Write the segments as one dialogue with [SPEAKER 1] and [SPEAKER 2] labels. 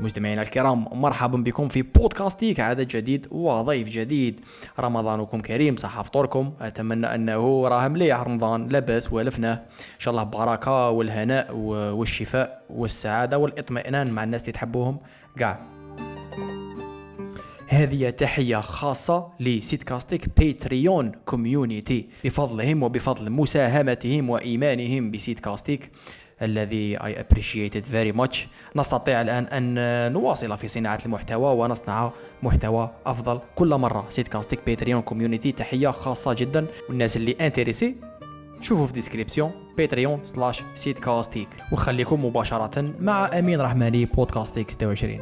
[SPEAKER 1] مستمعينا الكرام مرحبا بكم في بودكاستي كعادة جديد وضيف جديد رمضانكم كريم صح فطوركم أتمنى أنه راه مليح رمضان لاباس ولفناه إن شاء الله بركة والهناء و- والشفاء والسعادة والإطمئنان مع الناس اللي تحبوهم قاع هذه تحية خاصة لسيت كاستيك باتريون كوميونيتي بفضلهم وبفضل مساهمتهم وإيمانهم بسيت كاستيك الذي I appreciated very much نستطيع الآن أن نواصل في صناعة المحتوى ونصنع محتوى أفضل كل مرة سيت كاستيك باتريون كوميونيتي تحية خاصة جدا والناس اللي انتريسي شوفوا في ديسكريبسيون باتريون سلاش سيت كاستيك وخليكم مباشرة مع أمين رحماني بودكاستيك 26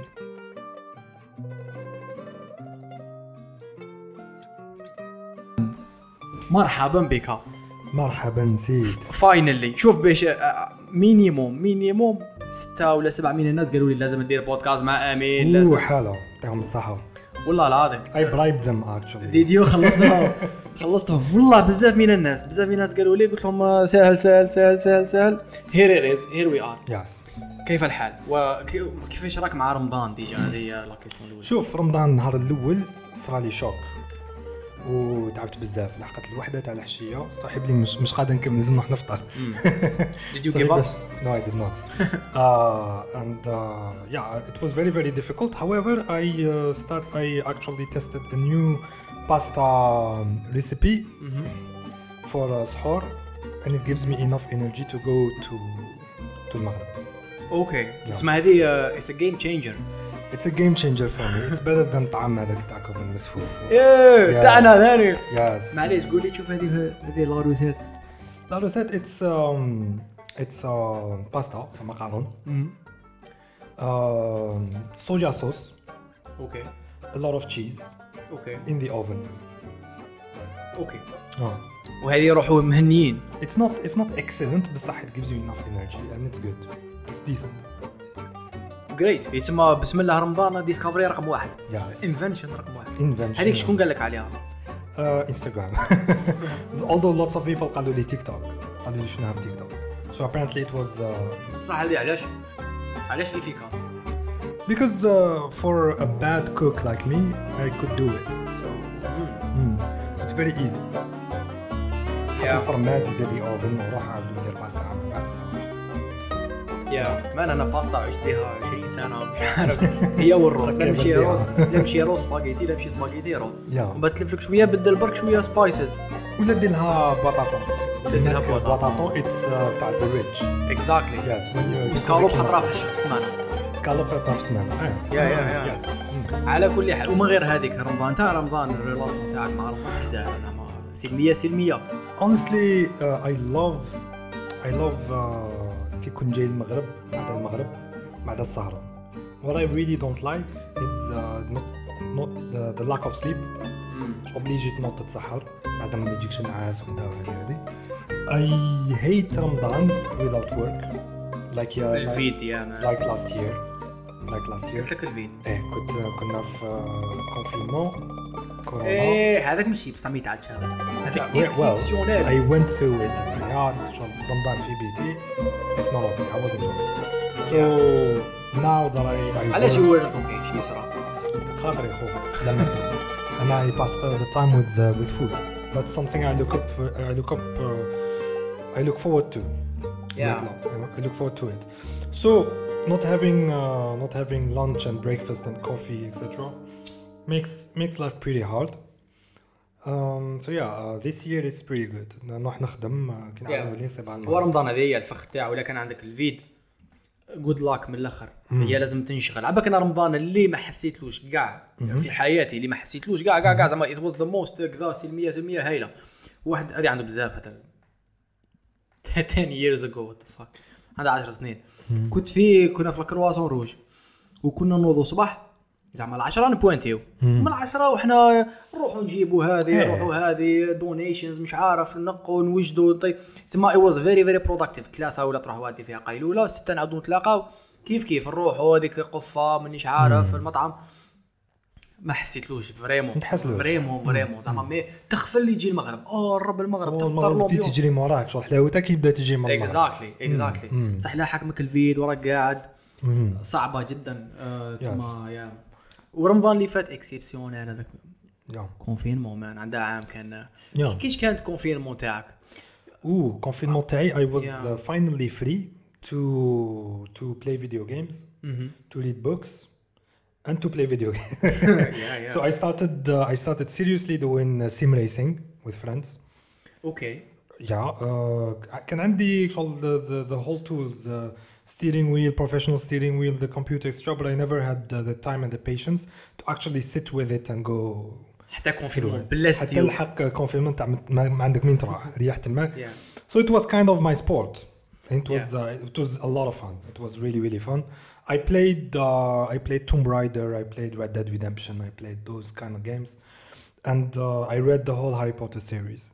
[SPEAKER 1] مرحبا بك
[SPEAKER 2] مرحبا سيد
[SPEAKER 1] فاينلي شوف آه، باش مينيموم مينيموم ستة ولا سبعة من الناس قالوا لي لازم ندير بودكاست مع امين لازم
[SPEAKER 2] اوه حالة يعطيهم الصحة
[SPEAKER 1] والله العظيم
[SPEAKER 2] اي برايب زم اكشلي
[SPEAKER 1] ديديو خلصتهم خلصتهم والله بزاف من الناس بزاف من الناس قالوا لي قلت لهم آه، سهل سهل سهل سهل سهل هير از هير وي ار
[SPEAKER 2] يس
[SPEAKER 1] كيف الحال وكيفاش راك مع رمضان ديجا هذه هي لا كيسيون الاولى
[SPEAKER 2] شوف رمضان النهار الاول صرالي شوك وتعبت بزاف لحقت الوحده تاع العشيه صاحب لي مش, مش قادر نكمل لازم نروح نفطر
[SPEAKER 1] ديديو كيف اب
[SPEAKER 2] No, I did not. uh, and uh, yeah, it was very, very difficult. However, I uh, start. I actually tested a new pasta um, recipe for uh, sahur, and it gives me enough energy to go to to Maghreb.
[SPEAKER 1] اوكي اسمها هذه آه، اتس ا جيم تشينجر
[SPEAKER 2] It's a game changer for me. It's better than طعم هذاك تاعكم المسفوف.
[SPEAKER 1] ايه تاعنا ثاني
[SPEAKER 2] Yes.
[SPEAKER 1] معليش قول لي شوف هذه هذه لاروسات
[SPEAKER 2] Laro said it's um it's um pasta macaron,
[SPEAKER 1] Mm-hmm.
[SPEAKER 2] um soya sauce,
[SPEAKER 1] اوكي
[SPEAKER 2] a lot of cheese
[SPEAKER 1] اوكي
[SPEAKER 2] in the oven.
[SPEAKER 1] اوكي
[SPEAKER 2] Oh.
[SPEAKER 1] وهذه يروحوا مهنيين
[SPEAKER 2] It's not it's not excellent, بصح it gives you enough energy and it's good. It's decent.
[SPEAKER 1] جريت يتسمى بسم الله رمضان ديسكفري رقم واحد
[SPEAKER 2] Yes.
[SPEAKER 1] انفنشن رقم واحد
[SPEAKER 2] Invention.
[SPEAKER 1] هذيك شكون قال لك عليها؟
[SPEAKER 2] Uh, Instagram. Although lots of people قالوا لي TikTok. قالوا لي شنو هاب TikTok. So apparently it was uh,
[SPEAKER 1] صح هذه علاش؟ علاش ايفيكاس؟
[SPEAKER 2] Because uh, for a bad cook like me, I could do it. So, so it's very easy. حط
[SPEAKER 1] Yeah.
[SPEAKER 2] الفرمات يدير لي اوفن وروح عاود ندير باستا عام بعد سنة.
[SPEAKER 1] يا مان انا باستا عشت بها 20 سنه مش عارف هي والروز لا مشي روز لا مشي روز سباغيتي لا مشي سباغيتي روز
[SPEAKER 2] يا.
[SPEAKER 1] ومن بعد تلف لك شويه بدل برك شويه سبايسز
[SPEAKER 2] ولا دير لها بطاطا
[SPEAKER 1] دير لها
[SPEAKER 2] هناك
[SPEAKER 1] بطاطا.
[SPEAKER 2] بطاطا uh, اتس تاع ذا ريتش
[SPEAKER 1] اكزاكتلي
[SPEAKER 2] يس وين
[SPEAKER 1] وسكالوب خطره في الش- في السمانه
[SPEAKER 2] سكالوب خطره في سمانة
[SPEAKER 1] يا- يا- يا.
[SPEAKER 2] Hmm.
[SPEAKER 1] على كل حال وما غير هذيك رمضان تاع رمضان الريلاسيون تاعك مع رمضان كيش داير انا ما- سلميه سلميه
[SPEAKER 2] اونستلي اي لاف اي لاف uh, كي كنت جاي المغرب بعد المغرب بعد السهره What I really don't like is uh, not, not the, the lack of sleep اوبليجي تنوض تتسحر بعد ما يجيكش نعاس وكذا هذه I hate رمضان without work like yeah, like,
[SPEAKER 1] الفيد يا مان
[SPEAKER 2] like last year like last
[SPEAKER 1] قلت
[SPEAKER 2] year
[SPEAKER 1] لك الفيد
[SPEAKER 2] ايه كنت كنا في uh, كونفينمون كورونا
[SPEAKER 1] ايه هذاك ماشي بصح ما يتعدش هذا هذاك
[SPEAKER 2] Yeah, well, أيوة.
[SPEAKER 1] اكسبسيونيل
[SPEAKER 2] I went through it. يعني قعدت شغل رمضان في بيتي. It's not okay. I wasn't okay. So now that I, I
[SPEAKER 1] علاش
[SPEAKER 2] work-
[SPEAKER 1] يورطك هيك شي صرا
[SPEAKER 2] خاطري خو لما ترى. and I passed the time with uh, with food. That's something I look up. I look up. uh, I look forward to.
[SPEAKER 1] Yeah.
[SPEAKER 2] Like, you know, I look forward to it. So not having uh, not having lunch and breakfast and coffee etc. makes makes life pretty hard. Um, so yeah, uh, this year is pretty good. نروح نخدم uh, كي نعملوا لين سبعة
[SPEAKER 1] هو
[SPEAKER 2] المغرب.
[SPEAKER 1] رمضان هذه هي الفخ تاعو ولا كان عندك الفيد جود لاك من الاخر هي لازم تنشغل عباك انا رمضان اللي ما حسيتلوش كاع في حياتي اللي ما حسيتلوش كاع كاع كاع زعما ات واز ذا موست كذا سلميه سلميه هايله واحد هذه عنده بزاف هذا 10 years ago what the fuck عنده 10 سنين كنت في كنا في الكرواسون روج وكنا نوضوا صباح زعما العشرة نبوانتيو من العشرة وحنا نروحوا نجيبوا هذه
[SPEAKER 2] إيه.
[SPEAKER 1] نروحوا هذه دونيشنز مش عارف نقوا نوجدوا نطي تسمى اي واز فيري فيري بروداكتيف ثلاثة ولا تروح وادي فيها قيلولة ستة نعاودوا نتلاقاو كيف كيف نروحوا هذيك قفة مانيش عارف المطعم ما حسيتلوش فريمون
[SPEAKER 2] ما تحسلوش.
[SPEAKER 1] فريمون فريمون زعما مي تخفل يجي المغرب اوه الرب المغرب
[SPEAKER 2] أول
[SPEAKER 1] تفطر
[SPEAKER 2] مرة بديت
[SPEAKER 1] لومبيون
[SPEAKER 2] تجري من وراك شغل حلاوتها كي بدات تجي من المغرب.
[SPEAKER 1] اكزاكتلي اكزاكتلي بصح لا حكمك الفيد وراك قاعد
[SPEAKER 2] مم.
[SPEAKER 1] صعبه جدا آه،
[SPEAKER 2] Yes.
[SPEAKER 1] ثم يا ورمضان اللي فات اكسبسيونيل هذاك
[SPEAKER 2] يا
[SPEAKER 1] كونفينمون مان عندها عام كان آه،
[SPEAKER 2] يا
[SPEAKER 1] كيش كانت كونفينمون تاعك؟
[SPEAKER 2] اوه كونفينمون تاعي اي
[SPEAKER 1] Yeah.
[SPEAKER 2] واز فاينلي فري تو تو بلاي فيديو جيمز
[SPEAKER 1] مهم.
[SPEAKER 2] to read books and to play video games.
[SPEAKER 1] Yeah, yeah.
[SPEAKER 2] so I started uh, I started seriously doing uh, sim racing with friends.
[SPEAKER 1] اوكي
[SPEAKER 2] Yeah, uh, كان عندي شغل the, the, the whole tools uh, steering wheel, professional steering wheel, the computer etc. But I never had uh, the time and the patience to actually sit with it and go.
[SPEAKER 1] حتى كونفينمون
[SPEAKER 2] حتى
[SPEAKER 1] بلستي
[SPEAKER 2] الحق كونفيرمنت تاع ما- ما عندك مين تروح ريحت الماء.
[SPEAKER 1] Yeah.
[SPEAKER 2] So it was kind of my sport. And it was uh, it was a lot of fun. It was really really fun. I played uh, I played Tomb Raider. I played Red Dead Redemption. I played those kind of games, and uh, I read the whole Harry Potter series.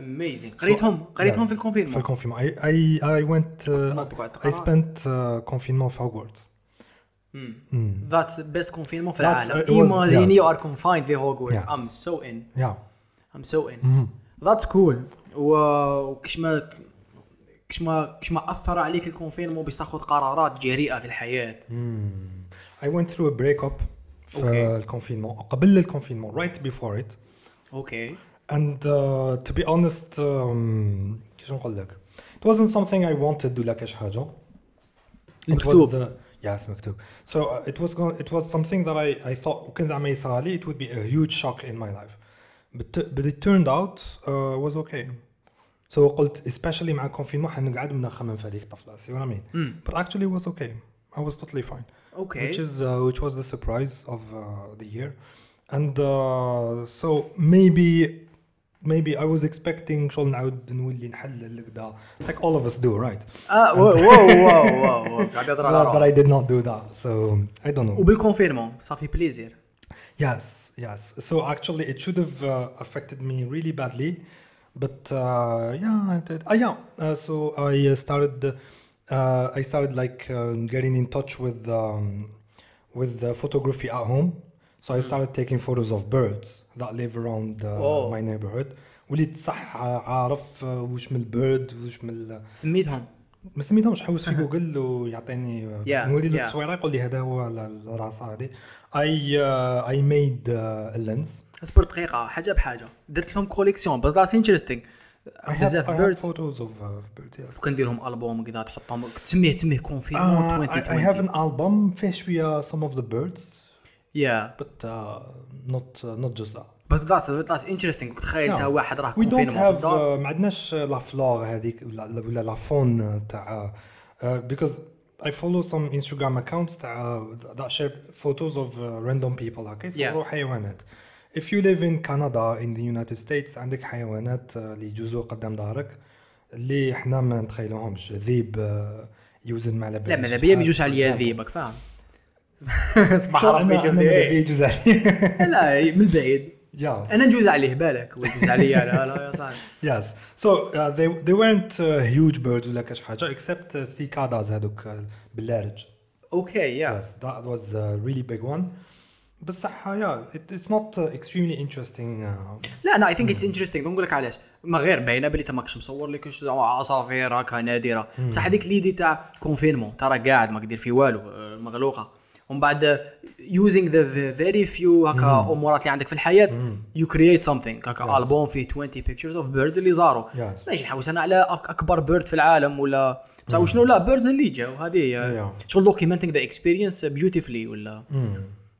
[SPEAKER 1] اميزين قريتهم قريتهم
[SPEAKER 2] Yes,
[SPEAKER 1] في الكونفينمون
[SPEAKER 2] في الكونفيرمون. I I I went uh,
[SPEAKER 1] منطقة
[SPEAKER 2] I
[SPEAKER 1] التقاعد.
[SPEAKER 2] spent uh, confinement for Hogwarts.
[SPEAKER 1] ذاتس بيست كونفينمون في
[SPEAKER 2] That's-
[SPEAKER 1] العالم
[SPEAKER 2] it was-
[SPEAKER 1] ايماجين
[SPEAKER 2] yes.
[SPEAKER 1] يو ار كونفايند في هوجورتس
[SPEAKER 2] Yes.
[SPEAKER 1] ام سو ان
[SPEAKER 2] Yeah.
[SPEAKER 1] ام سو ان ذاتس كول وكش ما كش ما كش ما اثر عليك الكونفينمون باش تاخذ قرارات جريئه في الحياه
[SPEAKER 2] Hmm. I went through a breakup في
[SPEAKER 1] Okay.
[SPEAKER 2] الكونفينمون قبل الكونفينمون right before it.
[SPEAKER 1] اوكي
[SPEAKER 2] And uh, to be honest, um, كيفاش نقول لك؟ It wasn't something I wanted ولا كاش حاجة. It was,
[SPEAKER 1] مكتوب
[SPEAKER 2] uh, yes, مكتوب. So uh, it was going, it was something that I, I thought وكان زعما يصرى لي it would be a huge shock in my life. But, t- but it turned out uh, was okay. So قلت especially مع الكونفينمون حنقعد ونخمم في هذيك الطفلة. See what I mean? But actually it was okay. I was totally fine which
[SPEAKER 1] اوكي
[SPEAKER 2] is uh, which was the surprise of uh, the year and uh, so maybe maybe I was expecting شغل نعاود نولي نحلل هكذا like all of us do right
[SPEAKER 1] اه واو واو واو واو قاعد يهضر على
[SPEAKER 2] but, but
[SPEAKER 1] روحه.
[SPEAKER 2] I did not do that so I don't know
[SPEAKER 1] وبالكونفينمون صافي بليزير
[SPEAKER 2] yes yes so actually it should have uh, affected me really badly but uh, yeah it, it, uh, yeah uh, so I uh, started uh, I started like uh, getting in touch with um, with uh, photography at home so I started taking photos of birds that live around uh,
[SPEAKER 1] Oh.
[SPEAKER 2] my neighborhood وليت صح عارف uh, وش من البرد وش من ال-
[SPEAKER 1] سميتهم
[SPEAKER 2] ما سميتهمش حوس في جوجل ويعطيني
[SPEAKER 1] Yeah,
[SPEAKER 2] نوري له
[SPEAKER 1] yeah.
[SPEAKER 2] التصويره يقول لي هذا هو ال- الراس هذه uh, اي اي ميد اللينز
[SPEAKER 1] اصبر دقيقه حاجه بحاجه درت لهم كوليكسيون بس ذاتس انترستينغ بزاف بيردز
[SPEAKER 2] photos of uh, of birds yes.
[SPEAKER 1] كنديرهم البوم كذا تحطهم تسميه تسميه
[SPEAKER 2] Uh,
[SPEAKER 1] كونفينمون
[SPEAKER 2] I, I have
[SPEAKER 1] 2020
[SPEAKER 2] an album فيه شويه some of the birds
[SPEAKER 1] يا
[SPEAKER 2] but uh, not uh, not just that
[SPEAKER 1] بس ذاتس ذاتس انترستينغ تخيل
[SPEAKER 2] Yeah.
[SPEAKER 1] تا واحد راه
[SPEAKER 2] نعم. we don't
[SPEAKER 1] كونفينمون
[SPEAKER 2] have uh, ما عندناش لا فلور هذيك ولا ولا لا فون تاع uh, because I follow some Instagram accounts تاع that share photos of uh, random people هكا يصوروا
[SPEAKER 1] Yeah.
[SPEAKER 2] حيوانات if you live in Canada in the United States عندك حيوانات uh, اللي يجوزوا قدام دارك اللي احنا ما نتخيلوهمش ذيب uh, يوزن ما على
[SPEAKER 1] لا
[SPEAKER 2] بالناش
[SPEAKER 1] ماذا بيا ما يجوش
[SPEAKER 2] شحال.
[SPEAKER 1] عليا ذيبك فاهم صباح
[SPEAKER 2] شو انا
[SPEAKER 1] ربي
[SPEAKER 2] أنا ماذا بيا
[SPEAKER 1] جدي
[SPEAKER 2] يجوز عليا
[SPEAKER 1] لا من البعيد
[SPEAKER 2] Yeah.
[SPEAKER 1] انا نجوز عليه بالك ويجوز عليا لا لا يا صاحبي
[SPEAKER 2] Yes. So uh, they they weren't uh, huge birds ولا كاش حاجة except uh, cicadas هذوك uh, باللارج.
[SPEAKER 1] اوكي يا
[SPEAKER 2] Yes, that was a really big one. بصح yeah, it, it's not uh, extremely interesting. Uh,
[SPEAKER 1] لا انا اي ثينك اتس انترستينغ نقول لك علاش ما غير باينه بلي تما كش مصور لك كش عصافير هكا نادره بصح هذيك ليدي تاع كونفينمون ترى قاعد ما قدير في والو آه، مغلوقه ومن بعد يوزينغ ذا فيري فيو هكا امورات اللي عندك في الحياه يو كرييت سمثينغ هكا البوم فيه 20 بيكتشرز اوف بيردز اللي زاروا
[SPEAKER 2] Yes.
[SPEAKER 1] ماشي نحوس انا على أك- اكبر بيرد في العالم ولا بصح وشنو لا بيردز اللي جاو هذه هي
[SPEAKER 2] Yeah.
[SPEAKER 1] شغل دوكيمنتينغ ذا اكسبيرينس بيوتيفلي ولا
[SPEAKER 2] mm.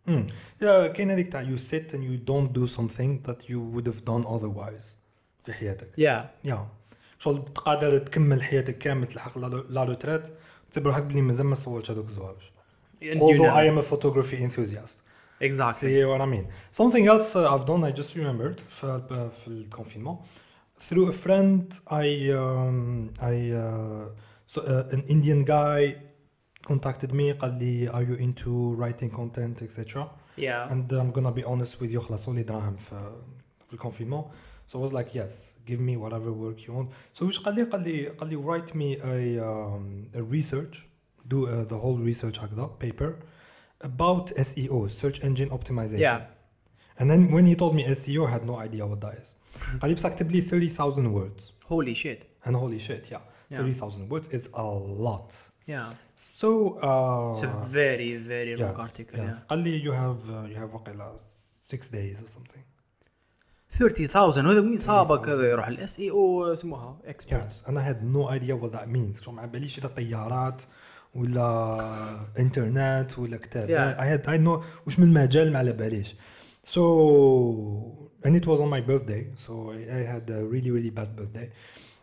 [SPEAKER 2] yeah, كاين هذيك تاع you sit and you don't do something that you would have done otherwise في حياتك.
[SPEAKER 1] يا
[SPEAKER 2] يا شغل قادر تكمل حياتك كامل تلحق لا- لا روتريت تسيب روحك بلي مازال ما صورتش هذوك الزواج. Although I am a photography enthusiast.
[SPEAKER 1] اكزاكتلي
[SPEAKER 2] See what I mean. Something else uh, I've done, I just remembered في ال- في الكونفينمون. Through a friend, I um, I uh, so, uh, an Indian guy contacted me قال لي are you into writing content etc.
[SPEAKER 1] يا
[SPEAKER 2] And I'm gonna be honest with you خلاصوا لي دراهم في في الكونفينمون. So I was like yes, give me whatever work you want. So واش قال لي قال لي قال لي write me a, um, a research do uh, the whole research هكذا paper about SEO search engine optimization.
[SPEAKER 1] يا
[SPEAKER 2] And then when he told me SEO, I had no idea what that is. قال لي بصح اكتب لي 30,000 words.
[SPEAKER 1] هولي شيت
[SPEAKER 2] And holy shit, yeah.
[SPEAKER 1] Yeah.
[SPEAKER 2] 30,000 words is a lot.
[SPEAKER 1] Yeah.
[SPEAKER 2] So, uh,
[SPEAKER 1] It's a very, very long article.
[SPEAKER 2] yes. Ali, you have uh, you have وقيلا six days or something.
[SPEAKER 1] Yeah. 30,000 هذا وين صابك هذا يروح الاس اي او اسموها اكسبرتس
[SPEAKER 2] Yes, and I had no idea what that means. شو ما على باليش إذا طيارات ولا انترنت ولا كتاب.
[SPEAKER 1] Yeah.
[SPEAKER 2] I had I know وش من مجال ما على باليش. So and it was on my birthday, so I, I had a really really bad birthday.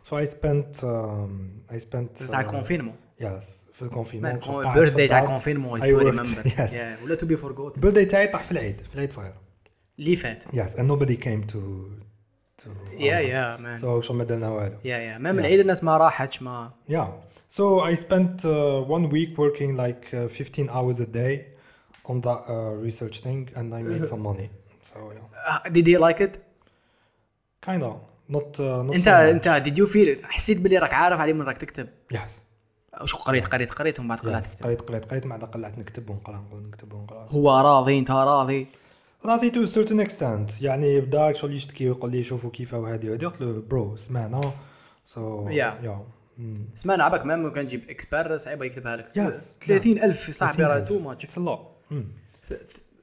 [SPEAKER 2] So I spent um, I spent
[SPEAKER 1] تاع
[SPEAKER 2] uh,
[SPEAKER 1] كونفينمون
[SPEAKER 2] Yes, في الكونفينمون.
[SPEAKER 1] uh,
[SPEAKER 2] كنت قاعد في
[SPEAKER 1] بيرثداي تاع
[SPEAKER 2] الدار.
[SPEAKER 1] كونفينمون
[SPEAKER 2] I
[SPEAKER 1] از تو
[SPEAKER 2] worked,
[SPEAKER 1] ريمبر
[SPEAKER 2] yes.
[SPEAKER 1] ولا تو بي فورغوت
[SPEAKER 2] البيرثداي تاعي طاح في العيد، في العيد صغير.
[SPEAKER 1] اللي فات
[SPEAKER 2] Yes, and nobody came to to
[SPEAKER 1] يا
[SPEAKER 2] our
[SPEAKER 1] يا
[SPEAKER 2] house.
[SPEAKER 1] مان
[SPEAKER 2] So شو ما درنا والو.
[SPEAKER 1] يا يا ما من
[SPEAKER 2] Yeah.
[SPEAKER 1] العيد الناس ما راحتش ما
[SPEAKER 2] Yeah. So I spent uh, one week working like uh, 15 hours a day on that uh, research thing, and I made some money. So yeah,
[SPEAKER 1] ديد يو لايك ات
[SPEAKER 2] kind of not uh, not.
[SPEAKER 1] انت
[SPEAKER 2] so much.
[SPEAKER 1] انت ديد يو فيل حسيت باللي راك عارف عليه من راك تكتب
[SPEAKER 2] Yes.
[SPEAKER 1] شو قريت قريت قريت ومن بعد قلعت
[SPEAKER 2] yes.
[SPEAKER 1] تكتب
[SPEAKER 2] قريت قريت قريت مع قلعت نكتب ونقرا نقول نكتب ونقرا
[SPEAKER 1] هو راضي انت راضي
[SPEAKER 2] راضي to a certain extent يعني بدا شغل يشتكي ويقول لي شوفوا كيف وهذه وهذه قلت له برو سمعنا so
[SPEAKER 1] Yeah.
[SPEAKER 2] yeah. Mm.
[SPEAKER 1] سمعنا عباك ما ممكن تجيب اكسبير صعيبه يكتبها لك
[SPEAKER 2] Yes.
[SPEAKER 1] 30000 صاحبي راه
[SPEAKER 2] 30,000.
[SPEAKER 1] تو ماتش
[SPEAKER 2] It's a lot. Mm.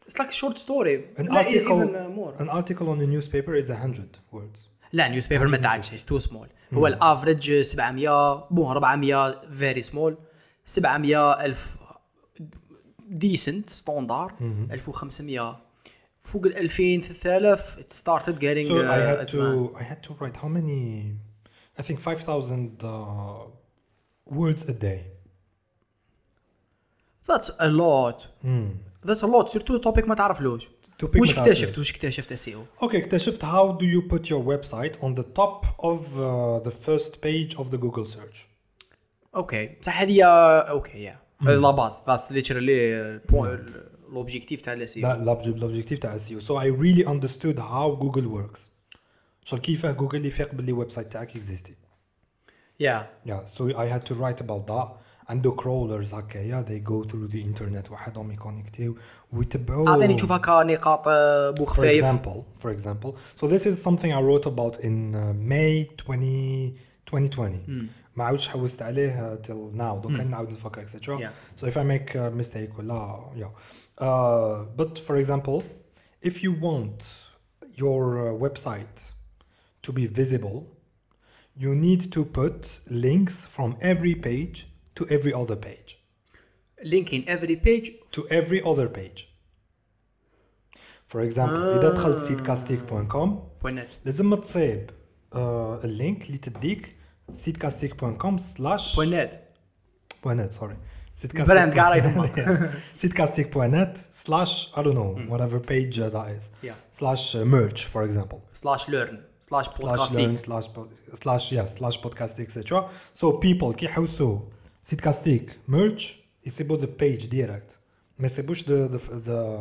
[SPEAKER 1] اتس لايك شورت ستوري
[SPEAKER 2] An article
[SPEAKER 1] مور
[SPEAKER 2] an article on a newspaper is 100 words.
[SPEAKER 1] لا نيوز بيبر ما تعادش اتس تو سمول هو
[SPEAKER 2] Hmm.
[SPEAKER 1] الافريج 700 بون 400 فيري سمول 700 الف ديسنت ستاندار
[SPEAKER 2] Hmm.
[SPEAKER 1] 1500 فوق ال 2000 3000 it started getting
[SPEAKER 2] So I
[SPEAKER 1] uh,
[SPEAKER 2] had
[SPEAKER 1] advanced.
[SPEAKER 2] to I had to write how many? I think five thousand uh, words a day.
[SPEAKER 1] That's a lot. That's a lot. سيرتو توبيك ما تعرفلوش.
[SPEAKER 2] Hmm. Topic
[SPEAKER 1] وش
[SPEAKER 2] ما
[SPEAKER 1] اكتشفت وش اكتشفت اسيو؟
[SPEAKER 2] Okay, اكتشفت how do you put your website on the top of uh, the first page of the Google search.
[SPEAKER 1] اوكي بصح هذه اوكي يا
[SPEAKER 2] Hmm.
[SPEAKER 1] لا باز ذاتس ليترلي لوبجيكتيف تاع الاسيو.
[SPEAKER 2] That l'obje- l'objective تاع SEO. E So I really understood how Google works. شغل كيفاه جوجل يفيق باللي ويبسايت تاعك يكزيستي.
[SPEAKER 1] يا
[SPEAKER 2] Yeah, so I had to write about that. عنده crawlers هكايا they go through the internet وحدهم يكونكتيو ويتبعوا
[SPEAKER 1] اعطيني تشوف هكا نقاط آه، بو
[SPEAKER 2] for
[SPEAKER 1] خفايف.
[SPEAKER 2] example for example so this is something i wrote about in uh, may 20 2020 ما عاودش حوست عليه uh, till now دوكا نعاود نفكر etc
[SPEAKER 1] Yeah.
[SPEAKER 2] so if i make a mistake ولا yeah uh, but for example if you want your uh, website to be visible you need to put links from every page to every other page
[SPEAKER 1] لينك ان افري بيج
[SPEAKER 2] to every other page. For example, إذا دخلت سيتكاستيك.com
[SPEAKER 1] وين نت
[SPEAKER 2] لازم تصيب آه، اللينك اللي تديك سيتكاستيك.com سلاش
[SPEAKER 1] وين نت
[SPEAKER 2] بوانات سوري
[SPEAKER 1] براند قاعد يتم.
[SPEAKER 2] سيتكاستيك.net slash I don't know whatever page uh, that is
[SPEAKER 1] Yeah.
[SPEAKER 2] slash uh, merch for example
[SPEAKER 1] سلاش ليرن سلاش
[SPEAKER 2] slash learn
[SPEAKER 1] بودكاستينج
[SPEAKER 2] slash po- slash yeah slash podcast etc so people كي يحوسوا سيتكاستيك merch يسيبوا the page direct ما يسيبوش the the the,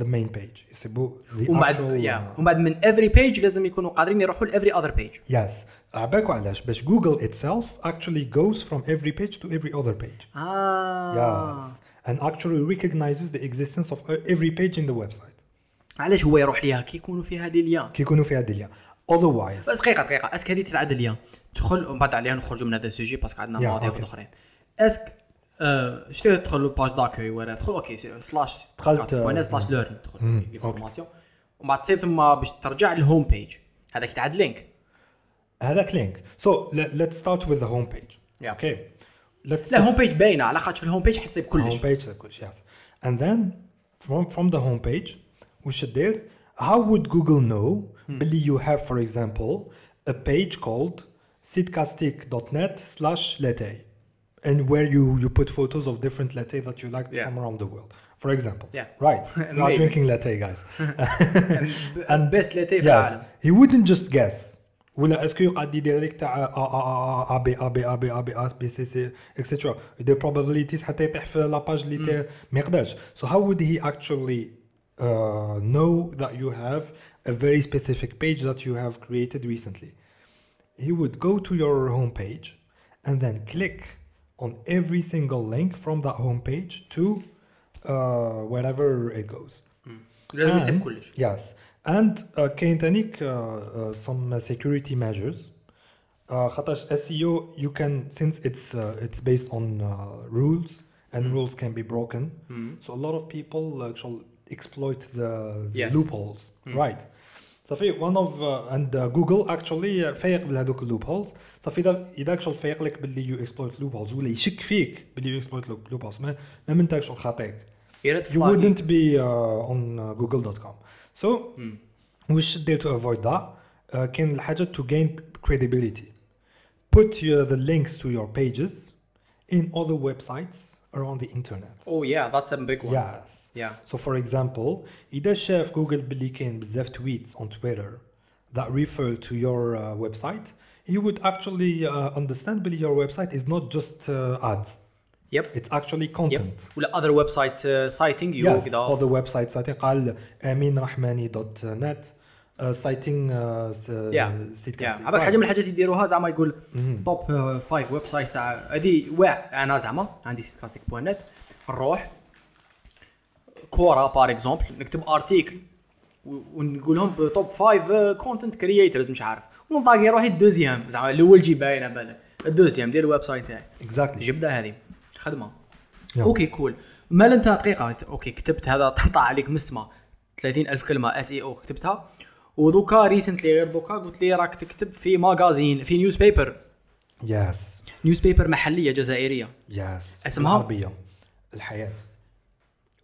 [SPEAKER 2] the main page يسيبوا the
[SPEAKER 1] ومن بعد
[SPEAKER 2] actual
[SPEAKER 1] يا ومن بعد من افري بيج لازم يكونوا قادرين يروحوا لافري اذر بيج.
[SPEAKER 2] yes عباكوا علاش باش Google itself actually goes from every page to every other page
[SPEAKER 1] Ah. اه
[SPEAKER 2] yes and actually recognizes the existence of uh, every page in the website
[SPEAKER 1] علاش هو يروح ليها كي يكونوا فيها لي ليان
[SPEAKER 2] كي يكونوا فيها دليا otherwise
[SPEAKER 1] بس دقيقه دقيقه اسك هذه تتعدى ليان تدخل ومن بعد عليها نخرجوا من هذا السوجي باسكو عندنا
[SPEAKER 2] Yeah,
[SPEAKER 1] مواضيع
[SPEAKER 2] okay.
[SPEAKER 1] اخرين اسك آه، شتي تدخل للباج داكوي ولا تدخل اوكي سلاش
[SPEAKER 2] دخلت، آه،
[SPEAKER 1] وانا سلاش ليرن تدخل لي فورماسيون ومن بعد تصير ثم باش ترجع للهوم بيج هذاك تعاد لينك
[SPEAKER 2] هذاك لينك so let, let's start with the home page
[SPEAKER 1] Yeah.
[SPEAKER 2] okay let's
[SPEAKER 1] لا هوم بيج باينه على خاطر في الهوم بيج حتصيب
[SPEAKER 2] home
[SPEAKER 1] كلش
[SPEAKER 2] page كلش yes and then from from the home page وش دير how would google know
[SPEAKER 1] Hmm.
[SPEAKER 2] بلي you have for example a page called sitcastic.net slash latte and where you you put photos of different latte that you like
[SPEAKER 1] Yeah.
[SPEAKER 2] from around the world for example
[SPEAKER 1] Yeah.
[SPEAKER 2] right we are
[SPEAKER 1] Maybe.
[SPEAKER 2] drinking latte guys
[SPEAKER 1] and best لاتيه في
[SPEAKER 2] yes
[SPEAKER 1] العالم
[SPEAKER 2] he wouldn't just guess ولا اسكو يقعد يدير لك تاع ا ا ا بي ا بي ا بي ا بي ا بي سي سي اكسيترا يدير probabilities حتى يطيح في لاباج اللي تا- ما يقدرش so how would he actually uh, know that you have a very specific page that you have created recently he would go to your home page and then click on every single link from that home page to uh, wherever it goes
[SPEAKER 1] لازم يسيب
[SPEAKER 2] And-
[SPEAKER 1] كلش
[SPEAKER 2] Yes. And uh, كاين تانيك uh, uh, some security uh, measures Uh, خاطر SEO you can since it's uh, it's based on uh, rules and rules can be broken so a lot of people uh, shall exploit the, the
[SPEAKER 1] Yes.
[SPEAKER 2] loopholes right صافي one of uh, and uh, Google actually فايق بهذوك loopholes صافي إذا- اذا شغل فايق لك باللي you exploit loopholes ولا يشك فيك باللي you exploit loop- loopholes ما ما من تاك شغل خاطيك
[SPEAKER 1] يا ريت
[SPEAKER 2] you
[SPEAKER 1] فلاقي.
[SPEAKER 2] wouldn't be uh, on uh, google.com so
[SPEAKER 1] Hmm.
[SPEAKER 2] we should do to avoid that uh, كاين الحاجه to gain credibility put your, the links to your pages in other websites around the internet
[SPEAKER 1] Oh yeah, that's a big one.
[SPEAKER 2] yes
[SPEAKER 1] Yeah.
[SPEAKER 2] so for example اذا شاف جوجل باللي كاين بزاف tweets on twitter that refer to your uh, website he would actually uh, understand that your website is not just uh, ads
[SPEAKER 1] Yep.
[SPEAKER 2] it's actually
[SPEAKER 1] Yep.
[SPEAKER 2] content
[SPEAKER 1] ولا other websites uh, citing you
[SPEAKER 2] yes,
[SPEAKER 1] كذا.
[SPEAKER 2] other websites I think قال aminrahmani.net uh, citing uh, s- uh,
[SPEAKER 1] Yeah.
[SPEAKER 2] Sidcast.
[SPEAKER 1] Yeah. هذاك حاجه من الحاجات اللي يديروها زعما يقول آه، توب فايف ويب سايت هذه آه، واع انا زعما عندي سيت كاستيك بوان نت نروح كوره بار اكزومبل نكتب ارتيكل ونقول لهم توب فايف كونتنت كرييترز آه، مش عارف ونطاقي روحي الدوزيام زعما الاول جي باينه بالك الدوزيام ديال الويب سايت تاعي
[SPEAKER 2] exactly
[SPEAKER 1] جبده هذه خدمه
[SPEAKER 2] Yeah.
[SPEAKER 1] اوكي كول مال انت دقيقه اوكي كتبت هذا طلع عليك مسمى 30 الف كلمه اس اي او E كتبتها ودوكا ريسنتلي غير دوكا قلت لي راك تكتب في ماغازين في نيوز بيبر
[SPEAKER 2] yes
[SPEAKER 1] نيوز بيبر محليه جزائريه
[SPEAKER 2] yes
[SPEAKER 1] اسمها؟
[SPEAKER 2] العربية الحياة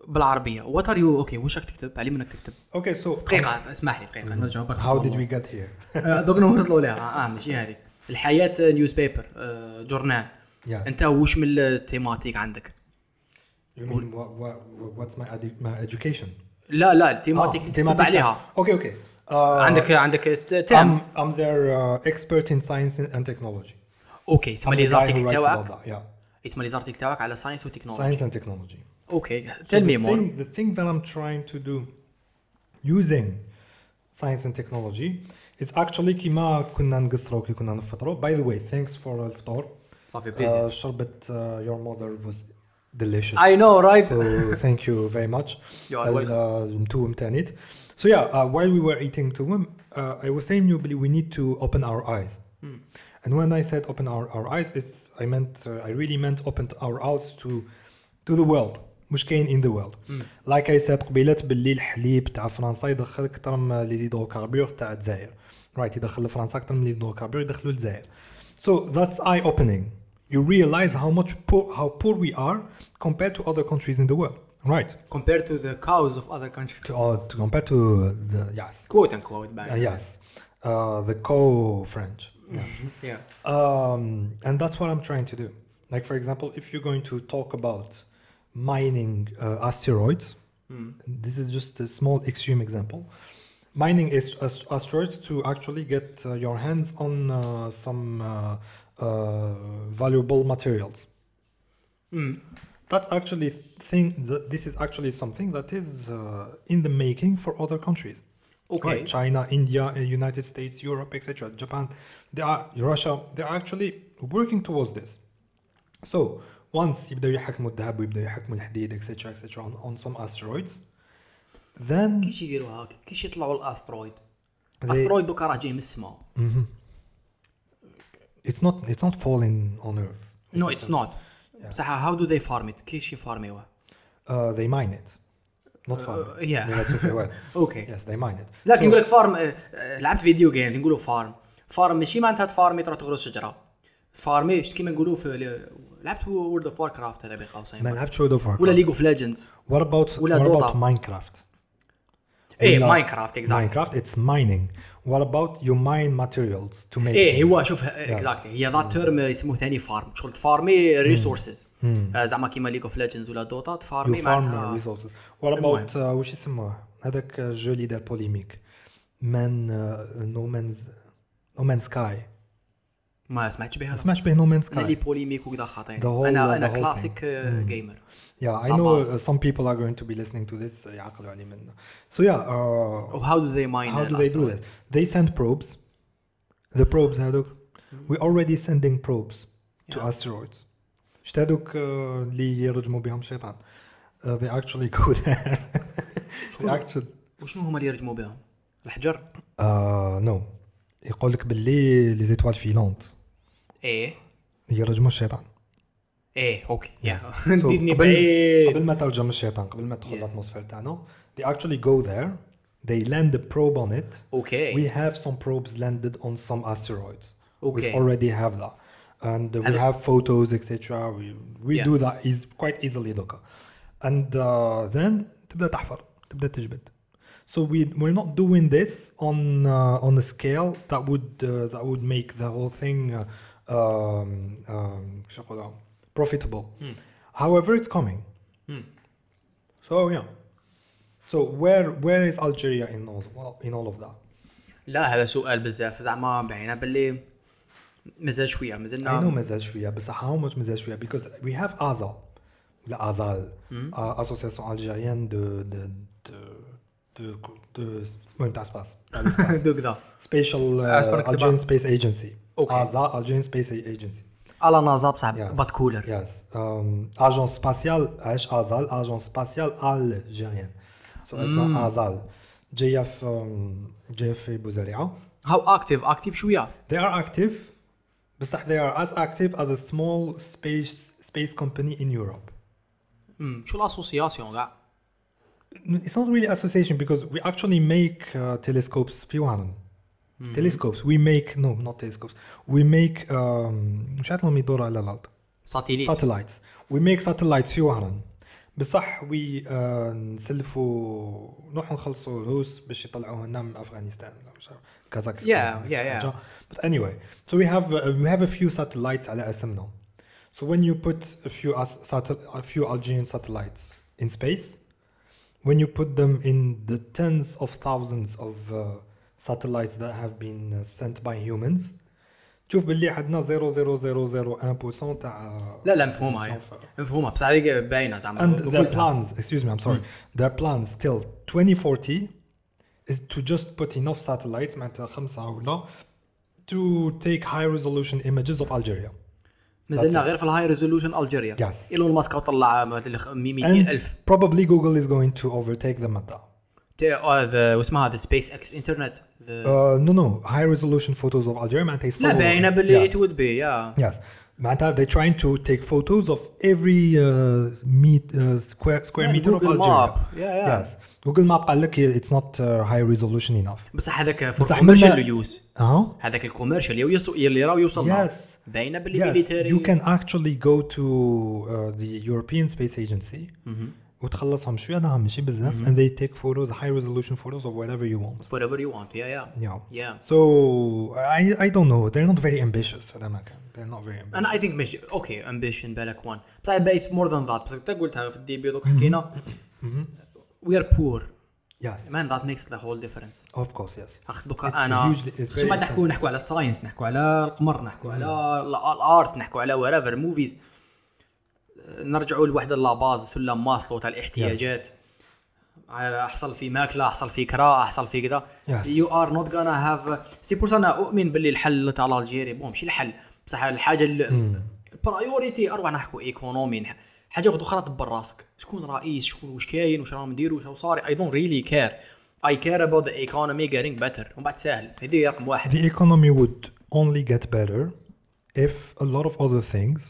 [SPEAKER 1] بالعربيه وات ار يو اوكي واش راك تكتب علي منك تكتب
[SPEAKER 2] okay so
[SPEAKER 1] دقيقه اسمح لي دقيقه نرجع باك
[SPEAKER 2] how did we get here
[SPEAKER 1] دوك نوصلوا آه، لها اه ماشي هذيك الحياه نيوز بيبر جورنال
[SPEAKER 2] yes
[SPEAKER 1] انت واش من التيماتيك عندك
[SPEAKER 2] you mean what, what, what's my, edu- my education
[SPEAKER 1] لا لا التيماتيك اللي
[SPEAKER 2] Ah, thematic
[SPEAKER 1] تكتب عليها
[SPEAKER 2] type. okay okay uh,
[SPEAKER 1] عندك عندك تام
[SPEAKER 2] I'm, I'm their uh, expert in science and technology
[SPEAKER 1] اوكي
[SPEAKER 2] I'm
[SPEAKER 1] اسمها
[SPEAKER 2] the
[SPEAKER 1] لي
[SPEAKER 2] guy who
[SPEAKER 1] زارتيك
[SPEAKER 2] writes
[SPEAKER 1] تاعك
[SPEAKER 2] about that yeah
[SPEAKER 1] اسمها لي زارتيك تاعك على ساينس وتكنولوجي
[SPEAKER 2] science and technology
[SPEAKER 1] اوكي
[SPEAKER 2] So
[SPEAKER 1] تيل
[SPEAKER 2] the
[SPEAKER 1] مي مور
[SPEAKER 2] thing, the thing that I'm trying to do using science and technology is actually كما كنا نقصرو كي كنا نفطرو by the way thanks for الفطور
[SPEAKER 1] صافي بليزير
[SPEAKER 2] uh, شربت uh, your mother was delicious
[SPEAKER 1] اي نو رايت
[SPEAKER 2] so thank you very much
[SPEAKER 1] You are welcome.
[SPEAKER 2] التوم تانيت so yeah uh, while we were eating توم uh, I was saying you believe we need to open our eyes and when I said open our, our eyes it's I meant uh, I really meant open our eyes to to the world مش كاين in the world like I said قبيلات باللي الحليب تاع فرنسا يدخل اكثر من لي زيدروكاربور تاع الجزائر right يدخل لفرنسا اكثر من لي زيدروكاربور يدخلوا الجزائر so that's eye opening you realize how much poor how poor we are compared to other countries in the world right
[SPEAKER 1] كومبير تو ذا كاوز اوف اذر كونتري
[SPEAKER 2] to, uh, to compared to the yes
[SPEAKER 1] كوت ان كوت
[SPEAKER 2] uh,
[SPEAKER 1] بعد
[SPEAKER 2] yes uh, the co French
[SPEAKER 1] Yeah.
[SPEAKER 2] um, and that's what I'm trying to do like for example if you're going to talk about mining uh, asteroids this is just a small extreme example mining is as- asteroids to actually get uh, your hands on uh, some uh, uh, valuable materials that's actually thing that this is actually something that is uh, in the making for other countries
[SPEAKER 1] Okay.
[SPEAKER 2] Right, china india uh, united states europe etc japan they are russia they're actually working towards this so once يبداو يحكموا الذهب ويبداو يحكموا الحديد etc etc on, on some asteroids then
[SPEAKER 1] كيش يديروها هاك كيش يطلعوا الاسترويد
[SPEAKER 2] They-
[SPEAKER 1] استرويد دوكا راه جاي من السماء
[SPEAKER 2] it's not it's not falling on earth
[SPEAKER 1] نو اتس نوت بصح هاو دو ذي فارم ات كيش يفارميوها
[SPEAKER 2] uh, they mine it not farm it.
[SPEAKER 1] Uh, yeah.
[SPEAKER 2] Yeah, that's okay, well.
[SPEAKER 1] Okay.
[SPEAKER 2] yes they mine it
[SPEAKER 1] لا
[SPEAKER 2] So-
[SPEAKER 1] كي نقول لك فارم آه، آه، لعبت فيديو جيمز نقولوا فارم فارم ماشي معناتها تفارمي تروح تغرس شجره فارمي شت كيما نقولوا في ال- لعبت وورد اوف وار كرافت هذا بين
[SPEAKER 2] ما
[SPEAKER 1] قوسين
[SPEAKER 2] لعبتش World of Warcraft.
[SPEAKER 1] ولا ليج اوف ليجندز
[SPEAKER 2] What about
[SPEAKER 1] ولا
[SPEAKER 2] what about
[SPEAKER 1] Dota. Eh,
[SPEAKER 2] Minecraft?
[SPEAKER 1] ايه
[SPEAKER 2] ولا-
[SPEAKER 1] ماينكرافت اكزاكتلي
[SPEAKER 2] Minecraft, it's mining. What about you mine materials to make?
[SPEAKER 1] ايه
[SPEAKER 2] things?
[SPEAKER 1] هو شوف اكزاكتلي هي ذات تيرم يسموه ثاني فارم شغل تفارمي ريسورسز إيه، آه، زعما كيما ليج اوف ليجندز ولا دوتا
[SPEAKER 2] You
[SPEAKER 1] تفارمي
[SPEAKER 2] farm
[SPEAKER 1] إيه،
[SPEAKER 2] يعني.
[SPEAKER 1] معناتها
[SPEAKER 2] resources. What
[SPEAKER 1] المهم.
[SPEAKER 2] about uh, وش يسموه هذاك الجو اللي دار بوليميك مان نو مانز نو مان سكاي
[SPEAKER 1] ما سمعتش بها
[SPEAKER 2] ما سمعتش به نو مان
[SPEAKER 1] انا لي
[SPEAKER 2] سكاي
[SPEAKER 1] بوليميك وكذا خاطين
[SPEAKER 2] The whole-
[SPEAKER 1] انا انا
[SPEAKER 2] the whole
[SPEAKER 1] كلاسيك جيمر
[SPEAKER 2] Yeah, I know
[SPEAKER 1] Abbas.
[SPEAKER 2] uh, some people are going to be listening to this uh, يعقلوا عليه منا. So yeah, uh,
[SPEAKER 1] هاو دو ذي ماين
[SPEAKER 2] How do they do that? They send probes. The probes هذوك we already sending probes to asteroids. شفت هذوك uh, اللي يرجموا بهم الشيطان. Uh, they actually go there. they actually
[SPEAKER 1] وشنو هما اللي يرجموا بهم الحجر
[SPEAKER 2] uh, no. يقول لك باللي لي زيتوال فيلونت
[SPEAKER 1] ايه
[SPEAKER 2] هي رجم الشيطان
[SPEAKER 1] ايه اوكي
[SPEAKER 2] Yes.
[SPEAKER 1] yeah.
[SPEAKER 2] So,
[SPEAKER 1] ديرني
[SPEAKER 2] قبل
[SPEAKER 1] بعيد
[SPEAKER 2] قبل ما ترجم الشيطان قبل ما تدخل
[SPEAKER 1] Yeah.
[SPEAKER 2] الاتموسفير تاعنا they actually go there they land the probe on it we
[SPEAKER 1] اوكي
[SPEAKER 2] have some probes landed on some asteroids
[SPEAKER 1] Okay.
[SPEAKER 2] we already have that and uh, we have photos etc we, we
[SPEAKER 1] Yeah.
[SPEAKER 2] do that is quite easily دوكا and uh, then تبدا تحفر تبدا تجبد so we we're not doing this on uh, on a scale that would uh, that would make the whole thing uh, um, um, شو نقولها? profitable
[SPEAKER 1] Hmm.
[SPEAKER 2] however it's coming so yeah so where where is Algeria in all well, in all of that
[SPEAKER 1] لا هذا سؤال بزاف زعما بعينه باللي مازال شويه
[SPEAKER 2] I know
[SPEAKER 1] مازلنا
[SPEAKER 2] مازال شويه بصح how much مازال شويه because we have AZA لا AZAL uh, Association Algérienne de de de de de المهم تاع سباس تاع السباس
[SPEAKER 1] دوك ذا
[SPEAKER 2] Spatial
[SPEAKER 1] Ah, c'est pas
[SPEAKER 2] uh,
[SPEAKER 1] que
[SPEAKER 2] Algerian Space Agency
[SPEAKER 1] Okay.
[SPEAKER 2] AZA Algerian Space Agency
[SPEAKER 1] على نازا بصح
[SPEAKER 2] Yes.
[SPEAKER 1] بات كولر
[SPEAKER 2] Yes um, Agence spatiale عاش AZAL Agence spatiale algérienne so اسمها AZAL um, جايه في جايه في بوزريعه
[SPEAKER 1] هاو اكتيف اكتيف شويه
[SPEAKER 2] They are active, بصح they are as active as a small space space company in Europe.
[SPEAKER 1] مم. شو الاسوسياسيون كاع
[SPEAKER 2] It's not really association because we actually make uh, telescopes في وهران. Telescopes we make no not telescopes we make um, مش عارف لهم يدوروا على الأرض.
[SPEAKER 1] ساتيليت
[SPEAKER 2] Satellites we make satellites في وهران. بصح we uh, نسلفوا نروحوا نخلصوا الروس باش يطلعوه هنا من افغانستان ولا مش عارف كازاخستان
[SPEAKER 1] Yeah, yeah,
[SPEAKER 2] ولا شي
[SPEAKER 1] yeah.
[SPEAKER 2] حاجة. But anyway, so we have uh, we have a few satellites على اسمنا. So when you put a few as- satel- a few Algerian satellites in space, when you put them in the tens of thousands of uh, satellites that have been uh, sent by humans, تشوف باللي عندنا 0.0001% تاع
[SPEAKER 1] لا لا مفهومه هاي مفهومه بصح هذيك باينه زعما
[SPEAKER 2] And
[SPEAKER 1] وكل-
[SPEAKER 2] their plans, excuse me, I'm sorry, their plans till 2040 is to just put enough satellites, معناتها خمسة ولا, to take high resolution images of Algeria.
[SPEAKER 1] مازلنا
[SPEAKER 2] That's it.
[SPEAKER 1] غير في الهاي ريزولوشن الجيريا
[SPEAKER 2] Yes.
[SPEAKER 1] ايلون ماسك طلع 200
[SPEAKER 2] And
[SPEAKER 1] الف
[SPEAKER 2] probably Google is going to overtake them at that.
[SPEAKER 1] آه، واسمها هذا سبيس اكس انترنت
[SPEAKER 2] Uh, no, no, high resolution photos of Algeria معناتها
[SPEAKER 1] لا
[SPEAKER 2] يصوروا.
[SPEAKER 1] باينه باللي ات
[SPEAKER 2] Oh. Yes,
[SPEAKER 1] وود بي يا
[SPEAKER 2] yes. معناتها they're trying to take photos of every uh, meet, uh, square, square meter of
[SPEAKER 1] Google
[SPEAKER 2] Algeria.
[SPEAKER 1] Map. Yeah, yeah.
[SPEAKER 2] Yes. Google Map قال لك it's not uh, high resolution enough.
[SPEAKER 1] بصح هذاك
[SPEAKER 2] بصح مما-
[SPEAKER 1] كوميرشال يوز
[SPEAKER 2] Uh-huh.
[SPEAKER 1] هذاك الكوميرشال اللي راهو يوصل له
[SPEAKER 2] Yes.
[SPEAKER 1] باينه باللي
[SPEAKER 2] Yes,
[SPEAKER 1] ميليتري
[SPEAKER 2] you can actually go to uh, the European Space Agency
[SPEAKER 1] Mm-hmm.
[SPEAKER 2] وتخلصهم شوية نعم ماشي بزاف and they take photos, high resolution photos of whatever you want.
[SPEAKER 1] فور ايفر يو وانت يا يا
[SPEAKER 2] Yeah.
[SPEAKER 1] Yeah.
[SPEAKER 2] So I I don't know. They're not very ambitious. هذا ما كان. They're not very ambitious.
[SPEAKER 1] انا اي ثينك ماشي اوكي ambition بالك وان بصح اتس مور ذان ذات بس انت قلتها في الديبي دوك حكينا وي ار بور
[SPEAKER 2] Yes.
[SPEAKER 1] مان ذات ميكس ذا هول ديفرنس
[SPEAKER 2] Of course, yes.
[SPEAKER 1] خاص
[SPEAKER 2] It's
[SPEAKER 1] دوكا انا
[SPEAKER 2] hugely- it's
[SPEAKER 1] خاص ما
[SPEAKER 2] very
[SPEAKER 1] نحكوا
[SPEAKER 2] expensive.
[SPEAKER 1] نحكوا على الساينس نحكوا على القمر نحكوا على ال- الارت نحكوا على ورافر موفيز نرجعوا لواحد لاباز سلم ماسلو تاع الاحتياجات على احصل في ماكله احصل في كراء احصل في كذا
[SPEAKER 2] Yes.
[SPEAKER 1] يو ار نوت غانا هاف سي بور انا اؤمن باللي الحل تاع الجيري بون ماشي الحل بصح الحاجه ال- البرايوريتي اروع نحكوا ايكونومي نح- حاجه واحده اخرى دبر راسك شكون رئيس شكون واش كاين واش راهم نديروا واش راهو صاري اي دونت ريلي كير اي كير اباوت ذا ايكونومي getting بيتر ومن بعد سهل هذه رقم واحد
[SPEAKER 2] The economy would only get better if a lot of other things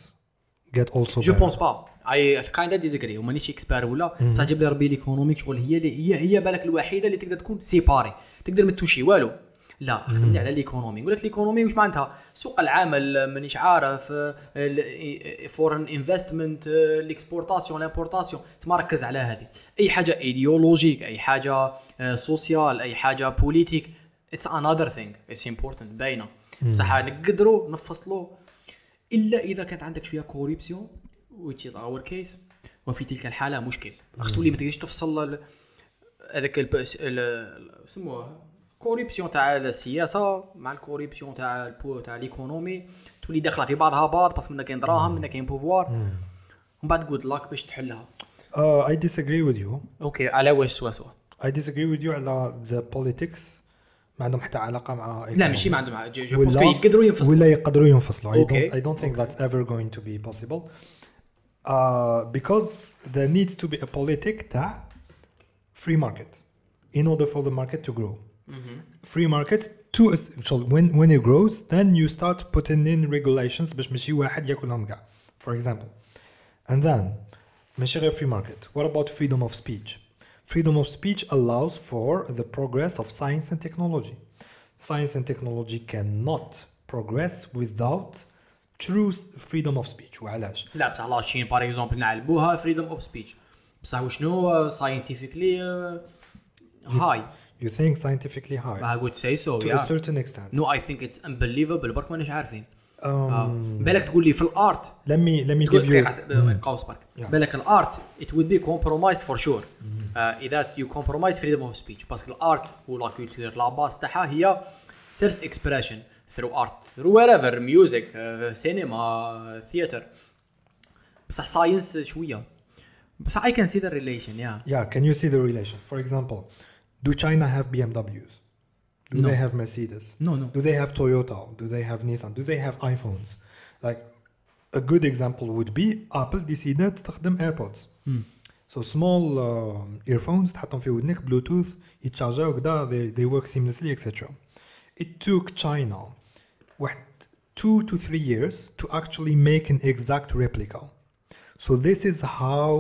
[SPEAKER 2] get also
[SPEAKER 1] جو
[SPEAKER 2] better.
[SPEAKER 1] بونس با اي كايند ديزيغري ومانيش اكسبير ولا بصح جيب لي ربي ليكونوميك شغل هي اللي هي هي بالك الوحيده اللي تقدر تكون سيباري تقدر ما تشي والو لا خلينا على ليكونومي يقول لك ليكونومي واش معناتها سوق العمل مانيش عارف آه، فورن انفستمنت ليكسبورتاسيون لامبورتاسيون تسمى ركز على هذه اي حاجه ايديولوجيك اي حاجه سوسيال اي حاجه بوليتيك اتس انذر ثينغ اتس امبورتنت باينه بصح نقدروا نفصلوا الا اذا كانت عندك شويه كوريبسيون which is our case وفي تلك الحاله مشكل خاص تولي ما تقدرش تفصل ال- هذاك ال- ال- سموه كوريبسيون تاع السياسه مع الكوريبسيون تاع البو تاع الايكونومي تولي داخله في بعضها بعض بس منا كاين دراهم منا كاين بوفوار ومن بعد جود لاك باش تحلها
[SPEAKER 2] Uh, I disagree with you.
[SPEAKER 1] اوكي على واش سوا سوا
[SPEAKER 2] I disagree with you على the politics ما عندهم حتى علاقة مع
[SPEAKER 1] لا ماشي ما عندهم جو- جو
[SPEAKER 2] ولا-
[SPEAKER 1] بونس كو يقدروا ينفصلوا
[SPEAKER 2] ولا يقدروا ينفصلوا I
[SPEAKER 1] Okay.
[SPEAKER 2] don't, I don't think that's ever going to be possible uh, because there needs to be a politic تاع free market in order for the market to grow free market two is شغل when when it grows then you start putting in regulations باش ماشي واحد ياكلهم كاع for example and then ماشي غير free market what about freedom of speech freedom of speech allows for the progress of science and technology science and technology cannot progress without true s- freedom of speech وعلاش
[SPEAKER 1] لا بصح لاشين باغ اكزومبل نعلبوها فريدوم اوف سبيتش بصح وشنو آه، ساينتيفيكلي هاي
[SPEAKER 2] you think scientifically high
[SPEAKER 1] I would say so
[SPEAKER 2] to a
[SPEAKER 1] yeah.
[SPEAKER 2] certain extent
[SPEAKER 1] No I think it's unbelievable برك ماناش عارفين آه.
[SPEAKER 2] um,
[SPEAKER 1] بالك تقول لي في الارت
[SPEAKER 2] let me let me
[SPEAKER 1] تقول-
[SPEAKER 2] give you
[SPEAKER 1] دقيقة، إيه، قوس برك
[SPEAKER 2] Yeah.
[SPEAKER 1] بالك الارت it would be compromised for sure uh, اذا you compromise freedom of speech باسكو الارت ولا كولتور لا باس تاعها هي سيلف اكسبريشن ثرو ارت ثرو وير ايفر ميوزك سينما ثياتر بصح ساينس شويه بصح I can see the relation yeah
[SPEAKER 2] Yeah, can you see the relation? For example, do China have BMWs? Do they have Mercedes?
[SPEAKER 1] No, no.
[SPEAKER 2] Do they have Toyota? Do they have Nissan? Do they have iPhones? Like a good example would be Apple decided تخدم AirPods. So small um, earphones تحطهم في ودنك Bluetooth يتشارجاو كدا they, they work seamlessly etc. It took China واحد two to three years to actually make an exact replica. So this is how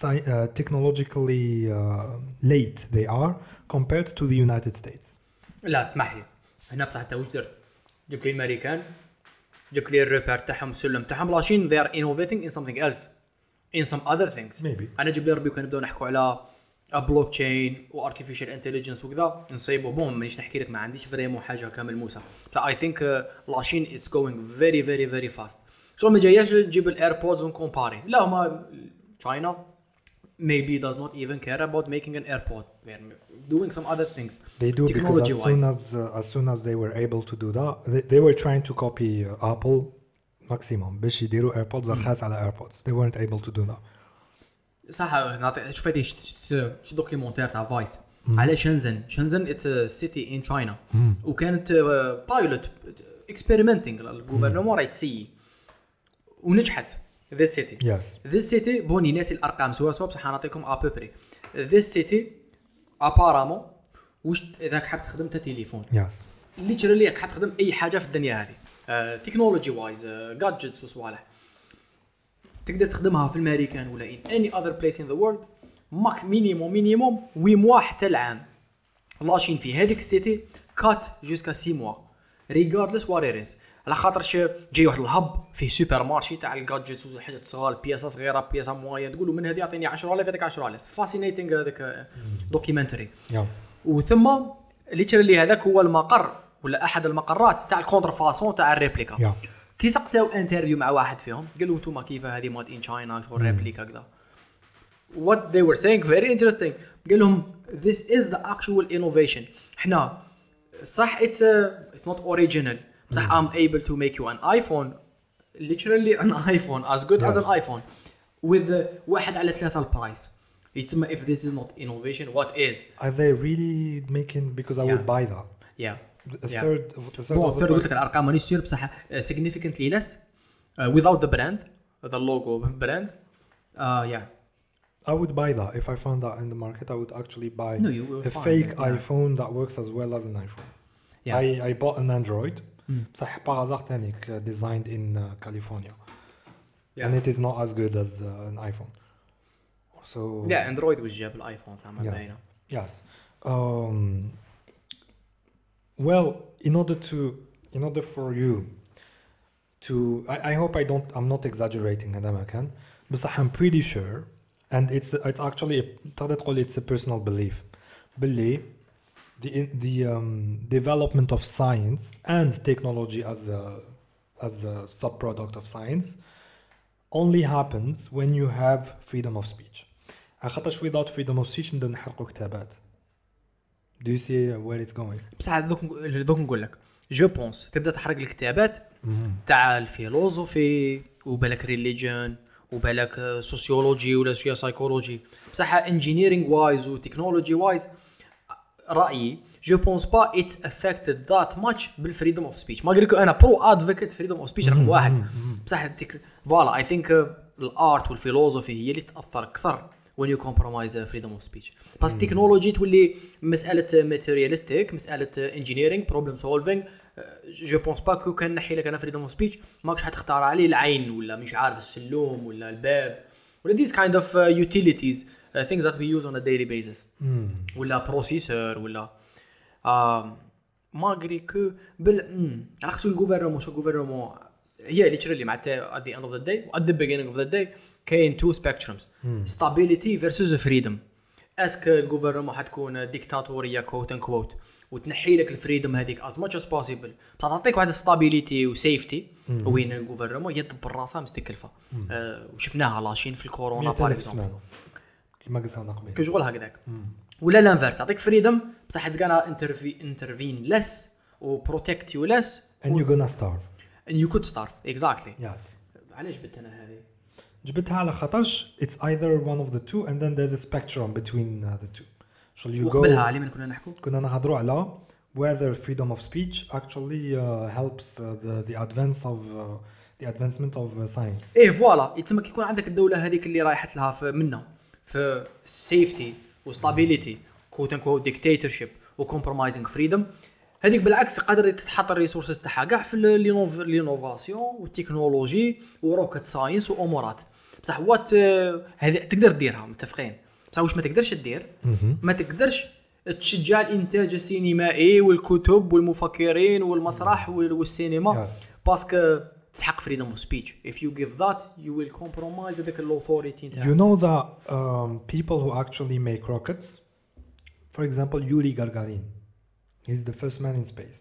[SPEAKER 2] sci- uh, technologically uh, late they are compared to the United States.
[SPEAKER 1] لا اسمح لي هنا بصح انت واش درت جبت لي الامريكان جبت لي الريبير تاعهم السلم تاعهم لاشين they are innovating in something else in some other things
[SPEAKER 2] Maybe.
[SPEAKER 1] انا جبت لي ربي وكان نبداو نحكوا على بلوك تشين وارتفيشال انتليجنس وكذا نصيبوا بوم مانيش نحكي لك ما عنديش فريمون حاجه كامل موسى اي ثينك لاشين اتس جوينغ فيري فيري فيري فاست شو ما جاياش نجيب الايربودز ونكومباري لا هما تشاينا maybe does not even care about making an airport they're doing some other things
[SPEAKER 2] They do because as
[SPEAKER 1] Technology-wise.
[SPEAKER 2] soon as uh, as soon as they were able to do that, they, they were trying to copy uh, Apple maximum باش يديروا AirPods
[SPEAKER 1] Hmm.
[SPEAKER 2] رخاص على AirPods. They weren't able to do that.
[SPEAKER 1] صح نعطي شفت شفت دوكيومونتير تاع فايس على شنزن شنزن اتس سيتي ان تشاينا وكانت آه، بايلوت اكسبيرمنتينغ الجوفرنمون راه يتسيي ونجحت ذيس سيتي
[SPEAKER 2] Yes.
[SPEAKER 1] ذيس سيتي بوني ناسي الارقام سوا سوا بصح نعطيكم ابوبري ذيس سيتي ابارامون واش اذا حاب تخدم تا تليفون
[SPEAKER 2] Yes.
[SPEAKER 1] ليترالي راك حتخدم اي حاجه في الدنيا هذه آه، تكنولوجي وايز جادجتس آه، وصوالح تقدر تخدمها في الامريكان ولا ان اني اذر بليس ان ذا وورلد ماكس مينيموم مينيموم وي موا حتى العام لاشين في هذيك السيتي كات جوسكا سي موا ريغاردلس واريريز على خاطرش جاي واحد الهب فيه سوبر مارشي تاع الجادجتس والحاجات الصغار بياسه صغيره بياسه مويه تقول له من هذه يعطيني 10000 هذاك 10000 فاسينيتينغ هذاك آه، دوكيومنتري
[SPEAKER 2] Yeah.
[SPEAKER 1] وثم ليترالي هذاك هو المقر ولا احد المقرات تاع الكونترفاسون تاع الريبليكا
[SPEAKER 2] Yeah.
[SPEAKER 1] كي سقساو انترفيو مع واحد فيهم قال له انتم كيف هذه ماد ان تشاينا شغل ريبليكا كذا what they were saying very interesting قال لهم this is the actual innovation احنا صح it's a, it's not original صح I'm able to make you an iPhone literally an iPhone as good as an
[SPEAKER 2] Yes.
[SPEAKER 1] iPhone with the واحد على ثلاثة البرايس يتسمى if this is not innovation what is
[SPEAKER 2] Are they really making because I
[SPEAKER 1] Yeah.
[SPEAKER 2] would buy that?
[SPEAKER 1] yeah
[SPEAKER 2] A
[SPEAKER 1] Yeah.
[SPEAKER 2] third, a third
[SPEAKER 1] بون
[SPEAKER 2] of the
[SPEAKER 1] فير قلت لك
[SPEAKER 2] price.
[SPEAKER 1] الارقام مانيش سير بصح آه، سيغنيفيكنتلي ليس آه، without the brand هذا اللوجو آه، براند يا
[SPEAKER 2] I would buy that if I found that in the market. I would actually buy
[SPEAKER 1] No, you will
[SPEAKER 2] a
[SPEAKER 1] find
[SPEAKER 2] fake
[SPEAKER 1] it, yeah.
[SPEAKER 2] iPhone that works as well as an iPhone.
[SPEAKER 1] Yeah. Mm.
[SPEAKER 2] I, I bought an Android. صح par hasard تانيك, uh, designed in uh, California. And it is not as good as uh, an iPhone. So
[SPEAKER 1] لا اندرويد واش جاب الايفون زعما
[SPEAKER 2] yes.
[SPEAKER 1] باينه
[SPEAKER 2] Yes. Um, well, in order to in order for you to I, I hope I don't I'm not exaggerating هذا can but I'm pretty sure and it's it's actually تقدر تقول it's a personal belief بلي the the um, development of science and technology as a as a sub product of science only happens when you have freedom of speech على خاطرش without freedom of speech نبداو نحرقوا كتابات do you see where it's going
[SPEAKER 1] بصح دوك دوك نقول لك جو بونس تبدا تحرق الكتابات تاع الفيلوزوفي وبالك ريليجن وبالك سوسيولوجي ولا شويه سايكولوجي بصح انجينيرينغ وايز وتكنولوجي وايز رايي جو بونس با اتس افكتد ذات ماتش بالفريدم اوف سبيتش ما قلت انا برو ادفوكيت فريدم اوف سبيتش رقم uh, واحد بصح التك- فوالا اي ثينك الارت والفيلوزوفي هي اللي تاثر اكثر when you compromise uh, freedom of speech بس التكنولوجي تولي uh, مساله ماتيرياليستيك مساله انجينيرينغ بروبلم سولفينغ جو بونس با كو كان نحي لك انا فريدم اوف سبيتش ماكش حتختار عليه العين ولا مش عارف السلوم ولا الباب ولا these kind of uh, utilities uh, things that we use on a daily basis ولا بروسيسور ولا آه، آم، ماغري كو بل مم، علاش الجوفرنمون شو الجوفرنمون هي ليترلي معناتها at the end of the day at the beginning of the day كاين تو سبيكترمز ستابيليتي فيرسز فريدم اسك الجوفرنمون حتكون ديكتاتوريه كوت ان كوت وتنحي لك الفريدم هذيك از ماتش از بوسيبل تعطيك واحد ستابيليتي وسيفتي وين الجوفرنمون يطب راسها مستكلفه آه، وشفناها لاشين في الكورونا par
[SPEAKER 2] في
[SPEAKER 1] exemple.
[SPEAKER 2] السمانه كما قلنا
[SPEAKER 1] كو
[SPEAKER 2] قبل
[SPEAKER 1] شغل هكذاك ولا لانفيرس تعطيك فريدم بصح تلقانا انترفين ليس وبروتكت يو ليس
[SPEAKER 2] and you're gonna starve
[SPEAKER 1] and you could starve exactly
[SPEAKER 2] yes
[SPEAKER 1] علاش بنت انا هذه
[SPEAKER 2] جبتها على خاطرش it's either one of the two and then there's a spectrum between uh, the two shall you go
[SPEAKER 1] وقبلها علي من كنا نحكو
[SPEAKER 2] كنا نهضروا على whether freedom of speech actually uh, helps uh, the, the advance of uh, the advancement of uh, science
[SPEAKER 1] ايه فوالا يتسمى كي يكون عندك الدوله هذيك اللي رايحت لها في منا في سيفتي وستابيليتي كوت ان كوت ديكتاتورشيب وكومبرومايزنج فريدم هذيك بالعكس قادر تتحط الريسورسز تاعها كاع في ال- لينوف- لينوفاسيون والتكنولوجي وروكت ساينس وامورات بصح وات هذه تقدر ديرها متفقين بصح واش ما تقدرش دير ما تقدرش تشجع الانتاج السينمائي والكتب والمفكرين والمسرح وال- والسينما
[SPEAKER 2] Yeah.
[SPEAKER 1] باسكو تسحق فريدم اوف سبيتش if you give that you will compromise هذاك الاوثوريتي
[SPEAKER 2] you
[SPEAKER 1] نتاعك
[SPEAKER 2] know the um, people who actually make rockets for example Yuri Gagarin he's the first man in space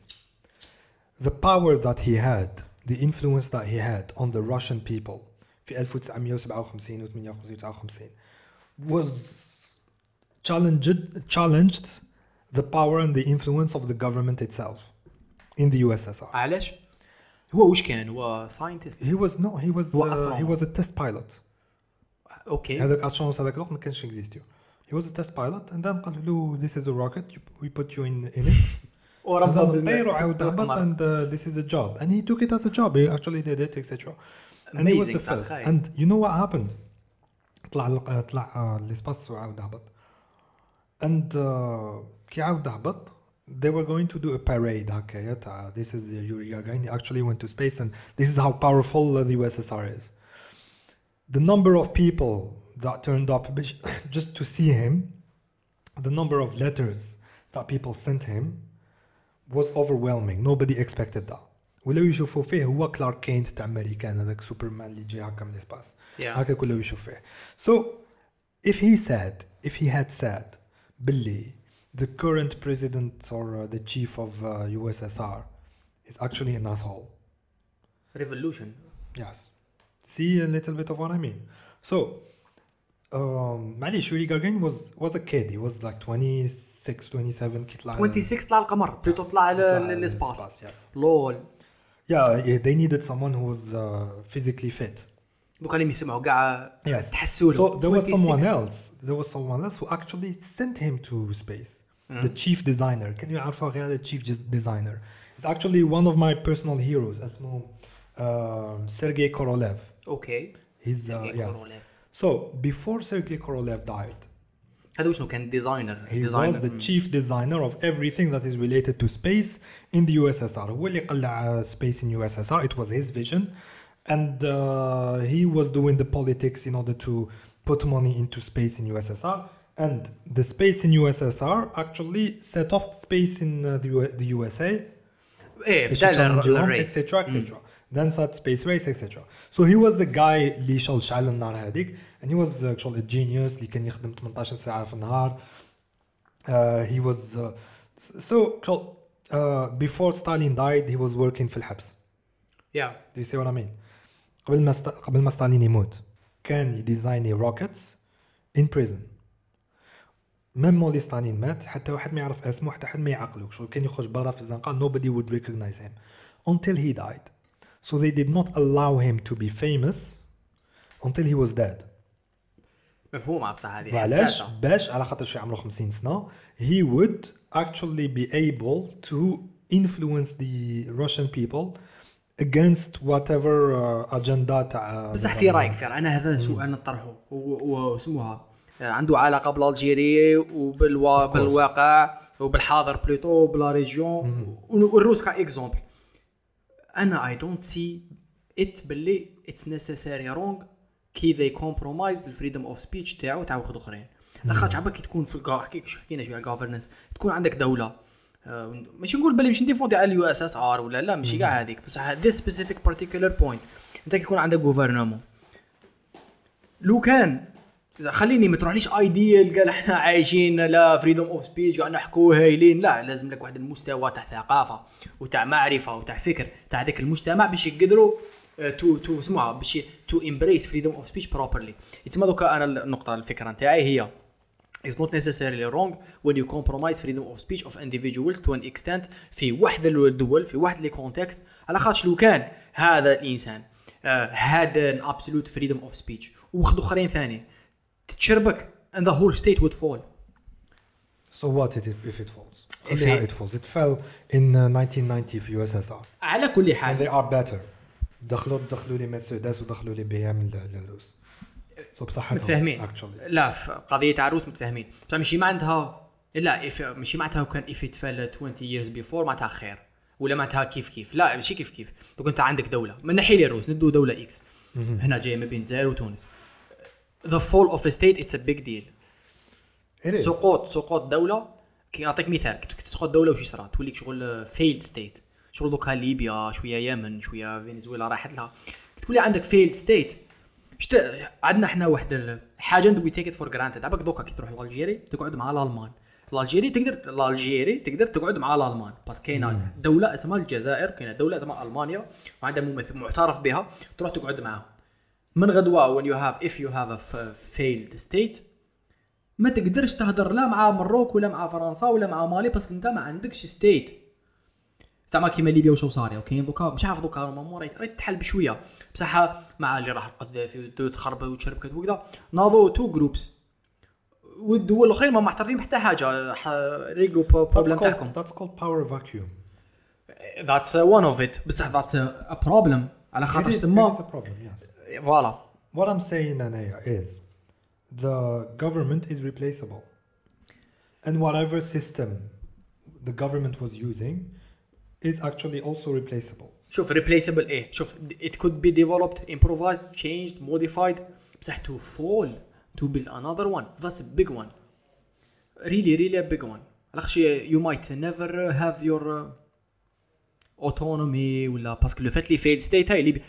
[SPEAKER 2] the power that he had the influence that he had on the Russian people في 1957 و 58 59 was challenged challenged the power and the influence of the government itself in the USSR
[SPEAKER 1] علاش هو واش كان هو ساينتست
[SPEAKER 2] he was no he was
[SPEAKER 1] هو
[SPEAKER 2] uh, he
[SPEAKER 1] astronaut.
[SPEAKER 2] was a test pilot
[SPEAKER 1] اوكي
[SPEAKER 2] هذاك اشونس هذاك الوقت ما كانش اكزيستيو he was a test pilot and then قال له this is a rocket you- we put you in in it هذا
[SPEAKER 1] وربط بال-
[SPEAKER 2] نطير وعاود هبط
[SPEAKER 1] بالقمر.
[SPEAKER 2] and uh, this is a job and he took it as a job he actually did it etc and he was the
[SPEAKER 1] Amazing,
[SPEAKER 2] first
[SPEAKER 1] تخيل.
[SPEAKER 2] and you know what happened طلع ال- طلع uh, للسباس وعاود هبط and uh, كي عاود هبط they were going to do a parade هكايا تاع this is uh, Yuri Gagarin he actually went to space and this is how powerful the USSR is the number of people that turned up bish- just to see him, the number of letters that people sent him was overwhelming. Nobody expected that. ولاو يشوفوا فيه هو كلارك كينت تاع امريكان هذاك سوبرمان اللي جاي هكا من الاسباس
[SPEAKER 1] Yeah.
[SPEAKER 2] هكا كله يشوف فيه so if he said if he had said باللي the current president or uh, the chief of uh, USSR is actually an asshole
[SPEAKER 1] ريفولوشن
[SPEAKER 2] Yes. See a little bit of what I mean. So, um, معليش Yuri Gagarin was was a kid. He was like 26, 27 كي طلع
[SPEAKER 1] 26 طلع القمر بلوتو طلع للسباس
[SPEAKER 2] yes.
[SPEAKER 1] لول
[SPEAKER 2] Yeah, yeah, they needed someone who was uh, physically fit.
[SPEAKER 1] دوكا اللي يسمعوا كاع
[SPEAKER 2] Yes.
[SPEAKER 1] تحسوا له.
[SPEAKER 2] So there was someone
[SPEAKER 1] 26.
[SPEAKER 2] else. There was someone else who actually sent him to space.
[SPEAKER 1] Mm.
[SPEAKER 2] The chief designer. Can you عارفه غير the chief des- designer? It's actually one of my personal heroes. اسمه um, Sergei Korolev.
[SPEAKER 1] اوكي
[SPEAKER 2] He's uh,
[SPEAKER 1] Sergei
[SPEAKER 2] yes.
[SPEAKER 1] Korolev.
[SPEAKER 2] So before Sergei Korolev died,
[SPEAKER 1] هذا وشنو كان ديزاينر
[SPEAKER 2] he was the
[SPEAKER 1] ديزاiner
[SPEAKER 2] chief designer of everything that is related to space in the USSR. هو اللي قلع uh, space in USSR. It was his vision, and uh, he was doing the politics in order to put money into space in USSR. And the space in USSR actually set off space in uh, the, U- the USA
[SPEAKER 1] ايه
[SPEAKER 2] باش يتشالنجوهم،
[SPEAKER 1] بدا الريس
[SPEAKER 2] etc etc then sat space race etc so he was the guy اللي شغل شعل النار هذيك and he was uh, شغل a genius اللي كان يخدم 18 ساعة في النهار uh, he was uh, so شغل uh, before Stalin died he was working في الحبس
[SPEAKER 1] يا
[SPEAKER 2] do you see what I mean قبل ما ست... قبل ما ستالين يموت كان يديزايني روكيتس in prison ميم مولي ستالين مات حتى واحد ما يعرف اسمه حتى حد ما يعقله شغل كان يخرج برا في الزنقه nobody would recognize him until he died so they did not allow him to be famous until he was dead
[SPEAKER 1] مفهومه بصح هذه
[SPEAKER 2] وعلاش
[SPEAKER 1] حساسة.
[SPEAKER 2] باش على خاطر شي عمره 50 سنه he would actually be able to influence the Russian people against whatever uh, agenda تاع
[SPEAKER 1] بصح في رايك ترى انا هذا سؤال نطرحه و- و- وسموها آه، عنده علاقه بالالجيري وبالوا
[SPEAKER 2] Of course.
[SPEAKER 1] بالواقع وبالحاضر بلوتو بلا ريجيون والروس كا اكزومبل انا اي دونت سي ات باللي اتس نيسيساري رونغ كي ذي كومبرومايز الفريدم اوف سبيتش تاعو تاع واحد اخرين لاخاطش عباك كي تكون في الكا كي شو حكينا شويه على الجوفرنس تكون عندك دوله آه، ماشي نقول باللي مش نديفوندي على اليو اس اس ار ولا لا ماشي كاع هذيك بصح ذيس سبيسيفيك بارتيكولر بوينت انت كي يكون عندك غوفرنمون لو كان إذا خليني ما تروحليش ايديال قال احنا عايشين لا فريدوم اوف سبيتش قاعد نحكوا هايلين لا لازم لك واحد المستوى تاع ثقافه وتاع معرفه وتاع فكر تاع ذاك المجتمع باش يقدروا تو تو اسمها باش تو امبريس فريدوم اوف سبيتش بروبرلي تسمى دوكا انا النقطه الفكره نتاعي هي It's not necessarily wrong when you compromise freedom of speech of individuals to an extent في واحد الدول في واحد لي كونتكست على خاطر لو كان هذا الانسان هاد ان absolute freedom of speech وخد اخرين ثاني تتشربك and the whole state would fall
[SPEAKER 2] So what it, if, if it falls?
[SPEAKER 1] If
[SPEAKER 2] Only how
[SPEAKER 1] it-
[SPEAKER 2] it falls. It fell in uh, 1990 في USSR.
[SPEAKER 1] على كل
[SPEAKER 2] And
[SPEAKER 1] حال
[SPEAKER 2] they are better. دخلوا دخلوا لي مرسيدس ودخلوا لي بي ام للروس. So بصحتهم
[SPEAKER 1] متفاهمين
[SPEAKER 2] actually.
[SPEAKER 1] لا في قضيه تاع الروس متفاهمين بصح ماشي معناتها لا if- ماشي معناتها كان if it fell 20 years before معناتها خير ولا معناتها كيف كيف لا ماشي كيف كيف دوك انت عندك دوله من ناحيه لي الروس ندو دوله اكس هنا جايه ما بين الجزائر وتونس the fall of a state it's a big deal
[SPEAKER 2] It is.
[SPEAKER 1] سقوط سقوط دوله كي نعطيك مثال كي تسقط دوله وش صرا تولي شغل فيلد ستيت شغل دوكا ليبيا شويه يمن شويه فنزويلا راحت لها كي تولي عندك فيلد ستيت شت... عندنا احنا واحد الحاجه وي تيك فور جرانتد عباك دوكا كي تروح لالجيري تقعد مع الالمان الالجيري تقدر الالجيري تقدر تقعد مع الالمان بس كاينه دوله اسمها الجزائر كاينه دوله اسمها المانيا وعندها ممثل معترف بها تروح تقعد معاهم من غدوه when you have if you have a f- failed state ما تقدرش تهدر لا مع مروك ولا مع فرنسا ولا مع مالي باسكو انت ما عندكش ستيت زعما كيما ليبيا وشو صاري وكاين دوكا مش عارف دوكا راهو راهي راهي تحل بشويه بصح مع اللي راح القذافي وتخرب وتشربكت وكذا ناضوا تو جروبس والدول الاخرين ما معترفين حتى حاجه ح- ريقوا
[SPEAKER 2] That's
[SPEAKER 1] بروبليم تاعكم uh,
[SPEAKER 2] called, that's called power vacuum.
[SPEAKER 1] ذاتس وان اوف ات بصح ذاتس ا بروبليم على
[SPEAKER 2] It
[SPEAKER 1] خاطر
[SPEAKER 2] is, it is
[SPEAKER 1] تما
[SPEAKER 2] a problem, yes.
[SPEAKER 1] فوالا
[SPEAKER 2] What I'm saying, Anaya, is the government is replaceable. And whatever system the government was using is actually also replaceable.
[SPEAKER 1] شوف ريبليسبل ايه شوف ات كود بي ديفلوبد امبروفايزد تشينجد موديفايد بصح تو فول تو بيلد انذر وان ذاتس بيج وان ريلي ريلي بيج وان علاش يو مايت نيفر هاف يور اوتونومي uh, ولا باسكو لو فات لي فيل ستيت هاي اللي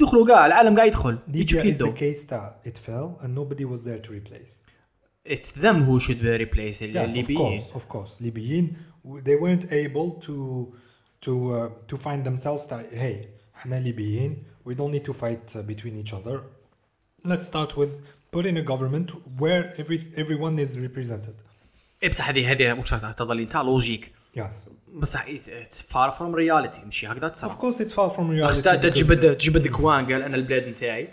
[SPEAKER 1] دخلوا كاع العالم قاعد يدخل يجوا
[SPEAKER 2] Libya is
[SPEAKER 1] كيدو
[SPEAKER 2] the case that it fell and nobody was there to replace.
[SPEAKER 1] اتس ذم هو شود ريبليس
[SPEAKER 2] Yes, of
[SPEAKER 1] الليبيين
[SPEAKER 2] course, of course. Libyan, w- they weren't able to to uh, to find themselves that hey, احنا Libyan, we don't need to fight uh, between each other. Let's start with put in a government where every everyone is represented.
[SPEAKER 1] إيه بصح هذه هذه واش تظل انت لوجيك
[SPEAKER 2] Yes,
[SPEAKER 1] بصح اتس فار فروم رياليتي ماشي هكذا تصرف
[SPEAKER 2] of course, it's far from reality.
[SPEAKER 1] خاص تا- تا
[SPEAKER 2] because-
[SPEAKER 1] تجبد تجبد كوان قال انا البلاد نتاعي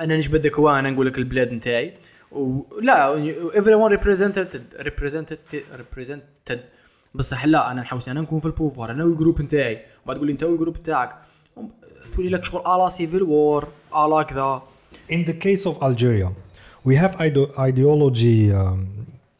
[SPEAKER 1] انا نجبد كوان انا نقول لك البلاد نتاعي ولا everyone represented represented represented بصح لا انا نحوس انا نكون في البوفوار انا والجروب نتاعي وبعد تقول لي انت والجروب تاعك تولي لك شغل الا سيفل وور الا كذا
[SPEAKER 2] In the case of Algeria, we have ide- ideology um,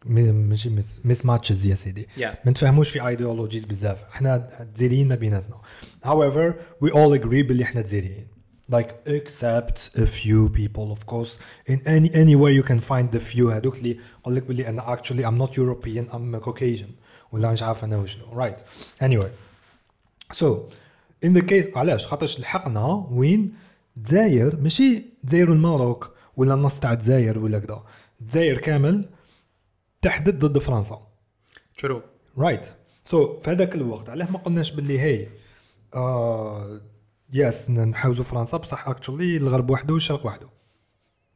[SPEAKER 2] mi- ماشي mis- mismatches يا سيدي
[SPEAKER 1] Yeah.
[SPEAKER 2] ما نتفاهموش في ideologies بزاف احنا تزيريين ما بيناتنا however we all agree باللي احنا تزيريين like except a few people of course in any anywhere you can find the few هذوك اللي قال لك باللي انا actually I'm not European I'm Caucasian ولا مش عارف انا وشنو right anyway سو ان ذا كيس علاش خاطرش لحقنا وين دزاير ماشي دزاير الماروك ولا النص تاع دزاير ولا كدا دزاير كامل تحدد ضد فرنسا
[SPEAKER 1] شرو
[SPEAKER 2] رايت سو في هذاك الوقت علاه ما قلناش باللي هي آه يس نحوزوا فرنسا بصح اكشولي الغرب وحده والشرق وحده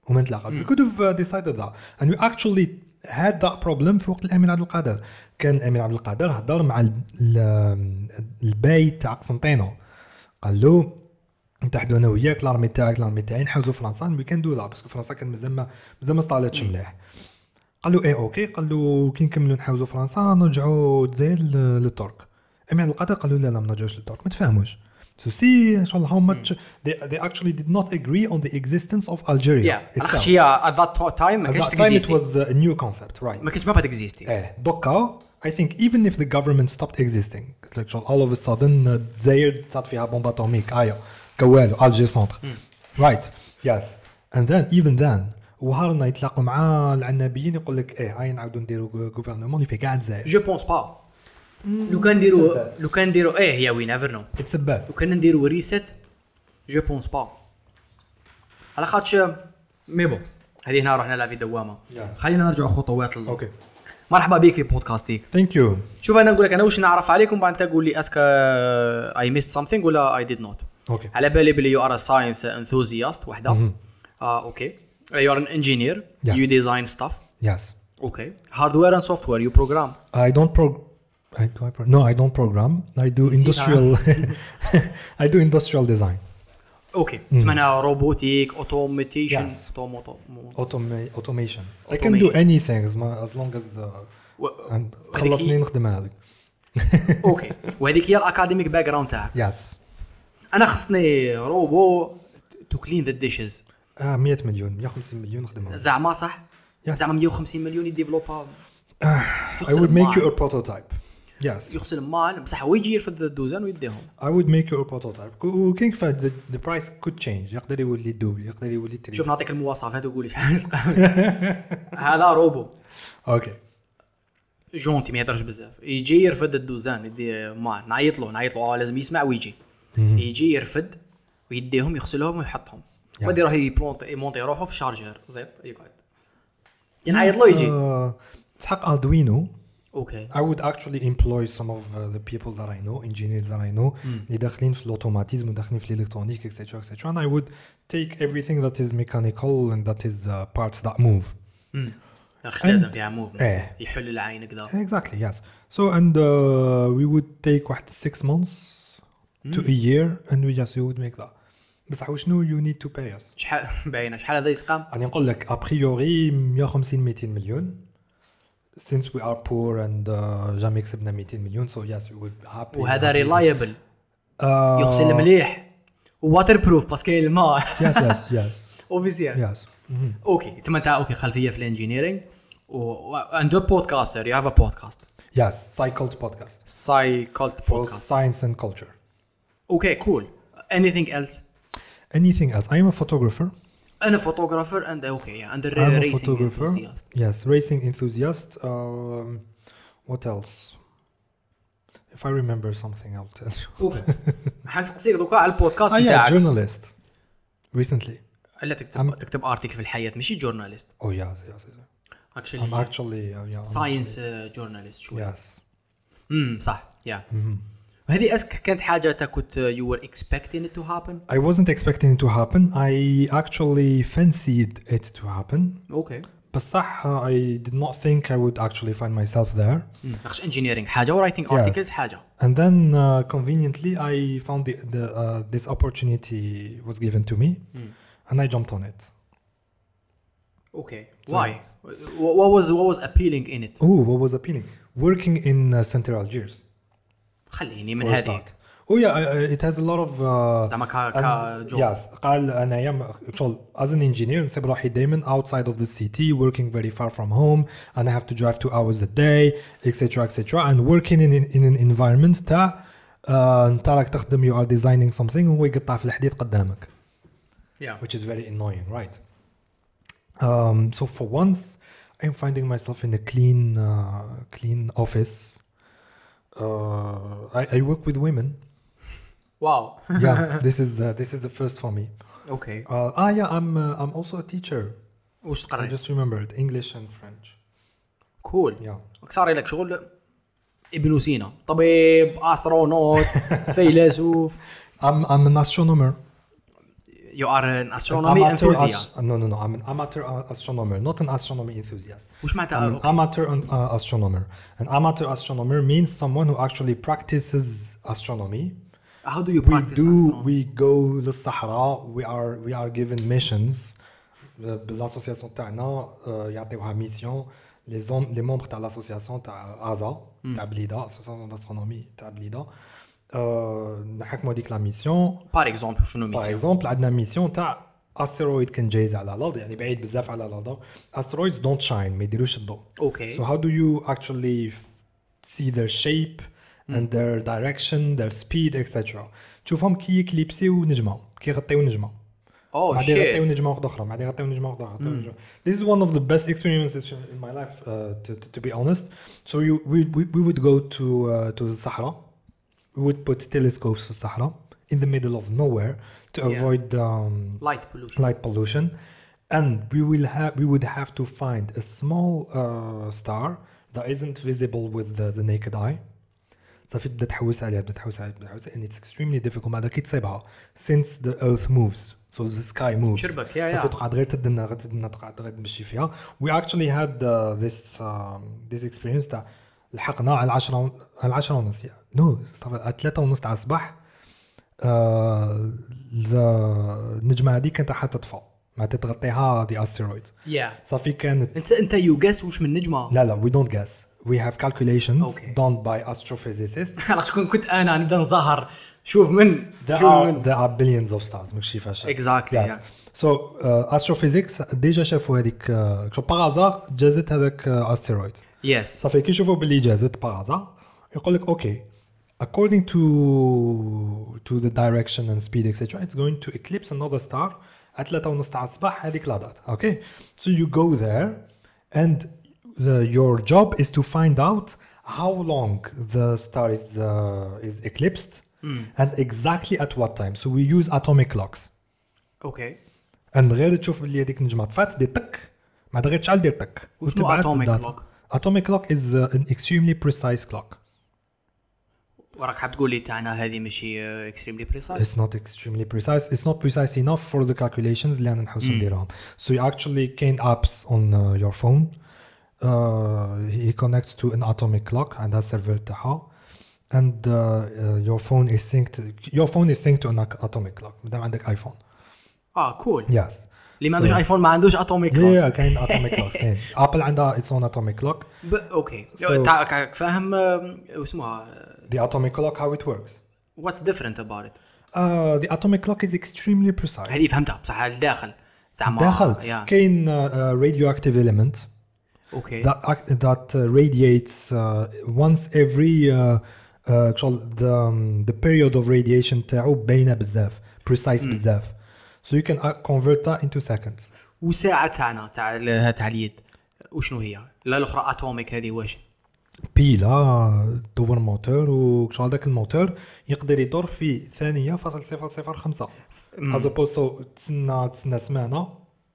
[SPEAKER 2] وما نتلاقاش آه، وي كود هاف ديسايدد ذات اند وي اكشولي هاد ذا بروبليم في وقت الامير عبد القادر كان الامير عبد القادر هضر مع ال- ال- الباي تاع قسنطينه قال له نتحدوا انا وياك لارمي تاعك لارمي تاعي نحوزوا فرنسا وي كان دو ذات باسكو فرنسا كان مازال ما مازال ما طالتش مليح قال له ايه اوكي قال له كي نكملوا نحوزوا فرنسا نرجعوا الجزائر ل- للترك امين القطر قال له لا لا ما نرجعوش للترك ما تفاهموش to see inshallah, how much they, they actually did not agree on the existence of Algeria
[SPEAKER 1] يا
[SPEAKER 2] itself.
[SPEAKER 1] لاخاش هي ات ذات تايم ما
[SPEAKER 2] At
[SPEAKER 1] كانتش
[SPEAKER 2] that time, it
[SPEAKER 1] تكزيستي
[SPEAKER 2] was a new concept, right?
[SPEAKER 1] ما كانتش ما تكزيستي
[SPEAKER 2] Eh, دوكا I think even if the government stopped existing, like so all of a sudden uh, الجزائر صارت فيها بومب اتوميك ايا كوالو الجير سنتر right yes and then even then وهرنا يتلاقوا مع العنابيين يقول لك ايه هاي نعاودوا نديروا غوفرنمون اللي في كاع الجزائر
[SPEAKER 1] جو بونس با لو كان نديرو لو كان نديرو ايه يا وي نيفر نو
[SPEAKER 2] اتس باد
[SPEAKER 1] لو كان نديرو ريسيت جو بونس با على خاطش مي بون هذه هنا رحنا لها في دوامه
[SPEAKER 2] Yeah.
[SPEAKER 1] خلينا نرجعوا خطوات ال-
[SPEAKER 2] اوكي
[SPEAKER 1] مرحبا بك في بودكاستيك
[SPEAKER 2] ثانك يو
[SPEAKER 1] شوف انا نقول لك انا واش نعرف عليكم بعد انت تقول لي آه، اسك اي ميست سامثينغ ولا اي ديد نوت
[SPEAKER 2] اوكي
[SPEAKER 1] على بالي بلي يو ار ساينس انثوزياست وحده
[SPEAKER 2] مهم.
[SPEAKER 1] اه اوكي يو ار ان انجينير
[SPEAKER 2] Mm-hmm. Yes.
[SPEAKER 1] يو ديزاين ستاف
[SPEAKER 2] yes
[SPEAKER 1] اوكي هاردوير اند سوفتوير يو بروجرام
[SPEAKER 2] I don't prog. I, do I pro- no, I don't program. I do industrial. I do industrial design.
[SPEAKER 1] اوكي تسمعنا روبوتيك اوتوميتيشن
[SPEAKER 2] Mm-hmm. Yes. Automa- automation. I can do
[SPEAKER 1] Automation.
[SPEAKER 2] anything as, ma- as long as. Uh, and خلصني نخدمها هذيك.
[SPEAKER 1] اوكي وهذيك هي الاكاديميك باك جراوند تاعك
[SPEAKER 2] Yes.
[SPEAKER 1] انا خصني روبو تو كلين ذا ديشز
[SPEAKER 2] آه 100 مليون 150 مليون نخدمها.
[SPEAKER 1] زعما صح
[SPEAKER 2] Yes.
[SPEAKER 1] زعما 150 مليون يديفلوبا
[SPEAKER 2] Ah, I would make you a prototype. Yes.
[SPEAKER 1] يغسل المال بصح هو يجي يرفد الدوزان ويديهم
[SPEAKER 2] I would make you a prototype. وكاين كيف the, the price could change. يقدر يولي الدوبل يقدر يولي التريبل.
[SPEAKER 1] شوف نعطيك المواصفات وقول لي شحال يسقى هذا روبو
[SPEAKER 2] اوكي.
[SPEAKER 1] جونتي ما يهدرش بزاف يجي يرفد الدوزان يدي مال نعيط له نعيط له آه، لازم يسمع ويجي يجي يرفد ويديهم يغسلهم ويحطهم وبعد يروح يبلونط يمونطي روحه في شارجر زيب يقعد ينعيط له يجي
[SPEAKER 2] آه، تحق اردوينو
[SPEAKER 1] اوكي
[SPEAKER 2] I would actually employ some of uh, the people that I know, engineers that I know, اللي داخلين في الاوتوماتيزم وداخلين في الالكترونيك etc etc and I would take everything that is mechanical and that is uh, parts that move.
[SPEAKER 1] خش لازم فيها موف
[SPEAKER 2] إيه.
[SPEAKER 1] يحل العين كذا
[SPEAKER 2] Exactly, yes. So and uh, we would take واحد 6 months to a year and we just would make that. بصح وشنو you need to pay us؟
[SPEAKER 1] شحال باينه شحال هذا يسقى
[SPEAKER 2] يعني نقول لك a priori 150 200 مليون since we are poor and uh, jamais كسبنا 200 مليون so yes we would Uh, happy
[SPEAKER 1] وهذا ريلايبل
[SPEAKER 2] آه،
[SPEAKER 1] يغسل مليح وواتر بروف باسكو كاين الماء
[SPEAKER 2] yes, yes, yes,
[SPEAKER 1] اوفيسيال
[SPEAKER 2] yes. Mhm.
[SPEAKER 1] اوكي تما انت اوكي خلفيه في الانجينيرينغ و اند بودكاستر يو هاف ا بودكاست
[SPEAKER 2] Yes, Cycled podcast
[SPEAKER 1] ساي كولت
[SPEAKER 2] for
[SPEAKER 1] بودكاست
[SPEAKER 2] science and culture.
[SPEAKER 1] اوكي كول anything else
[SPEAKER 2] Anything else? I am a photographer.
[SPEAKER 1] انا فوتوغرافر اند اوكي اند
[SPEAKER 2] I'm a
[SPEAKER 1] ريسينج
[SPEAKER 2] photographer. Yes, racing enthusiast. Um, what else? If I remember something, I'll tell you.
[SPEAKER 1] اوكي حنسقسيك دوكا على البودكاست
[SPEAKER 2] Ah, yeah,
[SPEAKER 1] تاعك
[SPEAKER 2] journalist. Recently.
[SPEAKER 1] لا
[SPEAKER 2] I'm-
[SPEAKER 1] تكتب تكتب ارتيكل في الحياه ماشي جورناليست
[SPEAKER 2] Oh yes, yes. yes. I'm
[SPEAKER 1] اكشلي
[SPEAKER 2] actually uh, yeah. I'm
[SPEAKER 1] ساينس جورناليست
[SPEAKER 2] actually-
[SPEAKER 1] آه، شوي
[SPEAKER 2] Yes.
[SPEAKER 1] امم صح يا هذه اسك كانت حاجه تا كنت آه، يو ور اكسبكتين تو هابن
[SPEAKER 2] I wasn't expecting it to happen. I actually fancied it to happen.
[SPEAKER 1] اوكي
[SPEAKER 2] بصح uh, I did not think I would actually find myself there.
[SPEAKER 1] نقش انجينيرينغ حاجه ورايتنج ارتيكلز
[SPEAKER 2] Yes.
[SPEAKER 1] حاجه
[SPEAKER 2] And then uh, conveniently, I found the, the uh, this opportunity was given to me, and I jumped on it.
[SPEAKER 1] اوكي واي what was what was appealing in it
[SPEAKER 2] Oh, what was appealing? Working in uh, Central Algiers.
[SPEAKER 1] خليني من
[SPEAKER 2] for a
[SPEAKER 1] هذه
[SPEAKER 2] start. Oh yeah, uh, uh, it has a lot of. Uh,
[SPEAKER 1] زعما كا كا
[SPEAKER 2] and,
[SPEAKER 1] جو
[SPEAKER 2] yes, قال أنايا م- شغل as an engineer نسيب روحي دايما outside of the city, working very far from home, and I have to drive two hours a day, etc. etc. And working in, in, in an environment تاع uh, انت راك تخدم you are designing something وهو يقطع في الحديد قدامك.
[SPEAKER 1] Yeah.
[SPEAKER 2] which is very annoying, right? Um, so for once, I'm finding myself in a clean, uh, clean office. Uh, I, I work with women.
[SPEAKER 1] واو
[SPEAKER 2] Yeah, this is uh, this is the first for me.
[SPEAKER 1] اوكي
[SPEAKER 2] Uh, ah, yeah, I'm uh, I'm also a teacher.
[SPEAKER 1] واش
[SPEAKER 2] I
[SPEAKER 1] تقرا
[SPEAKER 2] just remembered English and French.
[SPEAKER 1] كول
[SPEAKER 2] Yeah.
[SPEAKER 1] صار لك شغل ابن سينا طبيب استرونوت فيلسوف
[SPEAKER 2] I'm I'm an astronomer.
[SPEAKER 1] يو ار ان
[SPEAKER 2] An
[SPEAKER 1] استرونومي
[SPEAKER 2] amateur
[SPEAKER 1] انثوزياست
[SPEAKER 2] ast- no, no, no. I'm an amateur uh, astronomer, not an astronomy enthusiast.
[SPEAKER 1] واش
[SPEAKER 2] I'm an
[SPEAKER 1] معناتها
[SPEAKER 2] amateur an- uh, astronomer. An amateur astronomer means someone who actually practices astronomy.
[SPEAKER 1] هاو دو يو
[SPEAKER 2] we
[SPEAKER 1] براكتيس
[SPEAKER 2] do we go للصحراء we are we are given missions Euh, بالاسوسياسيون تاعنا آه، يعطيوها ميسيون لي زوم لي ممبر تاع لاسوسياسيون تاع ازا تاع بليده اسوسياسيون داسترونومي تاع بليده آه، نحكموا هذيك لا ميسيون
[SPEAKER 3] باغ اكزومبل شنو
[SPEAKER 2] باغ
[SPEAKER 3] ميسيون
[SPEAKER 2] اكزومبل عندنا ميسيون تاع استرويد كان جايز على الارض يعني بعيد بزاف على الارض استرويدز دونت شاين ما يديروش الضوء So
[SPEAKER 1] اوكي
[SPEAKER 2] how do you actually f- see their shape and their direction, their speed, etc. تشوفهم كي يكليبسيو نجمة كي يغطيو نجمة
[SPEAKER 1] او
[SPEAKER 2] بعدين يغطيو
[SPEAKER 1] شيت
[SPEAKER 2] نجمة واحدة أخرى بعدين يغطيو نجمة واحدة أخرى يغطيو نجمة. This is one of the best experiences in my life uh, to, to, to be honest. So you, we, we, we would go to uh, to the Sahara. We would put telescopes في الصحراء in the middle of nowhere to avoid um,
[SPEAKER 1] لايت بولوشن
[SPEAKER 2] light pollution and we will have we would have to find a small uh, star that isn't visible with the, the naked eye صافي بدا تحوس عليها بدا تحوس عليها بدا تحوس and it's extremely difficult بعدا كي تصيبها since the earth moves so the sky moves
[SPEAKER 1] شربك، يا- يا.
[SPEAKER 2] صافي تقعد غير تدنا غير تدنا تقعد غير تمشي فيها we actually had uh, this um, this experience تاع لحقنا على 10 على 10 ونص نو صافي على 3 ونص تاع الصباح آه، ال- النجمه هذيك كانت حتطفى ما تتغطيها دي استرويد
[SPEAKER 1] يا
[SPEAKER 2] صافي كانت
[SPEAKER 1] انت انت يو جاس واش من نجمه
[SPEAKER 2] لا لا وي دونت جاس وي هاف كالكوليشنز
[SPEAKER 1] Okay.
[SPEAKER 2] دون باي astrophysicists
[SPEAKER 1] خلاص شكون كنت انا نبدا نظهر شوف من
[SPEAKER 2] there
[SPEAKER 1] شوف
[SPEAKER 2] are
[SPEAKER 1] من
[SPEAKER 2] there are billions of stars ماشي فاش
[SPEAKER 1] Exactly,
[SPEAKER 2] yes.
[SPEAKER 1] yeah.
[SPEAKER 2] so uh, astrophysics ديجا شافوا هذيك آه، شو باغ ازار جازت هذاك آه، استرويد
[SPEAKER 1] يس
[SPEAKER 2] صافي كي يشوفوا باللي جازت بارازا يقول لك اوكي according to to the direction and speed etc it's going to eclipse another star at 3 ونص تاع الصباح هذيك لا دات اوكي so you go there and the, your job is to find out how long the star is uh, is eclipsed and exactly at what time so we use atomic clocks
[SPEAKER 1] اوكي
[SPEAKER 2] ان غير تشوف باللي هذيك النجمه طفات دي تك ما عاد غير تشعل دي تك
[SPEAKER 1] وشنو atomic clock؟
[SPEAKER 2] اتوميك كلوك از ان اكستريملي بريسايز كلوك
[SPEAKER 1] وراك حاب تقول لي تاعنا هذه ماشي اكستريملي بريسايز
[SPEAKER 2] اتس نوت اكستريملي بريسايز اتس نوت بريسايز انف فور ذا كالكوليشنز اللي انا
[SPEAKER 1] Mm.
[SPEAKER 2] نحوس نديرهم سو يو اكشلي كاين ابس اون يور فون هي كونكت تو ان اتوميك كلوك عندها السيرفر تاعها and uh, uh, your phone is synced your phone is synced to an atomic clock مادام عندك ايفون
[SPEAKER 1] اه كول
[SPEAKER 2] yes
[SPEAKER 1] اللي ما عندوش ايفون ما عندوش اتوميك كلوك
[SPEAKER 2] يا كاين اتوميك كلوك كاين ابل عندها اتس اون اتوميك كلوك
[SPEAKER 1] اوكي
[SPEAKER 2] So-
[SPEAKER 1] تاع- راك فاهم آه، واسمها
[SPEAKER 2] The atomic clock, how it works.
[SPEAKER 1] واتس ديفرنت اباوت ات
[SPEAKER 2] Uh, the atomic clock is extremely precise.
[SPEAKER 1] هذه فهمتها بصح الداخل زعما
[SPEAKER 2] داخل
[SPEAKER 1] يا.
[SPEAKER 2] كاين uh, uh, radioactive element
[SPEAKER 1] اوكي
[SPEAKER 2] that act, that uh, radiates uh, once every uh, uh, شغل the um, the period of radiation تاعو باينه بزاف precise بزاف so you can uh, convert that into seconds
[SPEAKER 1] وساعه تاعنا تاع ال- تاع اليد وشنو هي؟ لا الاخرى اتوميك هذه واش؟
[SPEAKER 2] بيلا دور موتور وشغل هذاك الموتور يقدر يدور في ثانيه فاصل صفر صفر خمسه از اوبوسو تسنى تسنى سمانه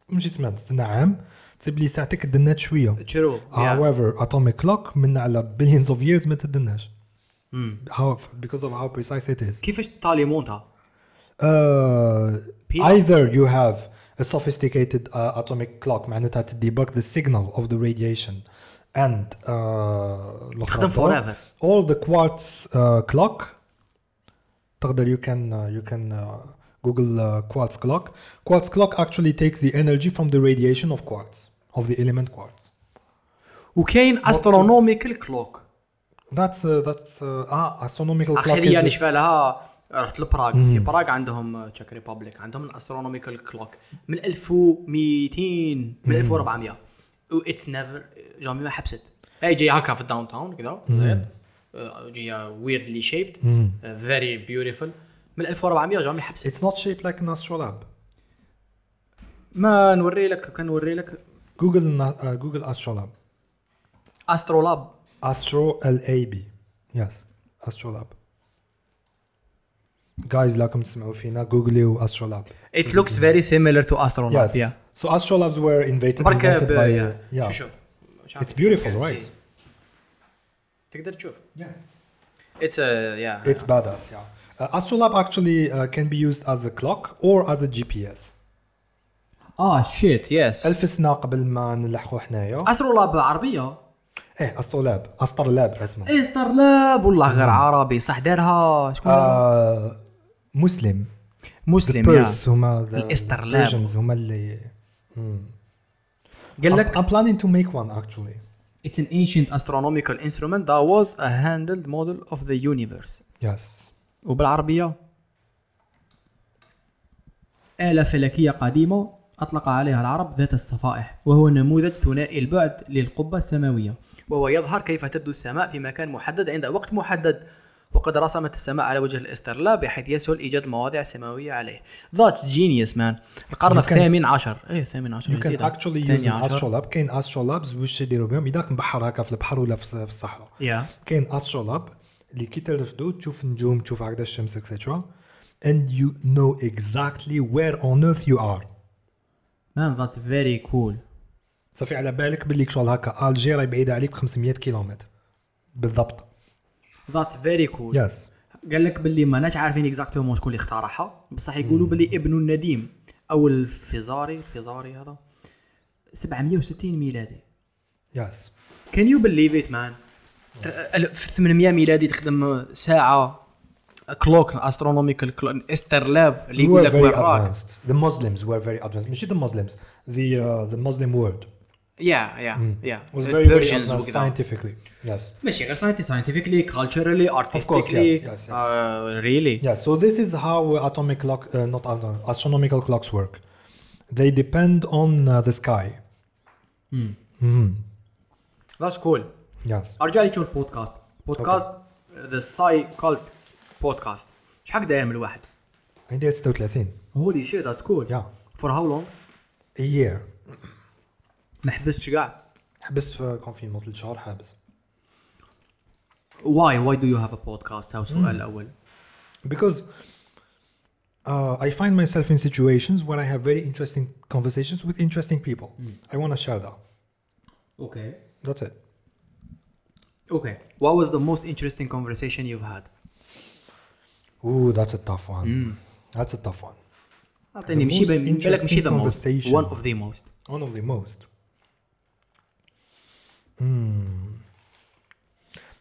[SPEAKER 2] ماشي سمانه تسنى عام تسيب لي ساعتك دنات شويه
[SPEAKER 1] تشرو
[SPEAKER 2] آه، however atomic clock من على billions of years ما تدناش how because of how precise it is
[SPEAKER 1] كيفاش تالي مونتا؟
[SPEAKER 2] uh,
[SPEAKER 1] Pila.
[SPEAKER 2] either you have a sophisticated uh, atomic clock معناتها to debug the signal of the radiation and uh,
[SPEAKER 1] تخدم
[SPEAKER 2] الأخرى
[SPEAKER 1] forever.
[SPEAKER 2] all the quartz uh, clock تقدر you can uh, you can uh, Google uh, quartz clock quartz clock actually takes the energy from the radiation of quartz of the element quartz
[SPEAKER 1] وكاين استرونوميكال كلوك
[SPEAKER 2] that's uh, that's uh, ah astronomical
[SPEAKER 1] اخر
[SPEAKER 2] clock
[SPEAKER 1] هي
[SPEAKER 2] is
[SPEAKER 1] اللي شفا لها رحت لبراغ في براغ عندهم تشيك ريبابليك عندهم استرونوميكال كلوك من 1200 من 1400 و اتس نيفر جامي ما حبست هي جايه هكا في الداون تاون كذا زين آه، جايه ويردلي شيبد فيري بيوتيفول آه، من 1400 جامي حبست
[SPEAKER 2] it's not shaped like an astrolabe
[SPEAKER 1] ما نوري لك كان نوري لك
[SPEAKER 2] Google na- uh, Google astrolabe
[SPEAKER 1] استرولاب
[SPEAKER 2] Astro LAB yes Astrolab guys لكم تسمعوا فينا جوجلي Astrolab
[SPEAKER 1] ات لوكس فيري سيميلر تو استرولاب
[SPEAKER 2] Mm-hmm. yes
[SPEAKER 1] يا
[SPEAKER 2] so Astrolabs were invented
[SPEAKER 1] برك
[SPEAKER 2] invented
[SPEAKER 1] ب-
[SPEAKER 2] by
[SPEAKER 1] uh,
[SPEAKER 2] uh,
[SPEAKER 1] yeah. شو
[SPEAKER 2] yeah
[SPEAKER 1] شو مش عارف.
[SPEAKER 2] It's beautiful,
[SPEAKER 1] Can't
[SPEAKER 2] right?
[SPEAKER 1] see. تقدر تشوف
[SPEAKER 2] yes
[SPEAKER 1] اتس يا
[SPEAKER 2] it's badass yeah uh, Astrolab actually uh, can be used as a clock or as a GPS
[SPEAKER 1] اه شيت يس
[SPEAKER 2] ألف سنة قبل ما نلحقوا حنايا
[SPEAKER 1] استرولاب عربيه
[SPEAKER 2] ايه Astrolab Astrolab اسمه
[SPEAKER 1] ايه استرلاب والله غير عربي صح دارها شكون
[SPEAKER 2] آه، مسلم
[SPEAKER 1] مسلم يا
[SPEAKER 2] بيرس هما the-
[SPEAKER 1] الإسترلاب.
[SPEAKER 2] the Persians هما اللي
[SPEAKER 1] قال
[SPEAKER 2] I'm,
[SPEAKER 1] لك
[SPEAKER 2] I'm planning to make one actually
[SPEAKER 1] اتس ان ancient astronomical instrument that was a handled model of the universe
[SPEAKER 2] Yes.
[SPEAKER 1] وبالعربيه آلة فلكية قديمة أطلق عليها العرب ذات الصفائح وهو نموذج ثنائي البعد للقبة السماوية وهو يظهر كيف تبدو السماء في مكان محدد عند وقت محدد وقد رسمت السماء على وجه الاسترلاب بحيث يسهل إيجاد مواضع سماوية عليه ذاتس جينيوس مان القرن
[SPEAKER 2] You can-
[SPEAKER 1] الثامن عشر إيه الثامن عشر
[SPEAKER 2] You can
[SPEAKER 1] جديدة.
[SPEAKER 2] actually
[SPEAKER 1] الثاني
[SPEAKER 2] use an
[SPEAKER 1] عشر.
[SPEAKER 2] astrolabe كاين astrolabes واش يديروا بهم إذاك مبحر هكا في البحر ولا في الص- في الصحراء
[SPEAKER 1] يا
[SPEAKER 2] كاين astrolabe اللي كي ترفدو تشوف نجوم تشوف هكذا الشمس اكسيترا and you know exactly where on earth you are
[SPEAKER 1] مان ذاتس فيري كول
[SPEAKER 2] صافي على بالك باللي شغل هكا الجيري بعيده عليك ب 500 كيلومتر بالضبط
[SPEAKER 1] ذاتس فيري كول
[SPEAKER 2] يس yes.
[SPEAKER 1] قال لك باللي ما ناش عارفين اكزاكتومون شكون اللي اخترعها بصح يقولوا باللي ابن النديم او الفيزاري الفيزاري هذا 760 ميلادي
[SPEAKER 2] يس yes.
[SPEAKER 1] كان يو بليف ات مان 1800 ميلادي تخدم ساعه كلوك استرونوميكال استرلاب اللي
[SPEAKER 2] They
[SPEAKER 1] يقول
[SPEAKER 2] were
[SPEAKER 1] لك
[SPEAKER 2] very
[SPEAKER 1] وين راك
[SPEAKER 2] advanced. The Muslims were very advanced. ماشي the Muslims, the uh, the Muslim world
[SPEAKER 1] يا يا يا
[SPEAKER 2] was very very
[SPEAKER 1] Persians
[SPEAKER 2] advanced
[SPEAKER 1] وكذا.
[SPEAKER 2] scientifically. Yes.
[SPEAKER 1] ماشي غير ساينتي ساينتيفيكلي كالتشرالي
[SPEAKER 2] yes, yes, yes.
[SPEAKER 1] ارتستيكلي ريلي
[SPEAKER 2] Yeah. So this is how atomic clock, uh, not atom- astronomical clocks work. They depend on uh, the sky.
[SPEAKER 1] ذاتس كول
[SPEAKER 2] Yes.
[SPEAKER 1] ارجع لك شوف البودكاست بودكاست ذا ساي كولت بودكاست شحال داير من الواحد
[SPEAKER 2] عندي 36.
[SPEAKER 1] هولي شيت ذاتس كول
[SPEAKER 2] Yeah.
[SPEAKER 1] فور هاو لونغ
[SPEAKER 2] A year.
[SPEAKER 1] ما حبستش كاع
[SPEAKER 2] حبست في كونفينمون ثلاث شهور حابس.
[SPEAKER 1] واي واي دو يو هاف ا بودكاست هاو السؤال الاول
[SPEAKER 2] because uh, I find myself in situations where I have very interesting conversations with interesting people. I want to share that.
[SPEAKER 1] اوكي
[SPEAKER 2] That's it.
[SPEAKER 1] اوكي وات واز ذا موست انتريستينغ كونفرسيشن يو هاد
[SPEAKER 2] Ooh, that's a tough one. That's a tough one.
[SPEAKER 1] اعطيني
[SPEAKER 2] The
[SPEAKER 1] ماشي
[SPEAKER 2] most
[SPEAKER 1] بين- بالك مشي
[SPEAKER 2] interesting
[SPEAKER 1] ذا موست
[SPEAKER 2] conversation.
[SPEAKER 1] ون اوف ذا موست
[SPEAKER 2] One of the most. Mm. Hmm.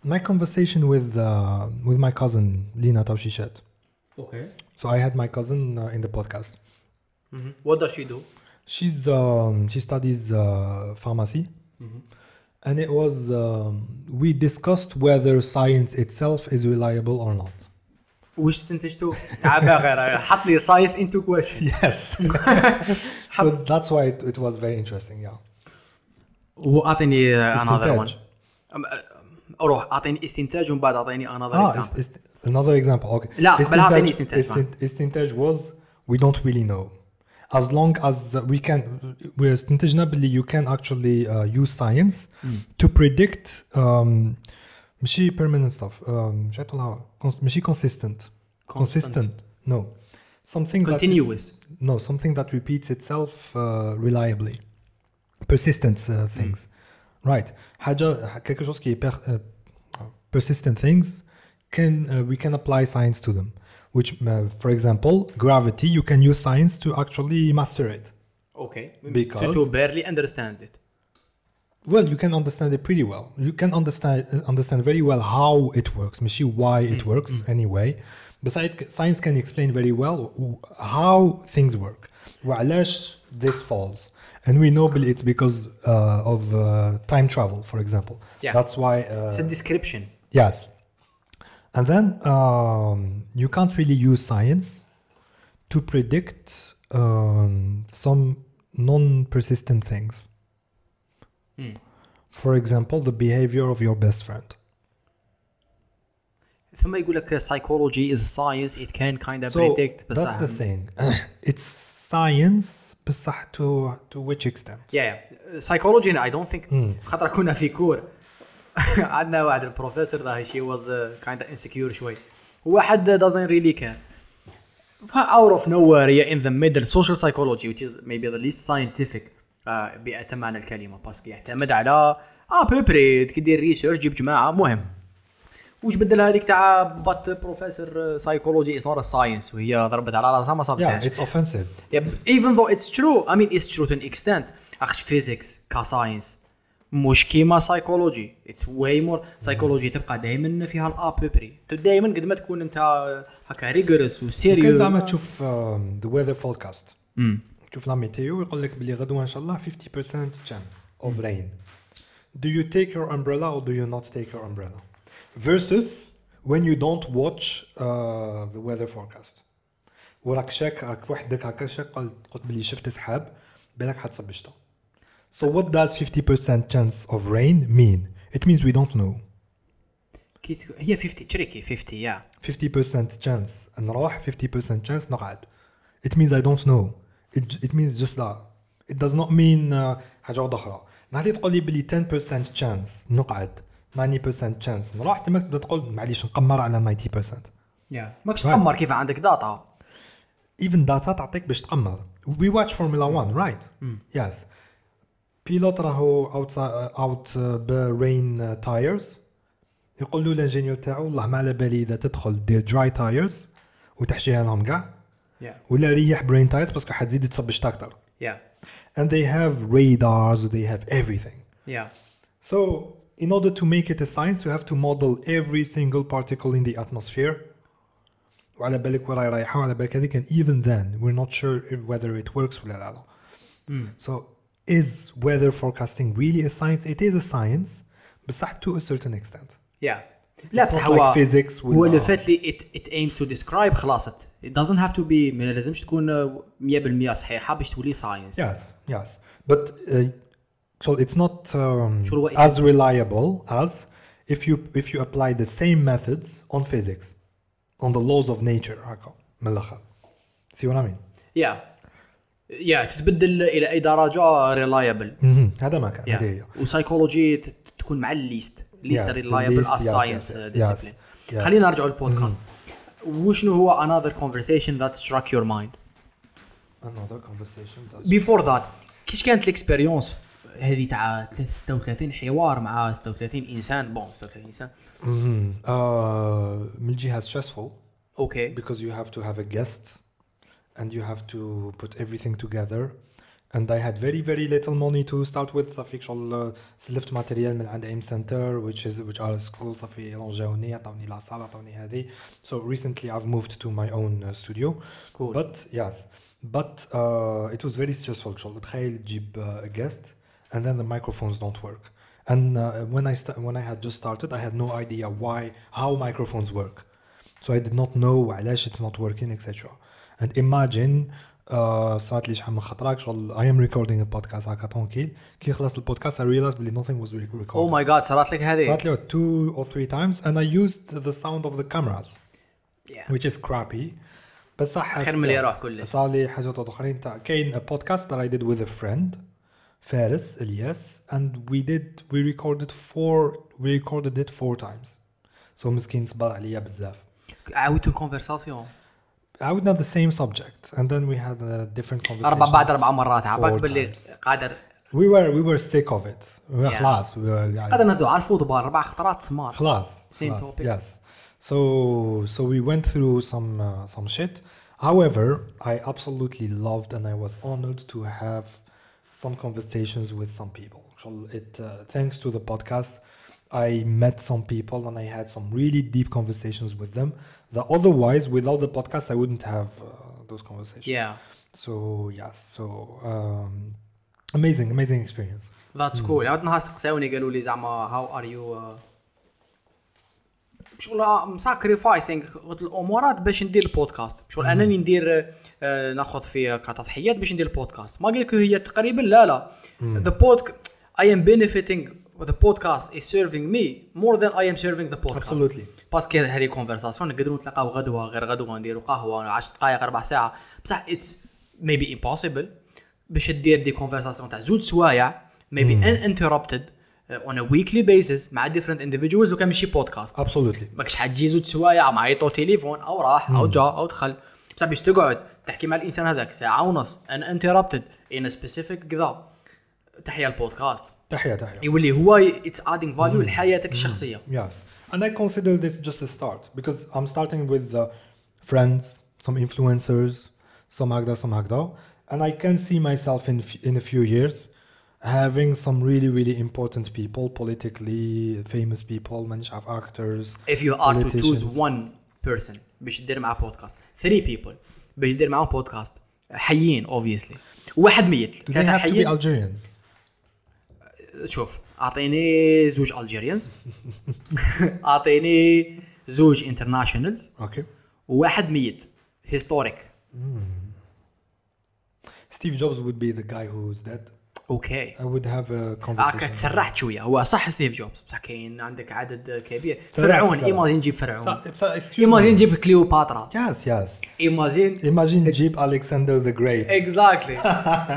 [SPEAKER 2] My conversation with uh, with my cousin Lina Taushishet.
[SPEAKER 1] اوكي
[SPEAKER 2] So I had my cousin uh, in the podcast.
[SPEAKER 1] وات داز شي دو
[SPEAKER 2] She's um, she studies uh, pharmacy, and it was um, we discussed whether science itself is reliable or not.
[SPEAKER 1] واش استنتجتو عبا غير حط لي ساينس انتو كويشن
[SPEAKER 2] Yes, so that's why it, it was very interesting. Yeah,
[SPEAKER 1] واعطيني انذر وان
[SPEAKER 2] استنتاج.
[SPEAKER 1] روح اعطيني استنتاج ومن بعد اعطيني انذر
[SPEAKER 2] Ah, is,
[SPEAKER 1] اكزامبل
[SPEAKER 2] is, another example. Okay,
[SPEAKER 1] لا، بل أعطيني استنتاج
[SPEAKER 2] istin- استنتاج was we don't really know. As long as we can, we're استنتجنا باللي you can actually uh, use science to predict um, ماشي permanent stuff um, مش عارف طلعها. Cons- ماشي consistent. consistent no something
[SPEAKER 1] كونتينيوس
[SPEAKER 2] that no something that repeats itself uh, reliably persistent uh, things right حاجة quelque chose qui est per, uh, persistent things can uh, we can apply science to them which uh, for example gravity you can use science to actually master it
[SPEAKER 1] اوكي
[SPEAKER 2] Because-
[SPEAKER 1] تو بيرلي اندرستاند ات
[SPEAKER 2] well you can understand it pretty well you can understand understand very well how it works ماشي why it works anyway besides science can explain very well how things work وعلاش this falls and we know بال- it's because uh, of uh, time travel for example
[SPEAKER 1] Yeah.
[SPEAKER 2] that's why uh,
[SPEAKER 1] اتس ديسكريبشن
[SPEAKER 2] yes and then um, you can't really use science to predict um, some non-persistent things for example the behavior of your best friend
[SPEAKER 1] ثم يقول لك psychology is science it can kind of
[SPEAKER 2] so
[SPEAKER 1] predict
[SPEAKER 2] that's the thing it's science بصح to, to which extent
[SPEAKER 1] يا يا psychology I don't think
[SPEAKER 2] Hmm.
[SPEAKER 1] خاطر كنا في كور عندنا واحد البروفيسور ذا شي واز كايند uh, insecure شوي واحد doesn't really care out of nowhere هي in the middle social psychology which is maybe the least scientific آه، بأتم معنى الكلمة باسكو يعتمد على اه بيبري كي دير ريسيرش جيب جماعة مهم وش بدل هذيك تاع uh, بات بروفيسور سايكولوجي از نوت ا ساينس وهي ضربت على راسها ما صابتهاش
[SPEAKER 2] yeah it's offensive
[SPEAKER 1] Yeah, but even though it's true, I mean it's true to an extent. اخش physics كساينس مش كيما سايكولوجي اتس واي مور سايكولوجي تبقى دائما فيها الابيبري دائما قد ما تكون انت هكا ريجورس
[SPEAKER 2] كان
[SPEAKER 1] وسيريوس
[SPEAKER 2] زعما تشوف um, the weather forecast تشوف لا ميتيو ويقول لك بلي غدوه ان شاء الله 50% chance of rain do you take your umbrella or do you not take your umbrella versus when you don't watch uh, the weather forecast وراك شاك راك وحدك هكا شاك قلت قلت بلي شفت سحاب بالك حتصب شتا So what does 50% chance of rain mean? It means we don't know.
[SPEAKER 1] كي تكون- هي 50 تريكي 50 يا
[SPEAKER 2] 50% chance نروح 50% chance نقعد it means I don't know it, it means just that it does not mean uh, حاجة واحدة أخرى نهار اللي تقول لي بلي 10% chance نقعد 90% chance نروح تما تبدا تقول معليش نقمر على 90%
[SPEAKER 1] يا ماكش
[SPEAKER 2] Right.
[SPEAKER 1] تقمر كيف عندك داتا
[SPEAKER 2] even data تعطيك باش تقمر we watch Formula 1 right yes بيلوت راهو out out ب rain tires يقول له الانجينيور تاعو والله ما على بالي اذا تدخل دير dry tires وتحشيها لهم كاع
[SPEAKER 1] يا
[SPEAKER 2] ولا ريح برين تايز باسكو حتزيد تصبش اكثر
[SPEAKER 1] يا
[SPEAKER 2] and they have radars they have everything
[SPEAKER 1] يا
[SPEAKER 2] so in order to make it a science you have to model every single particle in the atmosphere وعلى بالك وراي رايحه وعلى بالك هذيك and even then we're not sure if- whether it works ولا لا so is weather forecasting really a science it is a science بصح to a certain extent
[SPEAKER 1] يا لا
[SPEAKER 2] It's
[SPEAKER 1] بصح
[SPEAKER 2] not
[SPEAKER 1] هو
[SPEAKER 2] like physics
[SPEAKER 1] هو
[SPEAKER 2] ولا-
[SPEAKER 1] لو فات لي it, it aims to describe خلاص it It doesn't have to be ما لازمش تكون آه، 100% صحيحه باش تولي ساينس
[SPEAKER 2] Yes, yes, but uh, so it's not um,
[SPEAKER 1] Sure, what is
[SPEAKER 2] as reliable as if you if you apply the same methods on physics, on the laws of nature. هكا، من الآخر. See what I mean?
[SPEAKER 1] يا يا تتبدل الى اي درجه ريلايبل
[SPEAKER 2] مهم. هذا ما كان هذه هي.
[SPEAKER 1] يا
[SPEAKER 3] وسايكولوجي تكون مع الليست
[SPEAKER 1] ليست
[SPEAKER 2] Yes, the
[SPEAKER 1] ريلايبل
[SPEAKER 2] least,
[SPEAKER 1] as
[SPEAKER 2] yes,
[SPEAKER 1] science
[SPEAKER 2] yes, yes,
[SPEAKER 1] ديسيبلين
[SPEAKER 2] yes, yes.
[SPEAKER 1] خلينا نرجعوا للبودكاست وشنو هو another conversation that struck your mind
[SPEAKER 2] Another conversation. That's...
[SPEAKER 1] before that كيش كانت الاكسبيريونس هذه تاع 36 حوار مع 36 انسان بون 36 انسان
[SPEAKER 2] مهم. Mm-hmm. Uh, من الجهة stressful
[SPEAKER 1] اوكي
[SPEAKER 2] because you have to have a guest and you have to put everything together and I had very very little money to start with صافي شغل سلفت ماتريال من عند ايم سنتر which is which are school صافي رونجاوني عطاوني العصا عطاوني هذه so recently I've moved to my own uh, studio
[SPEAKER 1] Cool.
[SPEAKER 2] but yes but uh, it was very stressful شغل تخيل تجيب uh, a guest and then the microphones don't work and uh, when I sta- when I had just started I had no idea why how microphones work so I did not know علاش it's not working etc and imagine uh, صارت لي شحال من خطره شغل I am recording a podcast هكا طونكيل كي خلص البودكاست I realized بلي nothing was really recorded
[SPEAKER 1] او ماي جاد Oh صارت لك هذه
[SPEAKER 2] صارت لي what, two or three times and I used the sound of the cameras
[SPEAKER 1] Yeah.
[SPEAKER 2] which is crappy بصح
[SPEAKER 1] خير من اللي يروح كله.
[SPEAKER 2] صار لي حاجات اخرين تاع كاين a podcast that I did with a friend فارس الياس and we did we recorded four we recorded it four times so مسكين صبر عليا بزاف
[SPEAKER 1] عاودتوا الكونفرساسيون
[SPEAKER 2] عاودنا the same subject and then we had a different conversation
[SPEAKER 1] اربع بعد اربع مرات عباك
[SPEAKER 2] Four
[SPEAKER 1] باللي
[SPEAKER 2] times.
[SPEAKER 1] قادر
[SPEAKER 2] we were we were sick of it we were
[SPEAKER 1] Yeah.
[SPEAKER 2] خلاص we were يعني-
[SPEAKER 1] قادر نهضروا على الفوتبول اربع خطرات سمار
[SPEAKER 2] خلاص
[SPEAKER 1] Same
[SPEAKER 2] خلاص,
[SPEAKER 1] topic.
[SPEAKER 2] yes so so we went through some uh, some shit however i absolutely loved and i was honored to have some conversations with some people So it uh, thanks to the podcast i met some people and i had some really deep conversations with them that otherwise without the podcast i wouldn't have uh, those conversations
[SPEAKER 1] Yeah.
[SPEAKER 2] so yes so um, amazing amazing experience
[SPEAKER 1] ذاتس كول عاد نهار سقساوني قالوا لي زعما هاو ار يو شغل مساكريفايسينغ الامورات "Oh, باش ندير البودكاست شغل انني ندير آه، ناخذ في كتضحيات باش ندير البودكاست ما قالك هي تقريبا لا لا ذا بود اي ام بينيفيتينغ ذا بودكاست از سيرفينغ مي مور ذان اي ام سيرفينغ ذا بودكاست
[SPEAKER 2] Absolutely.
[SPEAKER 1] باسكو هذه كونفرساسيون نقدروا نتلاقاو غدوه غير غدوه نديروا قهوه 10 دقائق ربع ساعه بصح اتس ميبي امبوسيبل باش دير دي كونفرساسيون تاع زوج سوايع uh, ميبي ان انتربتد اون ا ويكلي بيسز مع ديفرنت انديفيدوالز وكان ماشي بودكاست
[SPEAKER 2] absolutely
[SPEAKER 1] ماكش حتجي زوج سوايع مع يطو تليفون او راح او جا او دخل بصح باش تقعد تحكي مع الانسان هذاك ساعه ونص ان انتربتد ان سبيسيفيك كذا تحيا البودكاست
[SPEAKER 2] تحية تحية
[SPEAKER 1] يولي هو اتس ادينغ فاليو لحياتك الشخصيه
[SPEAKER 2] Yes, and I consider this just a start because I'm starting with uh, friends, some influencers, some Agda, some Agda, and I can see myself in f- in a few years having some really really important people, politically famous people, manage of actors.
[SPEAKER 1] if you are to choose
[SPEAKER 2] politicians.
[SPEAKER 1] one person باش دير معاه بودكاست 3 people باش دير معاهم بودكاست حيين obviously واحد ميت
[SPEAKER 2] Do they
[SPEAKER 1] ثلاثة
[SPEAKER 2] have to be
[SPEAKER 1] حيين
[SPEAKER 2] Algerians?
[SPEAKER 1] شوف اعطيني زوج الجيريانز اعطيني زوج انترناشونالز
[SPEAKER 2] اوكي
[SPEAKER 1] وواحد ميت هيستوريك
[SPEAKER 2] Steve Jobs would be the guy who's dead.
[SPEAKER 1] اوكي
[SPEAKER 2] I would have a
[SPEAKER 1] هاكا
[SPEAKER 2] conversation.
[SPEAKER 1] تسرحت شويه هو صح ستيف جوبز بصح كاين عندك عدد كبير
[SPEAKER 2] تسرعت،
[SPEAKER 1] فرعون
[SPEAKER 2] تسرعت.
[SPEAKER 1] ايماجين نجيب فرعون
[SPEAKER 2] So- so, excuse
[SPEAKER 1] ايماجين
[SPEAKER 2] me.
[SPEAKER 1] نجيب كليوباترا
[SPEAKER 2] Yes, yes.
[SPEAKER 1] ايماجين
[SPEAKER 2] Imagine Jeep Alexander the Great.
[SPEAKER 1] اكزاكتلي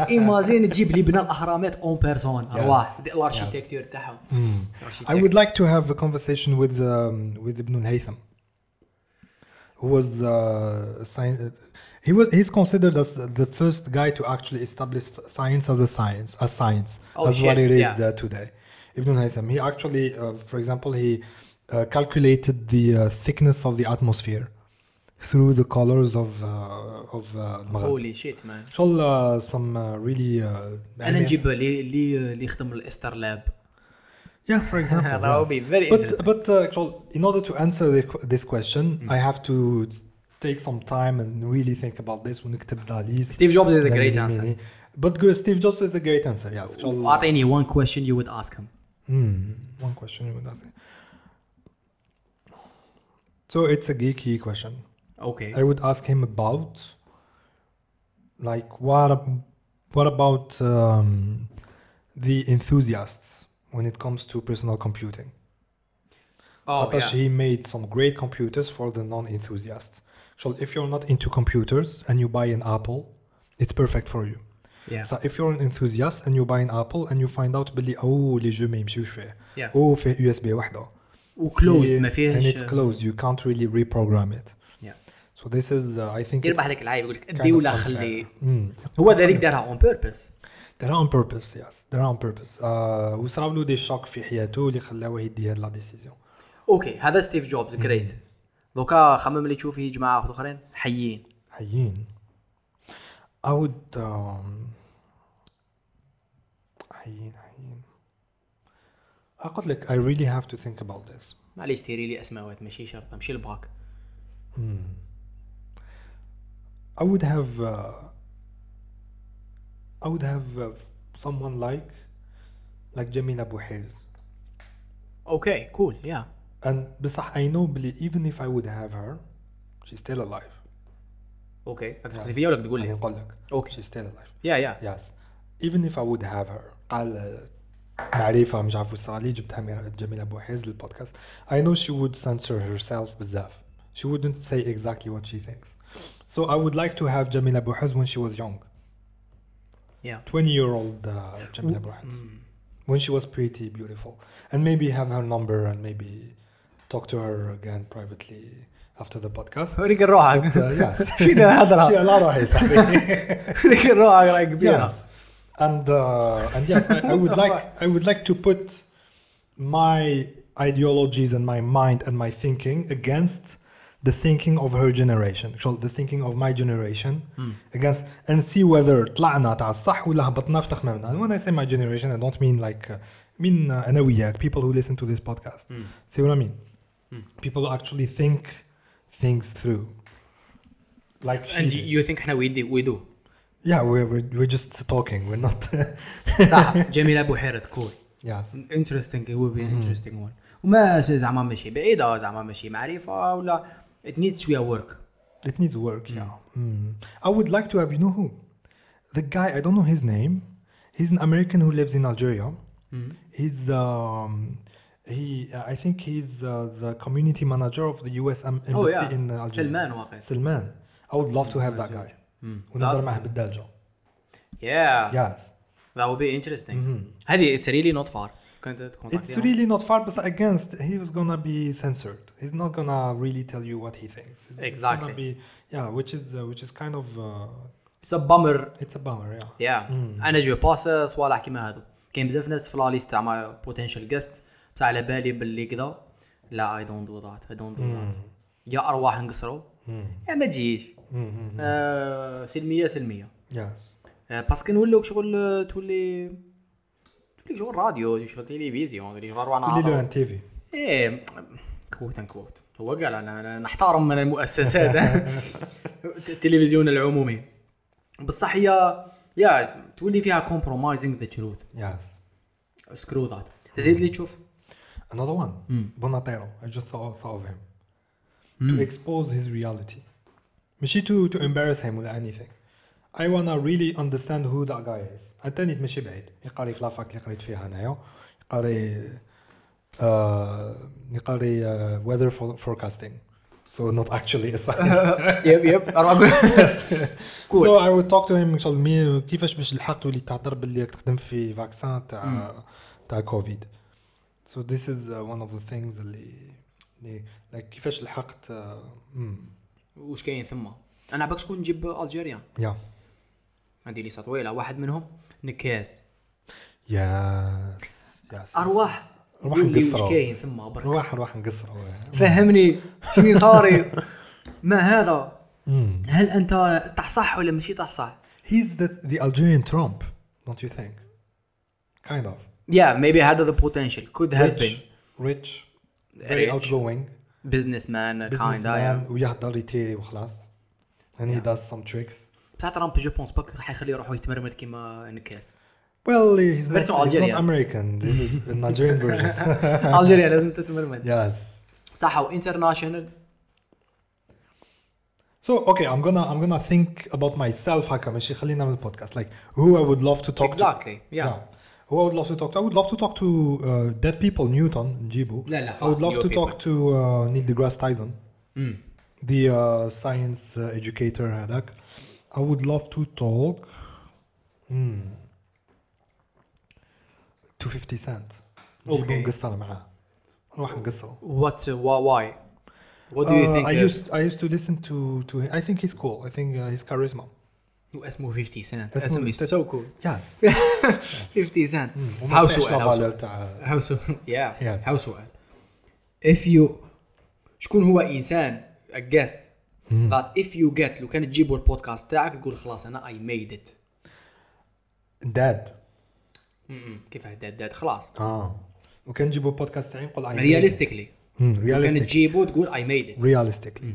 [SPEAKER 1] ايماجين تجيب لي بناء الاهرامات اون بيرسون ارواح
[SPEAKER 2] Yes. Mm.
[SPEAKER 1] الاركيتكتور تاعهم
[SPEAKER 2] I would like to have a conversation with um, with Ibn al-Haytham, who was uh, a sci- he was he's considered as the first guy to actually establish science as a science as science
[SPEAKER 1] Oh,
[SPEAKER 2] as what
[SPEAKER 1] shit,
[SPEAKER 2] it is
[SPEAKER 1] yeah.
[SPEAKER 2] uh, today. Ibn al-Haytham he actually, uh, for example, he uh, calculated the uh, thickness of the atmosphere through the colors of uh, of uh, المغرب.
[SPEAKER 1] هولي شيت مان
[SPEAKER 2] ان شاء الله some uh, really uh,
[SPEAKER 1] انا نجيب لي لي اللي يخدم الاسترلاب
[SPEAKER 2] Yeah, for example.
[SPEAKER 1] That would
[SPEAKER 2] yes.
[SPEAKER 1] be very
[SPEAKER 2] but,
[SPEAKER 1] interesting. Mm.
[SPEAKER 2] But uh, actual- in order to answer the, qu- this question, I have to take some time and really think about this. ونكتب the list.
[SPEAKER 1] ستيف جوبز از ا
[SPEAKER 2] Then
[SPEAKER 1] جريت
[SPEAKER 2] really,
[SPEAKER 1] انسر
[SPEAKER 2] really- But good, Steve Jobs is a great answer. Yes. actual-
[SPEAKER 1] اعطيني one question you would ask him
[SPEAKER 2] Hmm, one question you would ask. So it's a geeky question.
[SPEAKER 1] اوكي
[SPEAKER 2] I would ask him about, like, what, ab- what about um, the enthusiasts when it comes to personal computing?
[SPEAKER 1] Oh,
[SPEAKER 2] Hatash,
[SPEAKER 1] yeah.
[SPEAKER 2] he made some great computers for the non-enthusiasts. So if you're not into computers and you buy an Apple, it's perfect for you.
[SPEAKER 1] Yeah.
[SPEAKER 2] So if you're an enthusiast and you buy an Apple and you find out "Oh, بلي او لي جو ما يمشيوش فيه
[SPEAKER 1] Yeah.
[SPEAKER 2] او فيه يو اس بي وحده
[SPEAKER 1] وكلوزد ما
[SPEAKER 2] and it's
[SPEAKER 1] فيهش
[SPEAKER 2] closed you can't really reprogram it
[SPEAKER 1] Yeah.
[SPEAKER 2] so this is uh, I think
[SPEAKER 1] يربح
[SPEAKER 2] it's
[SPEAKER 1] لك العيب يقول لك
[SPEAKER 2] kind
[SPEAKER 1] ادي
[SPEAKER 2] of
[SPEAKER 1] ولا
[SPEAKER 2] unfair.
[SPEAKER 1] خلي
[SPEAKER 2] Mm.
[SPEAKER 1] هو ذلك دارها اون بيربس
[SPEAKER 2] they're on purpose yes they're on purpose uh, وصراو له دي شوك في حياته اللي خلاوه يدي هاد لا ديسيزيون
[SPEAKER 1] اوكي هذا ستيف
[SPEAKER 2] Mm.
[SPEAKER 1] جوبز جريت دوكا خمم لي تشوف فيه جماعه واحد اخرين حيين
[SPEAKER 2] حيين I would um, حيين حيين I قلت لك I really have to think about this
[SPEAKER 1] معليش تيري لي اسماوات ماشي شرط ماشي الباك
[SPEAKER 2] I would have uh, I would have uh, someone like like Jamil Abu Hayes
[SPEAKER 1] اوكي كول يا
[SPEAKER 2] and بصح I know بلي even if I would have her she's still alive
[SPEAKER 1] اوكي تسقسي فيا ولا تقول
[SPEAKER 2] يعني
[SPEAKER 1] لي
[SPEAKER 2] نقول لك
[SPEAKER 1] اوكي
[SPEAKER 2] she's still alive
[SPEAKER 1] يا يا
[SPEAKER 2] Yes. Even if I would have her. uh, قال معرفة مش عارف وصرا لي جبتها من جميل أبو حيز للبودكاست. I know she would censor herself بزاف. She wouldn't say exactly what she thinks. So I would like to have Jamila Abu Hiz when she was young.
[SPEAKER 1] يا
[SPEAKER 2] 20 year old uh, Jamila Abu Hiz. When she was pretty beautiful. And maybe have her number and maybe talk to her again privately after the podcast.
[SPEAKER 1] وريك روحك
[SPEAKER 2] Uh, yes.
[SPEAKER 1] شنو الهضره
[SPEAKER 2] شي لا راهي صاحبي.
[SPEAKER 1] وريك روحك راهي كبيره
[SPEAKER 2] yes and uh, and yes I, I would like i would like to put my ideologies and my mind and my thinking against the thinking of her generation so the thinking of my generation against and see whether طلعنا تاع الصح ولا هبطنا في تخمامنا and when i say my generation i don't mean like uh, mean uh, انا وياك people who listen to this podcast see what i mean people who actually think things through like she
[SPEAKER 1] and
[SPEAKER 2] did.
[SPEAKER 1] you think احنا ويدي ويدو
[SPEAKER 2] Yeah, we're, we're, we're just talking. We're not.
[SPEAKER 1] صح جميل ابو حيرت كول
[SPEAKER 2] yes.
[SPEAKER 1] انترستينغ هو بي
[SPEAKER 2] Mm-hmm.
[SPEAKER 1] انترستينغ وان وما س- زعما ماشي بعيده زعما ماشي معرفه ولا تنيد شويه ورك
[SPEAKER 2] It needs work. Yeah. Mm. I would like to have, you know who? The guy, I don't know his name. He's an American who lives in Algeria. He's, um, he, I think he's uh, the community manager of the US em- embassy
[SPEAKER 1] Oh, yeah.
[SPEAKER 2] in uh, Algeria.
[SPEAKER 1] Salman واقع.
[SPEAKER 2] Salman. I would love to have that guy. ونهضر معاه بالدارجة.
[SPEAKER 1] يا
[SPEAKER 2] Yes.
[SPEAKER 1] ذا ويل بي انترستينغ هذه اتس ريلي نوت فار كنت
[SPEAKER 2] Mm-hmm. It's
[SPEAKER 1] تكونتاكت
[SPEAKER 2] really not far, but against he was gonna be censored. He's not gonna really tell you what he thinks. He's, it's gonna
[SPEAKER 1] Exactly.
[SPEAKER 2] be- yeah, which is uh, which is kind of uh,
[SPEAKER 1] اتس بامر
[SPEAKER 2] it's a bummer. Yeah.
[SPEAKER 1] يا انا جو باس صوالح كيما هادو كاين بزاف ناس في لا ليست تاع بوتنشال جيست بصح على بالي باللي كذا لا اي دونت دو ذات اي دونت دو ذات يا ارواح نقصرو يا ما تجيش آه، سلميه سلميه
[SPEAKER 2] Yes.
[SPEAKER 1] آه، باسكو نولو شغل آه، تولي تولي شغل راديو شغل تلفزيون اللي شغل روانا
[SPEAKER 2] Lilo
[SPEAKER 1] عرب.
[SPEAKER 2] and TV.
[SPEAKER 1] ايه كوت ان كوت هو قال انا أنا نحترم من المؤسسات التلفزيون العمومي بصح هي يا تولي فيها كومبرومايزينغ ذا تروث
[SPEAKER 2] Yes.
[SPEAKER 1] سكرو ذات زيد لي تشوف
[SPEAKER 2] Another one. Bonatero. I just thought, thought of him. to expose his reality. ماشي to, to embarrass him ولا anything. I wanna really understand who that guy is. عتاني ماشي بعيد. يقاري في لافاك اللي قريت فيها انايا. يقاري آه يقاري آه uh, weather for- forecasting. So not actually a science.
[SPEAKER 1] يب يب Cool.
[SPEAKER 2] So I would talk to him ان شاء الله مي- كيفاش باش الحق تولي تعذر باللي راك تخدم في فاكسان تاع تاع كوفيد. So this is uh, one of the things اللي اللي like كيفاش لحقت uh,
[SPEAKER 1] واش كاين ثما انا باك شكون نجيب الجيريان
[SPEAKER 2] يا
[SPEAKER 1] عندي لي طويله واحد منهم نكاس
[SPEAKER 2] يا
[SPEAKER 1] ارواح
[SPEAKER 2] أرواح
[SPEAKER 1] قول لي واش
[SPEAKER 2] مقصرة.
[SPEAKER 1] كاين ثما برك
[SPEAKER 2] روح روح نقصر
[SPEAKER 1] فهمني شنو صاري ما هذا هل انت تاع صح ولا ماشي تاع صح
[SPEAKER 2] He's the, the Algerian Trump, don't you think? Kind of.
[SPEAKER 1] يا ميبي هذا ذا بوتنشال كود هاف بين
[SPEAKER 2] Rich, rich, very
[SPEAKER 1] Rich.
[SPEAKER 2] outgoing,
[SPEAKER 1] بزنس مان كايند
[SPEAKER 2] businessman ويهضر يتيري وخلاص. And he does some tricks.
[SPEAKER 1] بصح ترامب جو بونس باك راح يخلي روحو يتمرمد كيما نكاس
[SPEAKER 2] Well, he's not,
[SPEAKER 1] Version
[SPEAKER 2] he's
[SPEAKER 1] Algerian.
[SPEAKER 2] not American. This is an Algerian version.
[SPEAKER 1] الجيريا لازم تتمرمد
[SPEAKER 2] yes.
[SPEAKER 1] صح وانترناشونال
[SPEAKER 2] So okay, I'm gonna I'm gonna think about myself. هكا ماشي خلينا من البودكاست. Like who I would love to talk to.
[SPEAKER 1] اكزاكتلي
[SPEAKER 2] Yeah.
[SPEAKER 1] يا
[SPEAKER 2] Who I would love to talk to. I would love to talk to uh, dead people, Newton, Njibu.
[SPEAKER 1] لا، لا،
[SPEAKER 2] I would
[SPEAKER 1] خلاص،
[SPEAKER 2] love
[SPEAKER 1] new
[SPEAKER 2] to talk to uh, Neil deGrasse Tyson, the uh, science uh, educator هذاك. I would love to talk Hmm. to 50 Cent. نجيبو
[SPEAKER 1] Okay.
[SPEAKER 2] نقصر معاه. نروح نقصره.
[SPEAKER 1] وات واي وات دو يو
[SPEAKER 2] Uh,
[SPEAKER 1] ثينك
[SPEAKER 2] I used I used to listen to to him. I think he's cool. I think uh, his charisma.
[SPEAKER 1] اسمه 50 سنت
[SPEAKER 2] اسمه-
[SPEAKER 1] اسمه
[SPEAKER 2] تت-
[SPEAKER 1] سو كول
[SPEAKER 2] Yes.
[SPEAKER 1] 50 سنت
[SPEAKER 2] وما
[SPEAKER 1] هاو
[SPEAKER 2] كانش
[SPEAKER 1] سؤال هاو
[SPEAKER 2] لافالور
[SPEAKER 1] سؤال
[SPEAKER 2] تاع-
[SPEAKER 1] هاو سؤال يا
[SPEAKER 2] Yes.
[SPEAKER 1] هاو سؤال if you شكون هو انسان a guest
[SPEAKER 2] Mm-hmm.
[SPEAKER 1] that if you get لو كان تجيبوا البودكاست تاعك تقول خلاص انا I made it
[SPEAKER 2] Dad.
[SPEAKER 1] م- م. كيفاه داد داد خلاص
[SPEAKER 2] اه وكان نجيبوا بودكاست Ah. تاعي نقول I made it.
[SPEAKER 1] رياليستيكلي
[SPEAKER 2] مم،
[SPEAKER 1] كان
[SPEAKER 2] realistic
[SPEAKER 1] تجيبه تقول I made it
[SPEAKER 2] realistically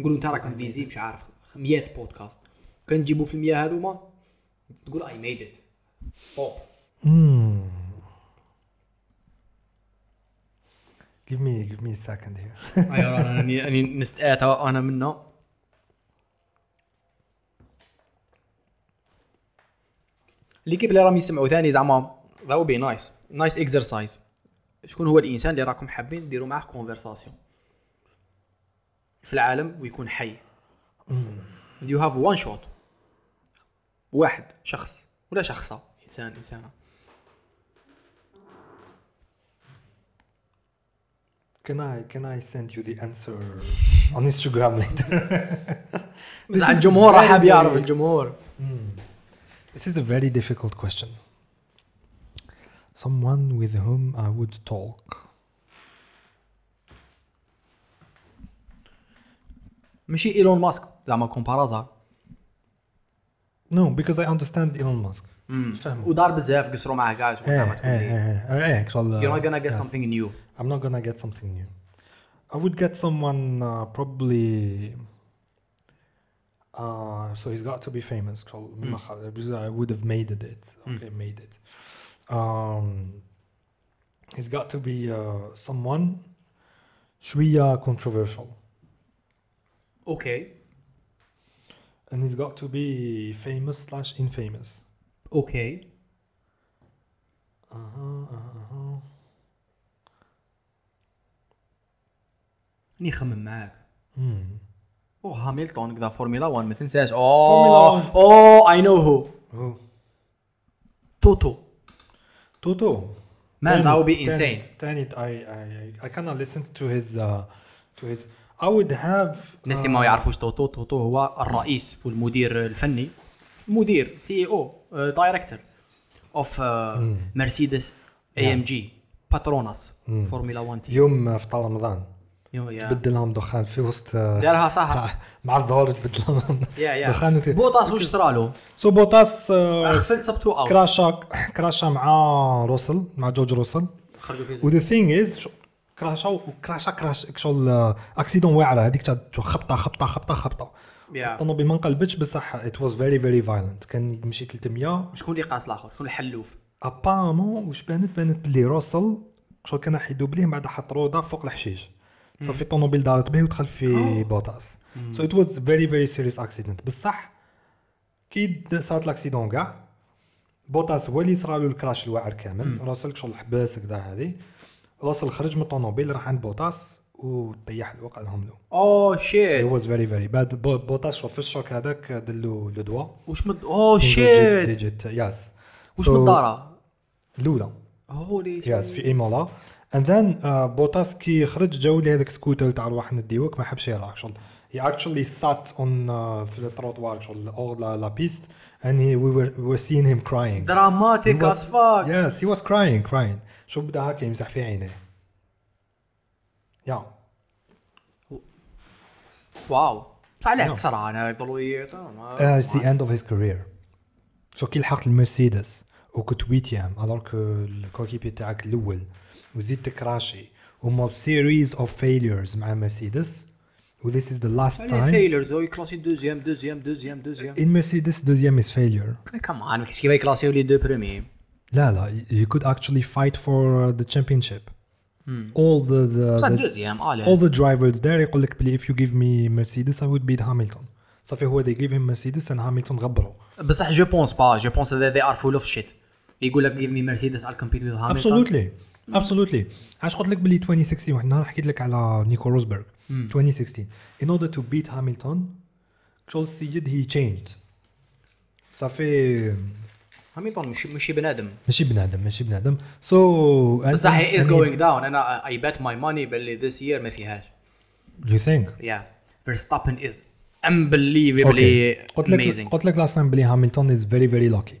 [SPEAKER 1] نقولوا انت راك انفيزي مش عارف 100 بودكاست كان تجيبوا في المية هذوما تقول I made it توب
[SPEAKER 2] give me give me a second here
[SPEAKER 1] ايوه انا أنا- أنا نستات انا منه ليكيب اللي راهم يسمعوا ثاني زعما ذا بي نايس نايس اكزرسايز شكون هو الانسان اللي راكم حابين ديروا معاه كونفرساسيون في العالم ويكون حي يو هاف وان شوت واحد شخص ولا شخصه انسان انسانه
[SPEAKER 2] can I can I send you the answer on Instagram later
[SPEAKER 1] بصح
[SPEAKER 2] is
[SPEAKER 1] الجمهور راه حاب
[SPEAKER 2] very-
[SPEAKER 1] يعرف الجمهور
[SPEAKER 2] this is a very difficult question someone with whom I would talk
[SPEAKER 1] ماشي ايلون ماسك زعما كومبارازا
[SPEAKER 2] no because I understand Elon Musk Eh, فاهمه
[SPEAKER 1] ودار بزاف قصروا معاه كاع شغل
[SPEAKER 2] ايه
[SPEAKER 1] زعما
[SPEAKER 2] ايه
[SPEAKER 1] تولي
[SPEAKER 2] ايه ايه إيه، إن شاء الله
[SPEAKER 1] You're not gonna get
[SPEAKER 2] Yes.
[SPEAKER 1] something new.
[SPEAKER 2] I'm not gonna get something new. I would get someone uh, probably. Uh, so he's got to be famous. 'cause من الآخر, because I would have made it. it. Okay, made it. Um, he's got to be uh, someone شوية controversial,
[SPEAKER 1] اوكي
[SPEAKER 2] and he's got to be famous slash infamous.
[SPEAKER 1] اوكي
[SPEAKER 2] Uh-huh, uh-huh.
[SPEAKER 1] راني نخمم معاك
[SPEAKER 2] Hmm.
[SPEAKER 1] "Oh, او هاميلتون كذا فورمولا 1 ما تنساش "Oh, اوه
[SPEAKER 2] فورمولا 1.
[SPEAKER 1] اوه اي نو هو
[SPEAKER 2] Who?
[SPEAKER 1] توتو
[SPEAKER 2] Toto.
[SPEAKER 1] Man, that would be
[SPEAKER 2] Tenet,
[SPEAKER 1] insane.
[SPEAKER 2] Tenet, Tenet, I, I, I cannot listen to his, uh, to his. I would have. uh,
[SPEAKER 1] الناس اللي ما يعرفوش توتو توتو هو الرئيس والمدير الفني مدير E سي او دايركتور اوف مرسيدس اي ام جي باتروناس فورمولا 1 تيم
[SPEAKER 2] يوم في طال رمضان
[SPEAKER 1] يو- يا.
[SPEAKER 2] بدلهم دخان في وسط آه،
[SPEAKER 1] دارها سهرة
[SPEAKER 2] مع الظهور تبدلهم
[SPEAKER 1] يا يا
[SPEAKER 2] دخان وت...
[SPEAKER 1] بوطاس وش صرالو
[SPEAKER 2] سو بوتاس آه،
[SPEAKER 1] خفلت صبتو اوت
[SPEAKER 2] كراشا كراشا مع روسل مع جورج روسل
[SPEAKER 1] خرجوا فيه
[SPEAKER 2] وذا ثينغ از كراشا وكراشا كراش شغل آه، اكسيدون واعره هذيك تاع شو خبطه خبطه خبطه خبطه
[SPEAKER 1] يا.
[SPEAKER 2] الطوموبيل ما انقلبتش بصح ات واز فيري فيري فايلنت كان يمشي 300
[SPEAKER 1] شكون اللي قاس الاخر شكون الحلوف
[SPEAKER 2] ابارمون واش بانت بانت بلي روسل شغل كان حيدو بليه من بعد حط روضه فوق الحشيش صافي الطوموبيل دارت به ودخل في بوتاس سو ات واز فيري فيري سيريس اكسيدنت بصح كي د- صارت لاكسيدون كاع بوتاس هو اللي صرالو الكراش الواعر كامل راسل شغل حباس كدا هادي راسل خرج من الطوموبيل راح عند بوتاس وطيح الوقع لهم له
[SPEAKER 1] او
[SPEAKER 2] It
[SPEAKER 1] شيت
[SPEAKER 2] was very very bad بو- بوتاس شوف في الشوك هذاك دلو لو دوا
[SPEAKER 1] واش مد او
[SPEAKER 2] Single
[SPEAKER 1] شيت
[SPEAKER 2] digit- digit, yes.
[SPEAKER 1] Oh, واش
[SPEAKER 2] So,
[SPEAKER 1] من دارا
[SPEAKER 2] الاولى
[SPEAKER 1] هولي
[SPEAKER 2] ياس في ايمولا اند ذن بوتاس كي uh, خرج جاو لي هذاك سكوتر تاع روح نديوك ما حبش يراك شغل هي اكشلي سات اون uh, في التروتوار شغل اور لا لا بيست اند هي وي وير وي سين هيم كراينغ
[SPEAKER 1] دراماتيك از فاك
[SPEAKER 2] يس هي واز كراينغ كراينغ شو بدا هكا يمسح في عينيه يا
[SPEAKER 1] واو بصح علاه
[SPEAKER 2] No.
[SPEAKER 1] تسرع انا يضلوا ي-
[SPEAKER 2] اتس ذا اند اوف هيز كارير شو كي لحقت المرسيدس وكنت ويتيام الوغ كو الكوكيبي تاعك الاول وزيد تكراشي هما سيريز اوف فيليرز مع مرسيدس و this is the last
[SPEAKER 1] علاه
[SPEAKER 2] time
[SPEAKER 1] فيلرز هو يكلاسي دوزيام دوزيام دوزيام دوزيام
[SPEAKER 2] in Mercedes دوزيام is failure
[SPEAKER 1] كمان ما كاينش كيفاه يكلاسيو لي دو برومي
[SPEAKER 2] لا لا you could actually fight for the championship all the the,
[SPEAKER 1] بصح
[SPEAKER 2] the
[SPEAKER 1] دوزيام علاه
[SPEAKER 2] all the drivers there يقول لك بلي if you give me Mercedes I would beat Hamilton صافي هو they gave him Mercedes and Hamilton غبروا
[SPEAKER 1] بصح جو بونس با جو بونس ذي ار فول اوف شيت يقول لك جيف مي مرسيدس I'll compete with هاملتون
[SPEAKER 2] ابسولوتلي ابسولوتلي علاش قلت لك بلي 2016 واحد النهار حكيت لك على نيكو روزبرغ 2016 in order to beat هامilton شغل السيد هي changed صافي
[SPEAKER 1] هاملتون مش ماشي بنادم
[SPEAKER 2] ماشي بنادم ماشي بنادم سو
[SPEAKER 1] بصح هي از جوينغ داون انا اي بات ماي ماني باللي ذيس يير ما فيهاش
[SPEAKER 2] يو ثينك
[SPEAKER 1] يا فيرستابن از امبليفبلي
[SPEAKER 2] قلت لك
[SPEAKER 1] اميزينغ
[SPEAKER 2] قلت لك لاست تايم بلي هامilton is very very lucky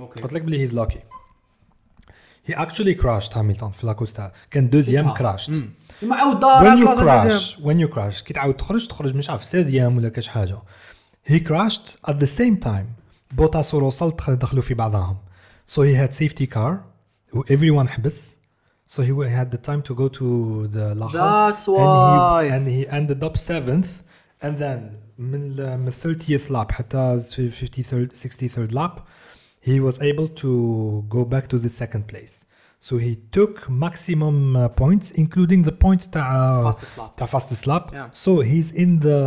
[SPEAKER 2] قلت
[SPEAKER 1] اوكي
[SPEAKER 2] لك بلي he's lucky he actually crashed هامilton في لاكوستا كان دوزيام crashed
[SPEAKER 1] ما عاود دار
[SPEAKER 2] when you
[SPEAKER 1] كلاس
[SPEAKER 2] crash
[SPEAKER 1] دوزيام.
[SPEAKER 2] when you crash كي تعاود تخرج تخرج مش عارف 16 ايام ولا كاش حاجه he crashed at the same time بوتاس وروسل دخل- دخلوا في بعضهم so he had safety car و everyone حبس so he had the time to go to the لاخر
[SPEAKER 1] That's
[SPEAKER 2] and
[SPEAKER 1] why.
[SPEAKER 2] he, and he ended up seventh and then من ال- من 30th lap حتى 53rd 63rd lap he was able to go back to the second place so he took maximum uh, points including the points تاع
[SPEAKER 1] Fastest lap.
[SPEAKER 2] تاع fastest lap
[SPEAKER 1] Yeah.
[SPEAKER 2] so he's in the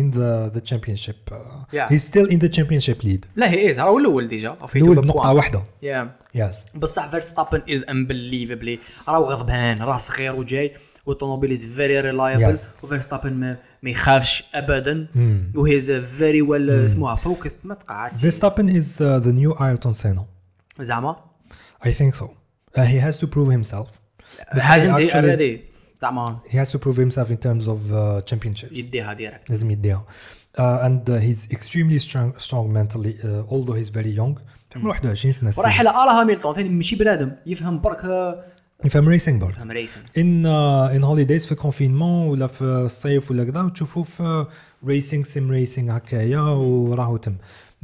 [SPEAKER 2] in the the championship uh,
[SPEAKER 1] Yeah.
[SPEAKER 2] he's still in the championship lead
[SPEAKER 1] لا هي از هو الاول ديجا
[SPEAKER 2] الاول بنقطه واحده
[SPEAKER 1] يا
[SPEAKER 2] يس
[SPEAKER 1] بصح فيرستابن از امبليفبلي راهو غضبان راه صغير وجاي والطوموبيل از فيري ريلايبل
[SPEAKER 2] Yes. Hmm.
[SPEAKER 1] وفيرستابن ما, ما يخافش ابدا وهيز فيري ويل سموها فوكس ما تقعدش
[SPEAKER 2] Verstappen is uh, the new Ayrton Senna
[SPEAKER 1] زعما
[SPEAKER 2] I think so uh, he has to prove himself But
[SPEAKER 1] هازن
[SPEAKER 2] he
[SPEAKER 1] دي
[SPEAKER 2] actually-
[SPEAKER 1] اوريدي زعما
[SPEAKER 2] he has to prove himself in terms of uh, championships.
[SPEAKER 1] يديها ديريكت
[SPEAKER 2] لازم يديها. Uh, and uh, he's extremely strong, strong mentally, uh, although he's very young. في عمره 21 سنه
[SPEAKER 1] وراح على
[SPEAKER 2] السنة.
[SPEAKER 1] ارا هاميلتون ثاني ماشي بنادم يفهم برك آه،
[SPEAKER 2] يفهم ريسينغ بول.
[SPEAKER 1] فهم ريسن
[SPEAKER 2] ان ان هوليديز في كونفينمون ولا في الصيف ولا كذا وتشوفوه في ريسينغ سيم ريسينغ هكايا وراهو تم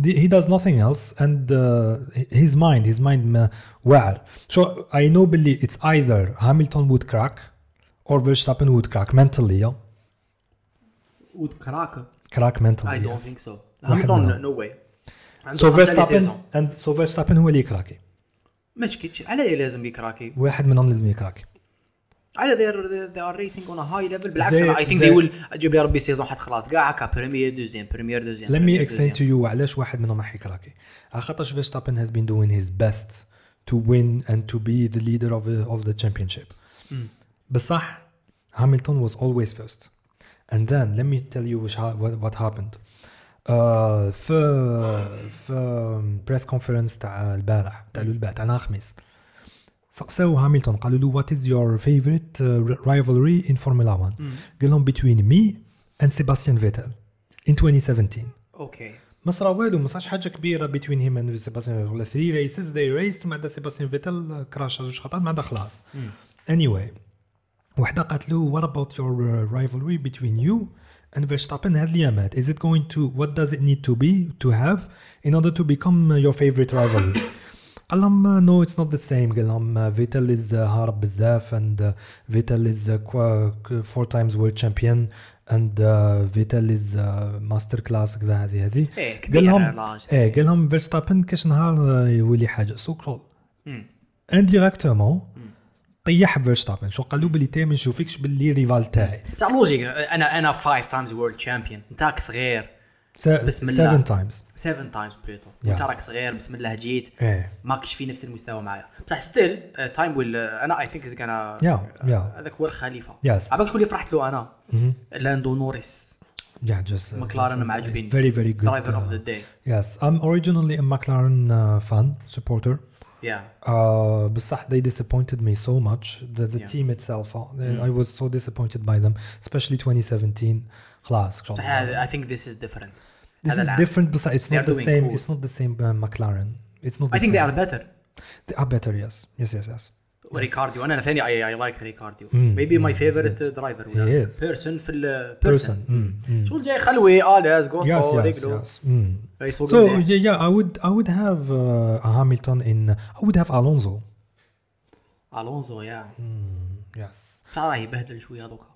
[SPEAKER 2] he does nothing else and uh, his mind his mind ما واعر so I know بلي it's either Hamilton would crack or Verstappen would crack mentally yeah.
[SPEAKER 1] وكراك
[SPEAKER 2] crack
[SPEAKER 1] اي
[SPEAKER 2] mentally
[SPEAKER 1] دونت
[SPEAKER 2] yes.
[SPEAKER 1] ثينك سو
[SPEAKER 2] واحد منهم.
[SPEAKER 1] هاميلتون نو واي
[SPEAKER 2] سو فيرستابن and- سو فيرستابن هو اللي يكراكي
[SPEAKER 1] ماشي كيتش علاه إيه لازم يكراكي
[SPEAKER 2] واحد منهم لازم يكراكي
[SPEAKER 1] على they are they are racing on a high level بالعكس
[SPEAKER 2] They-
[SPEAKER 1] انا اي ثينك
[SPEAKER 2] they-
[SPEAKER 1] they will جيب لي ربي سيزون حد خلاص كاع هكا بريمير دوزيام بريمير دوزيام
[SPEAKER 2] let
[SPEAKER 1] بريمير
[SPEAKER 2] me explain
[SPEAKER 1] دوزيام.
[SPEAKER 2] to you علاش واحد منهم راح يكراكي على خاطرش فيرستابن has been doing his best to win and to be the leader of of the championship بصح هامilton was always first and then let me tell you which, ha- what, what happened آه، في في بريس كونفرنس تاع البارح تاع البارح تاع نهار الخميس سقساو هاميلتون قالوا له وات از يور فيفورت رايفلري ان فورمولا 1 قال لهم بتوين مي اند سيباستيان فيتال ان 2017
[SPEAKER 1] اوكي
[SPEAKER 2] ما صرا والو ما صارش حاجه كبيره بتوين هيم اند سيباستيان فيتال ولا 3 ريسز دي ريست مع دا سيباستيان فيتال كراش زوج خطات مع دا خلاص اني anyway, وحده قالت له وات اباوت يور رايفلري بتوين يو and Verstappen هاد اليامات is it going to what does it need to be to have in order to become uh, your favorite rivalry قال لهم "Uh, نو اتس نوت ذا سيم قال لهم "Uh, فيتال از هارب بزاف uh, اند فيتال از فور تايمز وورلد شامبيون اند فيتال از ماستر كلاس كذا هذه هذه
[SPEAKER 1] إيه، كبيرة
[SPEAKER 2] قال لهم
[SPEAKER 1] large.
[SPEAKER 2] ايه قال لهم فيرستابن كاش نهار آه، يولي حاجه سكرول انديريكتومون طيح فيرستابن شو قالوا بلي انت ما نشوفكش باللي ريفال تاعي
[SPEAKER 1] تاع لوجيك انا انا فايف تايمز وورلد شامبيون انتاك صغير بسم الله.
[SPEAKER 2] 7 تايمز
[SPEAKER 1] 7 تايمز بليتو
[SPEAKER 2] Yes.
[SPEAKER 1] انت راك صغير بسم الله جيت
[SPEAKER 2] ايه
[SPEAKER 1] ماكش في نفس المستوى معايا بصح uh, ستيل تايم ويل انا اي ثينك از غانا
[SPEAKER 2] Yeah, yeah.
[SPEAKER 1] uh, هذاك هو الخليفه
[SPEAKER 2] Yes.
[SPEAKER 1] عباك شكون اللي فرحت له انا لاندو نوريس
[SPEAKER 2] yeah just uh,
[SPEAKER 1] مكلارن معجبين
[SPEAKER 2] فيري فيري جود
[SPEAKER 1] درايفر اوف ذا داي
[SPEAKER 2] Uh, Yes, I'm originally a McLaren uh, fan supporter.
[SPEAKER 1] يا
[SPEAKER 2] Uh, بصح they disappointed me so much the, the
[SPEAKER 1] Yeah. Mm.
[SPEAKER 2] team itself uh, I was so disappointed by them especially 2017 خلاص إن شاء
[SPEAKER 1] بصح
[SPEAKER 2] الله.
[SPEAKER 1] اي ثينك ذيس از ديفرنت
[SPEAKER 2] this is different بصح it's
[SPEAKER 1] They
[SPEAKER 2] not
[SPEAKER 1] are
[SPEAKER 2] the
[SPEAKER 1] doing
[SPEAKER 2] same
[SPEAKER 1] cool.
[SPEAKER 2] it's not the same uh, McLaren it's not the
[SPEAKER 1] اي ثينك
[SPEAKER 2] same
[SPEAKER 1] ذي ار بيتر
[SPEAKER 2] they are better yes yes yes yes Hmm.
[SPEAKER 1] وريكارديو انا ثاني اي اي لايك ريكارديو ميبي ماي فيفورت درايفر ولا
[SPEAKER 2] He is.
[SPEAKER 1] بيرسون في
[SPEAKER 2] person
[SPEAKER 1] البيرسون
[SPEAKER 2] mm, mm.
[SPEAKER 1] شغل جاي خلوي اليز
[SPEAKER 2] yes
[SPEAKER 1] غوستو
[SPEAKER 2] yes
[SPEAKER 1] ريجلو
[SPEAKER 2] yes mm.
[SPEAKER 1] يصور
[SPEAKER 2] so
[SPEAKER 1] لي.
[SPEAKER 2] yeah, yeah I would I would have uh, a Hamilton in I would have Alonso
[SPEAKER 1] الونزو يا
[SPEAKER 2] Hmm. yes
[SPEAKER 1] ترى يبهدل شويه دوكا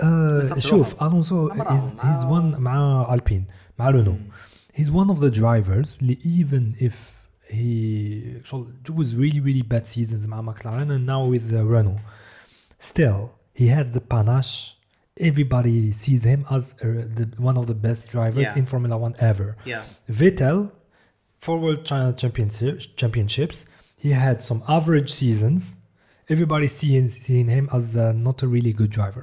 [SPEAKER 2] آه
[SPEAKER 1] بصح
[SPEAKER 2] شوف الونسو
[SPEAKER 1] عمره
[SPEAKER 2] هيز
[SPEAKER 1] مع-
[SPEAKER 2] هيز وان مع البين مع رونو
[SPEAKER 1] Mm.
[SPEAKER 2] هيز وان اوف ذا درايفرز اللي ايفن اف هي شغل جوز ريلي ريلي باد سيزونز مع ماكلارين اند ناو وذ رونو ستيل هي هاز ذا باناش everybody sees him as uh, the, one of the best drivers
[SPEAKER 1] Yeah.
[SPEAKER 2] in Formula 1 ever
[SPEAKER 1] Yeah.
[SPEAKER 2] Vettel, four World China championships, championships. He had some average seasons. Everybody seeing seeing him as uh, not a really good driver.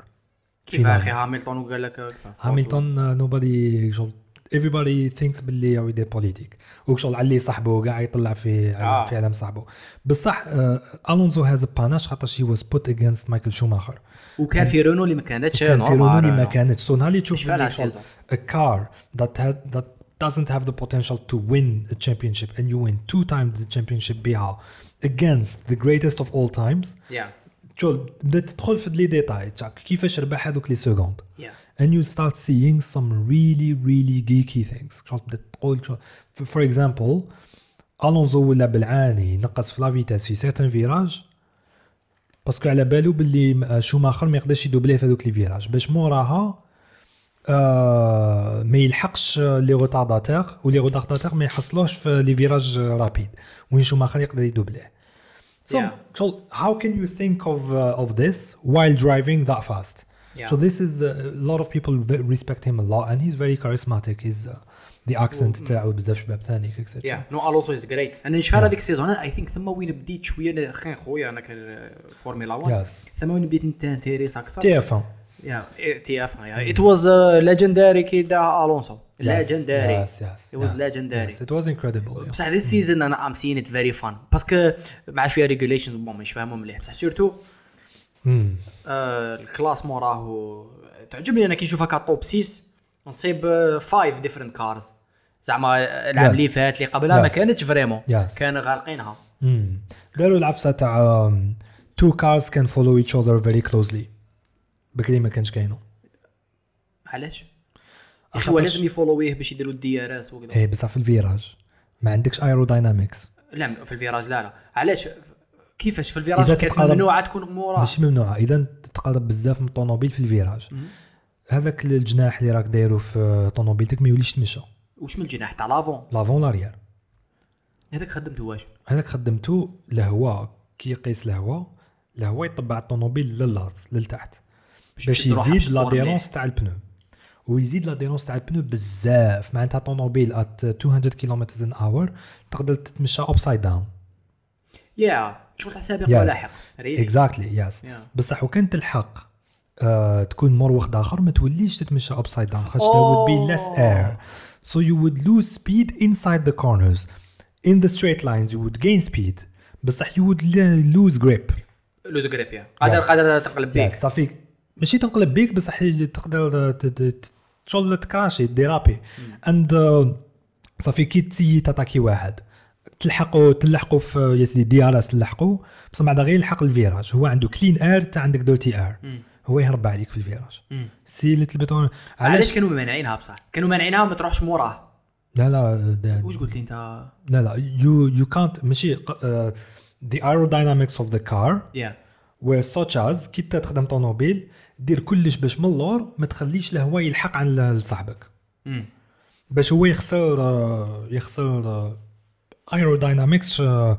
[SPEAKER 1] كيف اخي هاملتون وقال لك هكا.
[SPEAKER 2] هامilton uh, nobody شغل everybody thinks باللي هو دي بوليتيك وشغل علي صاحبه كاع يطلع في
[SPEAKER 1] آه.
[SPEAKER 2] في علم صاحبه بصح آه، الونزو هاز باناش خاطر شي واز بوت اجينست مايكل شوماخر
[SPEAKER 1] وكان في رونو اللي ما كانتش
[SPEAKER 2] كان في
[SPEAKER 1] نورمال.
[SPEAKER 2] رونو اللي ما كانتش سو نهار اللي تشوف
[SPEAKER 1] شفنا لها
[SPEAKER 2] باللي شغل
[SPEAKER 1] سيزون.
[SPEAKER 2] a car that has that doesn't have the potential to win a championship and you win two times the championship بها against the greatest of all times
[SPEAKER 1] Yeah.
[SPEAKER 2] شغل بدات تدخل في لي ديتاي تاعك كيفاش ربح هذوك لي سكوند
[SPEAKER 1] Yeah.
[SPEAKER 2] and you start seeing some really really geeky things شغل بدات تقول شغل for- for example الونزو ولا بالعاني نقص في لافيتاس في سيرتان فيراج باسكو على بالو باللي م- شوماخر ما يقدرش يدوبليه في هذوك لي فيراج باش موراها آه ما يلحقش آه، لي روتارداتور ولي روتارداتور ما يحصلوش في لي فيراج آه، رابيد وين شوماخر يقدر يدوبليه So,
[SPEAKER 1] Yeah.
[SPEAKER 2] so how can you think of uh, of this while driving that fast?
[SPEAKER 1] Yeah.
[SPEAKER 2] So this is uh, a lot of people ve- respect him a lot, and he's very charismatic. He's uh, the accent
[SPEAKER 1] Mm-hmm.
[SPEAKER 2] تاعو بزاف شباب تانيك etc.
[SPEAKER 1] Yeah. No Alonso is great. انا شفنا هذيك السيزون اي ثينك ثم وين بديت شويه خين خويا انا كان فورمولا 1
[SPEAKER 2] Yes.
[SPEAKER 1] ثم وين بديت نتانتيريس اكثر
[SPEAKER 2] TF1.
[SPEAKER 1] يا تي اف ات واز ليجنداري كي دا الونسو
[SPEAKER 2] Mm. Yes,
[SPEAKER 1] ليجنداري
[SPEAKER 2] Yes, yes.
[SPEAKER 1] uh, It was
[SPEAKER 2] yes,
[SPEAKER 1] legendary.
[SPEAKER 2] Yes, it was incredible. yeah.
[SPEAKER 1] بصح ذيس سيزون انا ام سين ات فيري فان باسكو مع شويه ريجوليشنز بون مش فاهمهم مليح بصح سورتو
[SPEAKER 2] Mm.
[SPEAKER 1] آه، الكلاسمون راهو تعجبني انا كي نشوف هكا توب 6 نصيب 5 ديفرنت كارز زعما العام
[SPEAKER 2] Yes.
[SPEAKER 1] اللي فات اللي قبلها ما
[SPEAKER 2] Yes.
[SPEAKER 1] كانتش فريمون
[SPEAKER 2] Yes.
[SPEAKER 1] كان غارقينها
[SPEAKER 2] Mm. داروا العفسه تاع um, two cars can follow each other very closely. بكري ما كانش كاينو.
[SPEAKER 1] علاش؟ اخي هو
[SPEAKER 2] خاطرش-
[SPEAKER 1] لازم يفولويه باش يديروا الدي ار اس وكذا
[SPEAKER 2] ايه بصح في الفيراج ما عندكش ايروداينامكس
[SPEAKER 1] لا م- في الفيراج لا لا علاش كيفاش في الفيراج
[SPEAKER 2] إذا
[SPEAKER 1] كانت
[SPEAKER 2] تتقارب-
[SPEAKER 1] ممنوعه تكون موراه
[SPEAKER 2] ماشي ممنوعه اذا تتقرب بزاف من الطوموبيل في الفيراج هذاك الجناح اللي راك دايرو في طوموبيلتك ما يوليش تمشى
[SPEAKER 1] واش من الجناح تاع لافون
[SPEAKER 2] لافون لاريير
[SPEAKER 1] هذاك خدمته واش
[SPEAKER 2] هذاك خدمتو لهوا كي يقيس لهوا لهوا يطبع الطوموبيل للارض للتحت باش
[SPEAKER 1] تشد روحها
[SPEAKER 2] يزيد
[SPEAKER 1] باش تورمي.
[SPEAKER 2] لاديرونس تاع البنو ويزيد لاديرونس تاع البنو بزاف معناتها طوموبيل ات 200 كيلومتر ان اور تقدر تتمشى ابسايد داون
[SPEAKER 1] يا شغل تاع سابق
[SPEAKER 2] Yes.
[SPEAKER 1] ولاحق really.
[SPEAKER 2] اكزاكتلي يس
[SPEAKER 1] Yeah.
[SPEAKER 2] بصح وكان تلحق آه، تكون مروخ اخر ما توليش تتمشى ابسايد داون خاطر there would be less air so you would lose speed inside the corners in the straight lines you would gain speed بصح you would l- lose grip
[SPEAKER 1] لوز جريب يا قادر قادر تقلب بيك
[SPEAKER 2] yes, صافي ماشي تنقلب بيك بصح ي- تقدر ت- ت- ت- تشغل تكراشي ديرابي اند آه، صافي كي تسيي تاتاكي واحد تلحقوا تلحقوا في يا سيدي دي ار اس تلحقوا بصح بعد غير يلحق الفيراج هو عنده كلين اير انت عندك دوتي اير هو يهرب عليك في الفيراج سي اللي تلبطون
[SPEAKER 1] علاش
[SPEAKER 2] علاش
[SPEAKER 1] كانوا مانعينها بصح كانوا مانعينها ما تروحش موراه
[SPEAKER 2] لا لا د-
[SPEAKER 1] واش قلت لي انت
[SPEAKER 2] لا لا يو يو كانت ماشي آه، ذا ايروداينامكس اوف ذا كار
[SPEAKER 1] يا
[SPEAKER 2] وير سوتش از كي تا تخدم طونوبيل دير كلش باش من اللور ما تخليش الهواء يلحق عن ل- لصاحبك
[SPEAKER 1] مم.
[SPEAKER 2] باش هو يخسر آه، يخسر ايروداينامكس في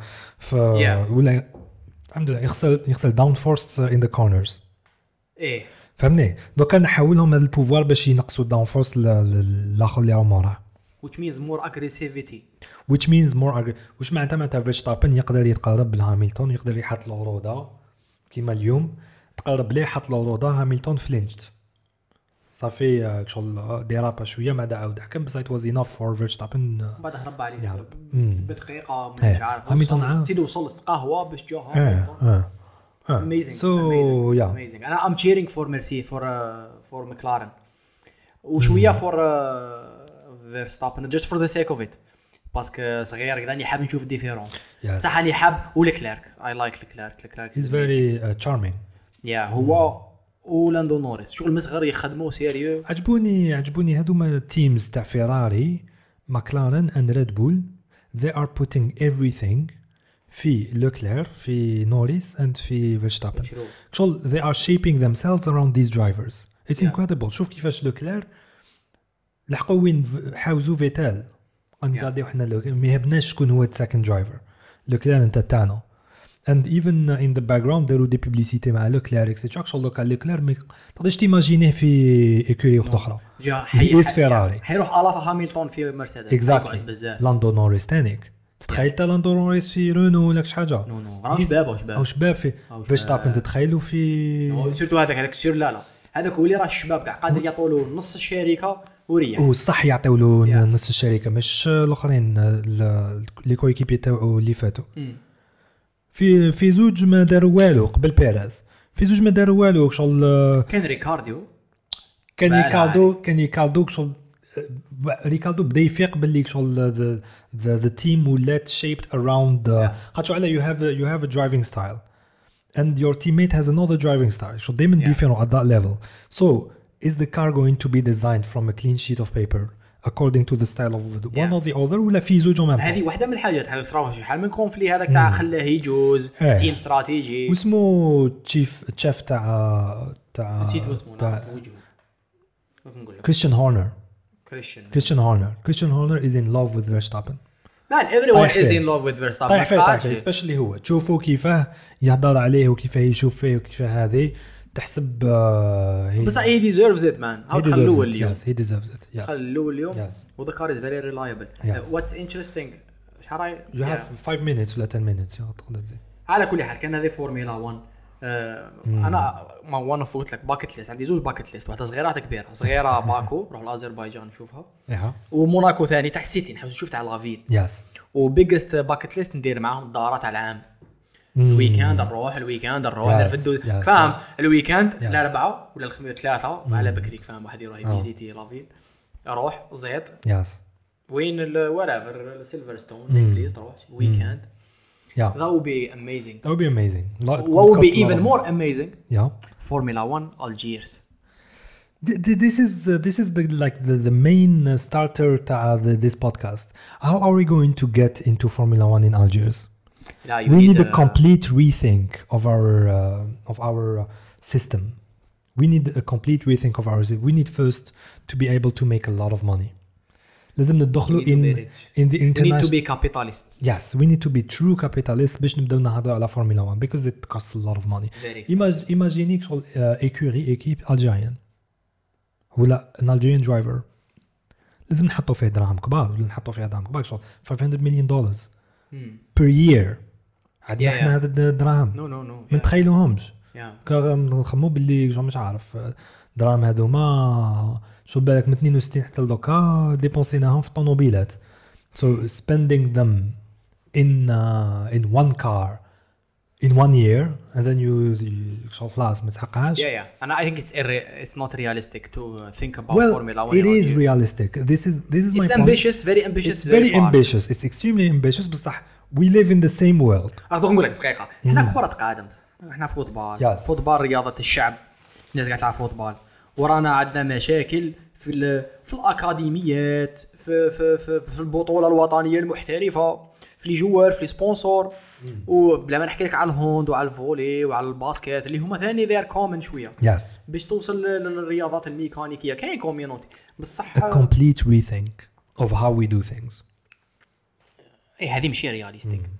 [SPEAKER 1] Yeah.
[SPEAKER 2] ولا الحمد لله يخسر يخسر آه، داون فورس ان ذا كورنرز
[SPEAKER 1] ايه
[SPEAKER 2] فهمني دوكا نحاولهم هذا البوفوار باش ينقصوا الداون فورس الاخر اللي راهم وراه
[SPEAKER 1] which means more aggressivity
[SPEAKER 2] which means more aggra- واش معناتها معناتها فيرستابن يقدر يتقرب لهاميلتون يقدر يحط له روضه كيما اليوم تقرب ليه حط له روضه هاميلتون فلينجت صافي آه، شغل آه، ديرابا شويه ما دا عاود حكم بصح واز اناف فور فيرستابن
[SPEAKER 1] بعد هرب عليه
[SPEAKER 2] يهرب.
[SPEAKER 1] ب- بدقيقه مش
[SPEAKER 2] إيه.
[SPEAKER 1] عارف
[SPEAKER 2] هاميلتون
[SPEAKER 1] وصل-
[SPEAKER 2] عا-
[SPEAKER 1] سيدي وصل استقهوى باش جا هاميلتون
[SPEAKER 2] اه اه
[SPEAKER 1] amazing
[SPEAKER 2] سو
[SPEAKER 1] amazing,
[SPEAKER 2] يا
[SPEAKER 1] amazing. انا ام تشيرينغ فور ميرسي فور فور مكلارن وشويه
[SPEAKER 2] Mm.
[SPEAKER 1] فور فيرستابن جاست فور ذا سيك اوف ات باسكو صغير كذا راني حاب نشوف ديفيرونس صح راني حاب ولكليرك اي لايك لكليرك لكليرك
[SPEAKER 2] هيز فيري تشارمين
[SPEAKER 1] يا
[SPEAKER 2] Mm.
[SPEAKER 1] هو ولاندو نوريس شغل من صغر يخدموا سيريو
[SPEAKER 2] عجبوني عجبوني هذوما التيمز تاع فيراري ماكلارن اند ريد بول they are putting everything في لوكلير في نوريس and في فيرستابن
[SPEAKER 1] شنو؟
[SPEAKER 2] شغل they are shaping themselves around these drivers it's
[SPEAKER 1] Yeah.
[SPEAKER 2] incredible شوف كيفاش لوكلير لحقوا وين ف- حاوزوا فيتال غنقاديو حنا لو- ما يهبناش شكون هو السكند درايفر لوكلير انت تاعنا and even in the background داروا دي بوبليسيتي مع لوكلير اكسيتشاك شغل لوكا لوكلير ما يق- تقدرش تيماجينيه في ايكوري وحده اخرى
[SPEAKER 1] جا
[SPEAKER 2] He is Ferrari.
[SPEAKER 1] حيروح الافا هاميلتون في مرسيدس
[SPEAKER 2] اكزاكتلي
[SPEAKER 1] يقعد بزاف
[SPEAKER 2] لاندو نوريس تانيك تتخيل تا لاندو نوريس في رونو ولا شي حاجه
[SPEAKER 1] نو نو راه شباب راه شباب
[SPEAKER 2] او شباب في
[SPEAKER 1] أو
[SPEAKER 2] فيرستابن
[SPEAKER 1] شباب.
[SPEAKER 2] تتخيلوا في
[SPEAKER 1] سيرتو هذاك هذاك سير لا لا هذاك هو اللي راه الشباب كاع قادر يعطوا نص الشركه وريح
[SPEAKER 2] وصح يعطيو له
[SPEAKER 1] Yeah.
[SPEAKER 2] نص الشركه مش الاخرين ال- لي كويكيبي تاعو اللي فاتوا
[SPEAKER 1] مم.
[SPEAKER 2] في في زوج ما داروا والو قبل بيريز في زوج ما داروا والو شغل آه،
[SPEAKER 1] كان ريكارديو
[SPEAKER 2] كان
[SPEAKER 1] فعلا
[SPEAKER 2] ريكاردو كان ريكاردو شغل آه، ريكاردو بدا يفيق باللي شغل ذا ذا تيم ولات شيبت اراوند خاطر على يو هاف يو هاف ا درايفينغ ستايل and your teammate has another driving style so دايما
[SPEAKER 1] Yeah.
[SPEAKER 2] different at that level so is the car going to be designed from a clean sheet of paper according to the style of the one
[SPEAKER 1] Yeah.
[SPEAKER 2] or the other ولا في زوجهم
[SPEAKER 1] هذه
[SPEAKER 2] امام
[SPEAKER 1] واحده من الحاجات هذا صراو شحال من كونفلي هذاك تاع خلاه يجوز
[SPEAKER 2] إيه.
[SPEAKER 1] تيم استراتيجي
[SPEAKER 2] واسمو تشيف تشيف تاع تاع
[SPEAKER 1] نسيت اسمه
[SPEAKER 2] تاع-
[SPEAKER 1] نعرف وجهه كيف نقول لك
[SPEAKER 2] كريستيان هورنر
[SPEAKER 1] كريشن
[SPEAKER 2] كريستيان هورنر كريستيان هورنر is in love with Verstappen
[SPEAKER 1] مان ايفري ون
[SPEAKER 2] طايح
[SPEAKER 1] از
[SPEAKER 2] طيب، فيه.
[SPEAKER 1] ان لاف وذ فيرستابن
[SPEAKER 2] طايح فيه طايح فيه سبيشلي هو تشوفوا كيفاه يهضر عليه وكيفاه يشوف فيه وكيفاه هذه تحسب آه، هي-
[SPEAKER 1] بصح هي ديزيرفز ات مان
[SPEAKER 2] he
[SPEAKER 1] هاو
[SPEAKER 2] deserves
[SPEAKER 1] تخلوه
[SPEAKER 2] it.
[SPEAKER 1] اليوم
[SPEAKER 2] Yes, he deserves it yes
[SPEAKER 1] خلوه اليوم
[SPEAKER 2] Yes.
[SPEAKER 1] وذكر از فيري ريلايبل
[SPEAKER 2] Yes.
[SPEAKER 1] واتس انتريستينغ شحال راي
[SPEAKER 2] You have five minutes ولا 10 minutes يا تقدر تزيد.
[SPEAKER 1] على كل حال كان هذه فورميلا 1 آه، انا ما وانا فوت لك باكيت ليست عندي زوج باكيت ليست واحده صغيره واحده كبيره صغيره باكو نروح لاذربيجان نشوفها
[SPEAKER 2] اها
[SPEAKER 1] وموناكو ثاني تاع السيتي نحب نشوف تاع لافيل
[SPEAKER 2] يس
[SPEAKER 1] وبيجست باكيت ليست ندير معاهم الدورات تاع العام الويكاند نروح الويكاند نروح
[SPEAKER 2] Yes,
[SPEAKER 1] نرفدو
[SPEAKER 2] yes,
[SPEAKER 1] فاهم الويكاند
[SPEAKER 2] Yes.
[SPEAKER 1] الاربعه ولا الخميس ثلاثه على بكريك فاهم واحد
[SPEAKER 2] آه.
[SPEAKER 1] يروح يفيزيتي لافيل روح زيت
[SPEAKER 2] يس
[SPEAKER 1] وين ورايفر سيلفرستون انجليز تروح ويكاند
[SPEAKER 2] يا
[SPEAKER 1] ذا ويل بي اميزنج
[SPEAKER 2] That would be amazing. Lo- it
[SPEAKER 1] ويل
[SPEAKER 2] cost
[SPEAKER 1] بي
[SPEAKER 2] a lot
[SPEAKER 1] ايفن
[SPEAKER 2] of-
[SPEAKER 1] مور اميزنج
[SPEAKER 2] Yeah.
[SPEAKER 1] فورمولا 1 الجيرز
[SPEAKER 2] Th- th- This is uh, this is the like the, the main uh, starter تاع the- this podcast. How are we going to get into Formula One in Algiers?
[SPEAKER 1] لا
[SPEAKER 2] We need a complete rethink of our uh, of our uh, system. We need a complete rethink of our. sy- We need first to be able to make a lot of money. لازم ندخلوا
[SPEAKER 1] We need to
[SPEAKER 2] in
[SPEAKER 1] be rich.
[SPEAKER 2] in the
[SPEAKER 1] You need to
[SPEAKER 2] international.
[SPEAKER 1] be capitalists.
[SPEAKER 2] Yes, we need to be true capitalists باش نبداو نهضروا على فورمولا 1 because it costs a lot of money.
[SPEAKER 1] Very
[SPEAKER 2] Imag- Imagine شغل ايكوري ايكيب Algerian ولا an Algerian driver لازم نحطوا فيه دراهم كبار ولا نحطوا فيه دراهم كبار شغل 500 مليون دولار per year عندنا
[SPEAKER 1] Hmm. Yeah,
[SPEAKER 2] احنا
[SPEAKER 1] yeah.
[SPEAKER 2] هذا الد- الدراهم
[SPEAKER 1] No, no, no.
[SPEAKER 2] ما
[SPEAKER 1] Yeah.
[SPEAKER 2] نتخيلوهمش
[SPEAKER 1] Yeah.
[SPEAKER 2] كا نخمو باللي شغل مش عارف دراهم هذوما شو بالك من 62 حتى لدوكا ديبونسيناهم في الطوموبيلات so spending them in uh, in one car in one year and then you, you شغل خلاص ما تحققهاش
[SPEAKER 1] Yeah, yeah. And I think it's irre- it's not realistic to uh, think about
[SPEAKER 2] well
[SPEAKER 1] Formula 1.
[SPEAKER 2] it is
[SPEAKER 1] It's
[SPEAKER 2] realistic this is this is my point
[SPEAKER 1] ambitious, very ambitious.
[SPEAKER 2] it's very
[SPEAKER 1] far.
[SPEAKER 2] ambitious it's extremely ambitious بصح we live in the same world
[SPEAKER 1] اعطوك نقول لك دقيقه احنا كره قدم احنا فوتبال
[SPEAKER 2] Yes.
[SPEAKER 1] فوتبال رياضه الشعب الناس قاعد تلعب فوتبال ورانا عندنا مشاكل في ال- في الاكاديميات في في في, في البطوله الوطنيه المحترفه في لي جوار في لي سبونسور وبلا ما نحكي لك على الهوند وعلى الفولي وعلى الباسكت اللي هما ثاني ذير كومن شويه
[SPEAKER 2] yes
[SPEAKER 1] باش توصل لل- للرياضات الميكانيكيه كاين كوميونيتي بصح
[SPEAKER 2] a complete rethink of how we do things
[SPEAKER 1] إيه هذه ماشي رياليستيك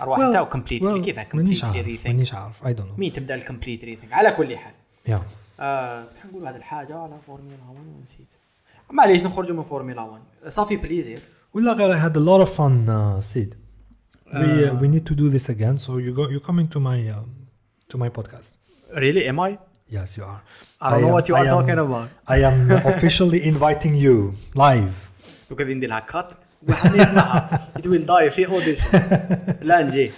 [SPEAKER 1] ارواح
[SPEAKER 2] Well,
[SPEAKER 1] انت وكمبليتلي
[SPEAKER 2] well,
[SPEAKER 1] كيفاه
[SPEAKER 2] مانيش
[SPEAKER 1] كومبليتلي
[SPEAKER 2] عارف
[SPEAKER 1] ريثينك
[SPEAKER 2] مانيش عارف اي دونت نو
[SPEAKER 1] مين تبدا الكومبليت ريثينك على كل حال
[SPEAKER 2] يا
[SPEAKER 1] آه كنت نقول هذه الحاجه على فورمولا 1 ونسيت معليش نخرجوا من فورمولا 1 صافي بليزير
[SPEAKER 2] ولا غير I had a lot of fun uh, Sid. We uh, we need to do this again. So you go you're coming to my uh, to my podcast.
[SPEAKER 1] ريلي ام اي
[SPEAKER 2] Yes, you are.
[SPEAKER 1] I don't know
[SPEAKER 2] am-
[SPEAKER 1] what you are
[SPEAKER 2] I am-
[SPEAKER 1] talking about.
[SPEAKER 2] I am officially inviting you live.
[SPEAKER 1] لو كان ندير لها كات واحد ما يسمعها it will die في اوديشن لا نجي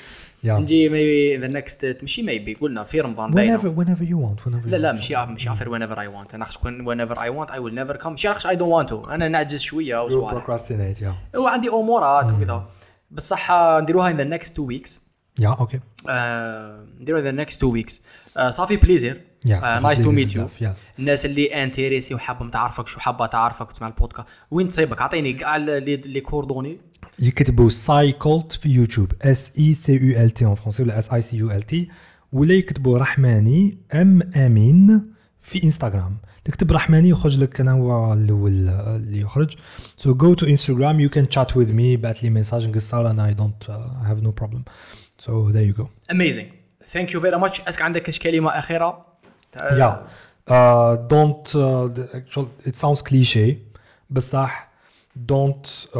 [SPEAKER 2] Yeah.
[SPEAKER 1] نجي maybe the next ماشي maybe قلنا في رمضان
[SPEAKER 2] Whenever
[SPEAKER 1] باينه
[SPEAKER 2] whenever you want. Whenever.
[SPEAKER 1] لا
[SPEAKER 2] you
[SPEAKER 1] لا
[SPEAKER 2] want.
[SPEAKER 1] مشي مشي عفر whenever I want انا خش كون whenever I want I will never come مشي خش I don't want to انا نعجز شويه او
[SPEAKER 2] You
[SPEAKER 1] صوالح
[SPEAKER 2] procrastinate. Yeah.
[SPEAKER 1] هو عندي امورات وكذا بصح آه، نديروها in the next two weeks
[SPEAKER 2] Yeah. Okay.
[SPEAKER 1] آه، نديروها in the next two weeks آه، صافي آه، بليزير
[SPEAKER 2] Yes.
[SPEAKER 1] نايس تو
[SPEAKER 2] please
[SPEAKER 1] ميت يو
[SPEAKER 2] yourself, Yes.
[SPEAKER 1] الناس اللي انتيريسي وحابه تعرفك شو حابه تعرفك وتسمع البودكاست وين تصيبك اعطيني كاع لي لي كوردوني
[SPEAKER 2] يكتبوا سايكولت في يوتيوب اس اي سي يو ال تي اون فرونسي ولا اس اي سي يو ال تي ولا يكتبوا رحماني ام امين في انستغرام تكتب رحماني يخرج لك انا هو الاول اللي يخرج سو جو تو انستغرام يو كان تشات وذ مي بعث لي ميساج نقصر انا اي دونت هاف نو بروبلم سو ذير يو جو
[SPEAKER 1] اميزينج ثانك يو فيري ماتش اسك عندك كاش كلمه اخيره آه،
[SPEAKER 2] يا Uh, دونت ات ساوندز كليشيه بصح دونت uh,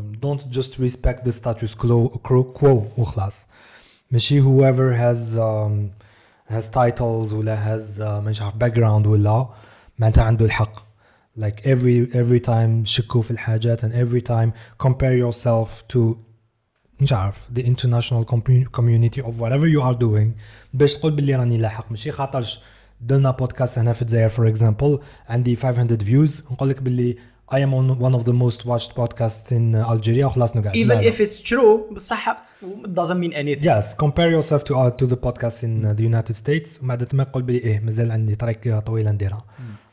[SPEAKER 2] دونت جاست ريسبكت ذا ستاتوس كلو كوو وخلاص ماشي whoever has um, has titles ولا has uh, مانيش عارف باك جراوند ولا معناتها عنده الحق like every every time شكوا في الحاجات and every time compare yourself to مش عارف the international commu- community of whatever you are doing باش تقول باللي راني لاحق ماشي خاطرش درنا بودكاست هنا في الجزائر for example عندي 500 views نقول لك باللي I am on one of the most watched podcasts in uh, Algeria وخلاص نقعد لا،
[SPEAKER 1] even
[SPEAKER 2] لا.
[SPEAKER 1] if it's true بصح it doesn't mean anything
[SPEAKER 2] Yes, compare yourself to uh, to the podcast in uh, the United States. ومن بعد ما قول بلي ايه مازال عندي طريق طويله نديرها.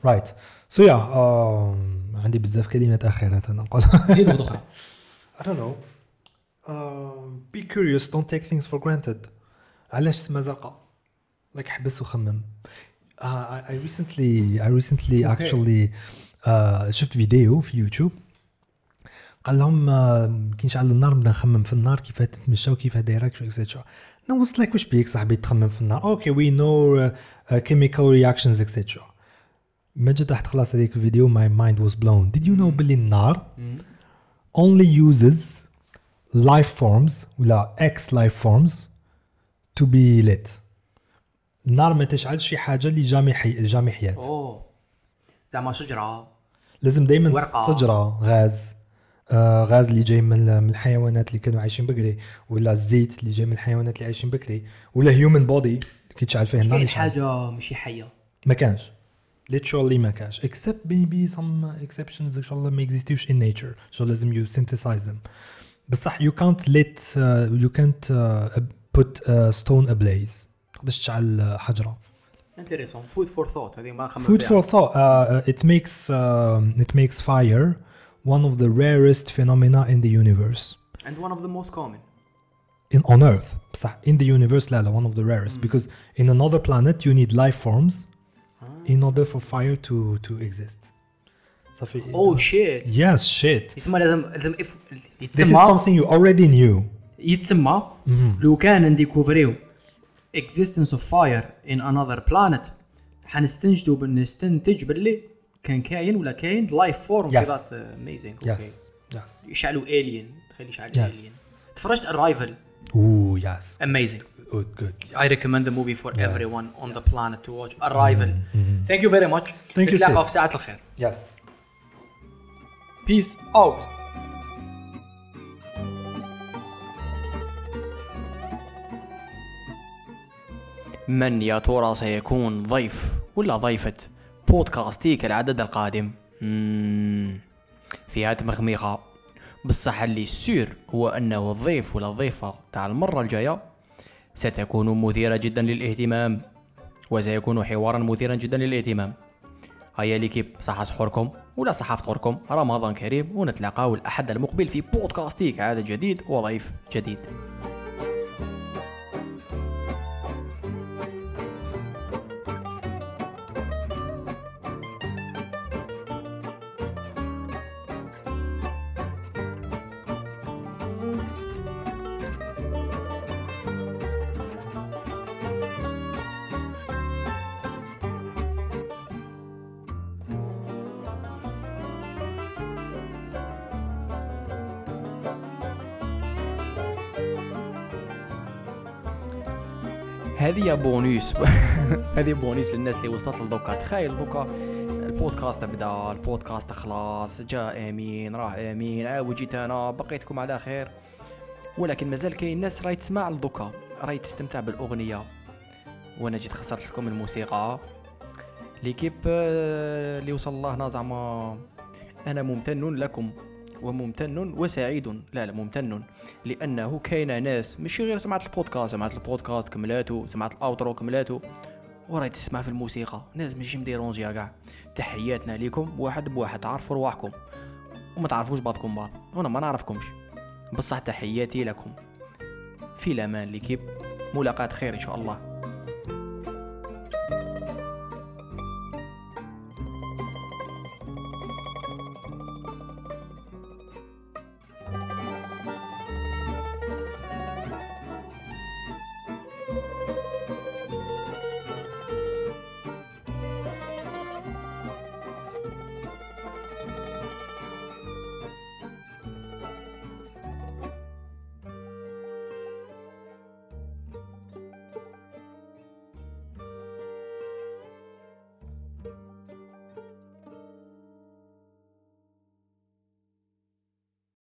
[SPEAKER 2] Right. So yeah, um, عندي بزاف كلمات اخيره نقول.
[SPEAKER 1] زيد واحد اخرى
[SPEAKER 2] I don't know. Um, be curious, don't take things for granted. علاش اسمها زرقاء؟ Like حبس وخمم. Uh, I, I recently I recently okay. actually uh, شفت فيديو في يوتيوب قال لهم uh, كي نشعل النار نبدا نخمم في النار كيف تتمشى وكيف دايرك اكسترا انا واصل لك واش بيك صاحبي تخمم في النار اوكي وي نو كيميكال رياكشنز اكسترا ما جا تحت خلاص هذيك الفيديو ماي مايند واز بلون ديد يو نو باللي النار only uses life forms ولا X life forms to be lit النار ما تشعلش في حاجه اللي جامي حي جامي حياه
[SPEAKER 1] اوه زعما شجره
[SPEAKER 2] لازم دائما
[SPEAKER 1] ورقة.
[SPEAKER 2] شجره غاز آه غاز اللي جاي من ال- من الحيوانات اللي كانوا عايشين بكري ولا الزيت اللي جاي من الحيوانات اللي عايشين بكري ولا هيومن بودي كي تشعل فيه النار
[SPEAKER 1] كاين
[SPEAKER 2] يشعل.
[SPEAKER 1] حاجه ماشي حيه
[SPEAKER 2] ما كانش literally ما كانش except maybe some exceptions ان شاء الله ما يكزيستيوش in nature ان شاء الله لازم you synthesize them بصح you can't let uh, you can't uh, put a stone ablaze تقدرش تشعل آه، حجره
[SPEAKER 1] انتريسون فود فور ثوت هذه ما نخمم
[SPEAKER 2] food
[SPEAKER 1] فيها.
[SPEAKER 2] for thought uh, it makes uh, it makes fire one of the rarest phenomena in the universe
[SPEAKER 1] and one of the most common
[SPEAKER 2] in on earth بصح in the universe لا لا one of the rarest because in another planet you need life forms in order for fire to to exist صافي
[SPEAKER 1] oh shit
[SPEAKER 2] Yes, shit.
[SPEAKER 1] يسمى لازم لازم إف...
[SPEAKER 2] This is
[SPEAKER 1] يتسمى
[SPEAKER 2] something you already knew.
[SPEAKER 1] يتسمى لو كان نديكوفريو existence of fire in another planet حنستنتجو بنستنتج باللي كان كاين ولا كاين life form uh,
[SPEAKER 2] Yes.
[SPEAKER 1] amazing
[SPEAKER 2] Yes. Yes.
[SPEAKER 1] okay. يشعلوا alien تخيل يشعلوا
[SPEAKER 2] Yes.
[SPEAKER 1] alien تفرجت arrival
[SPEAKER 2] Ooh, yes.
[SPEAKER 1] amazing
[SPEAKER 2] Good, good.
[SPEAKER 1] I recommend the movie for
[SPEAKER 2] Yes. Mm-hmm.
[SPEAKER 1] everyone on the planet to watch arrival thank you very much
[SPEAKER 2] you,
[SPEAKER 1] نتلاقاو
[SPEAKER 2] Sid.
[SPEAKER 1] في ساعة الخير
[SPEAKER 2] Yes.
[SPEAKER 1] peace out
[SPEAKER 3] من يا ترى سيكون ضيف ولا ضيفة بودكاستيك العدد القادم مم، فيها تمغمغة بصح اللي سور هو أنه الضيف ولا الضيفة تاع المرة الجاية ستكون مثيرة جدا للاهتمام وسيكون حوارا مثيرا جدا للاهتمام هيا ليكيب صحة سحوركم ولا صحة فطوركم رمضان كريم ونتلاقاو الأحد المقبل في بودكاستيك عدد جديد وضيف جديد
[SPEAKER 1] هذه بونوس هذه بونوس للناس اللي وصلت لدوكا تخيل دوكا البودكاست بدا البودكاست خلاص جا امين راه امين عاود جيت انا بقيتكم على خير ولكن مازال كاين ناس راهي تسمع لدوكا راهي تستمتع بالاغنيه وانا جيت خسرت لكم الموسيقى ليكيب آه، اللي وصل الله هنا زعما انا ممتن لكم وممتن وسعيد لا لا ممتن لانه كاين ناس ماشي غير سمعت البودكاست سمعت البودكاست كملاتو سمعت الاوترو كملاتو وراي تسمع في الموسيقى ناس ماشي مديرونجيا كاع تحياتنا ليكم واحد بواحد عارفوا رواحكم وما تعرفوش بعضكم بعض وانا ما نعرفكمش بصح تحياتي لكم في الامان ليكيب ملاقات خير ان شاء الله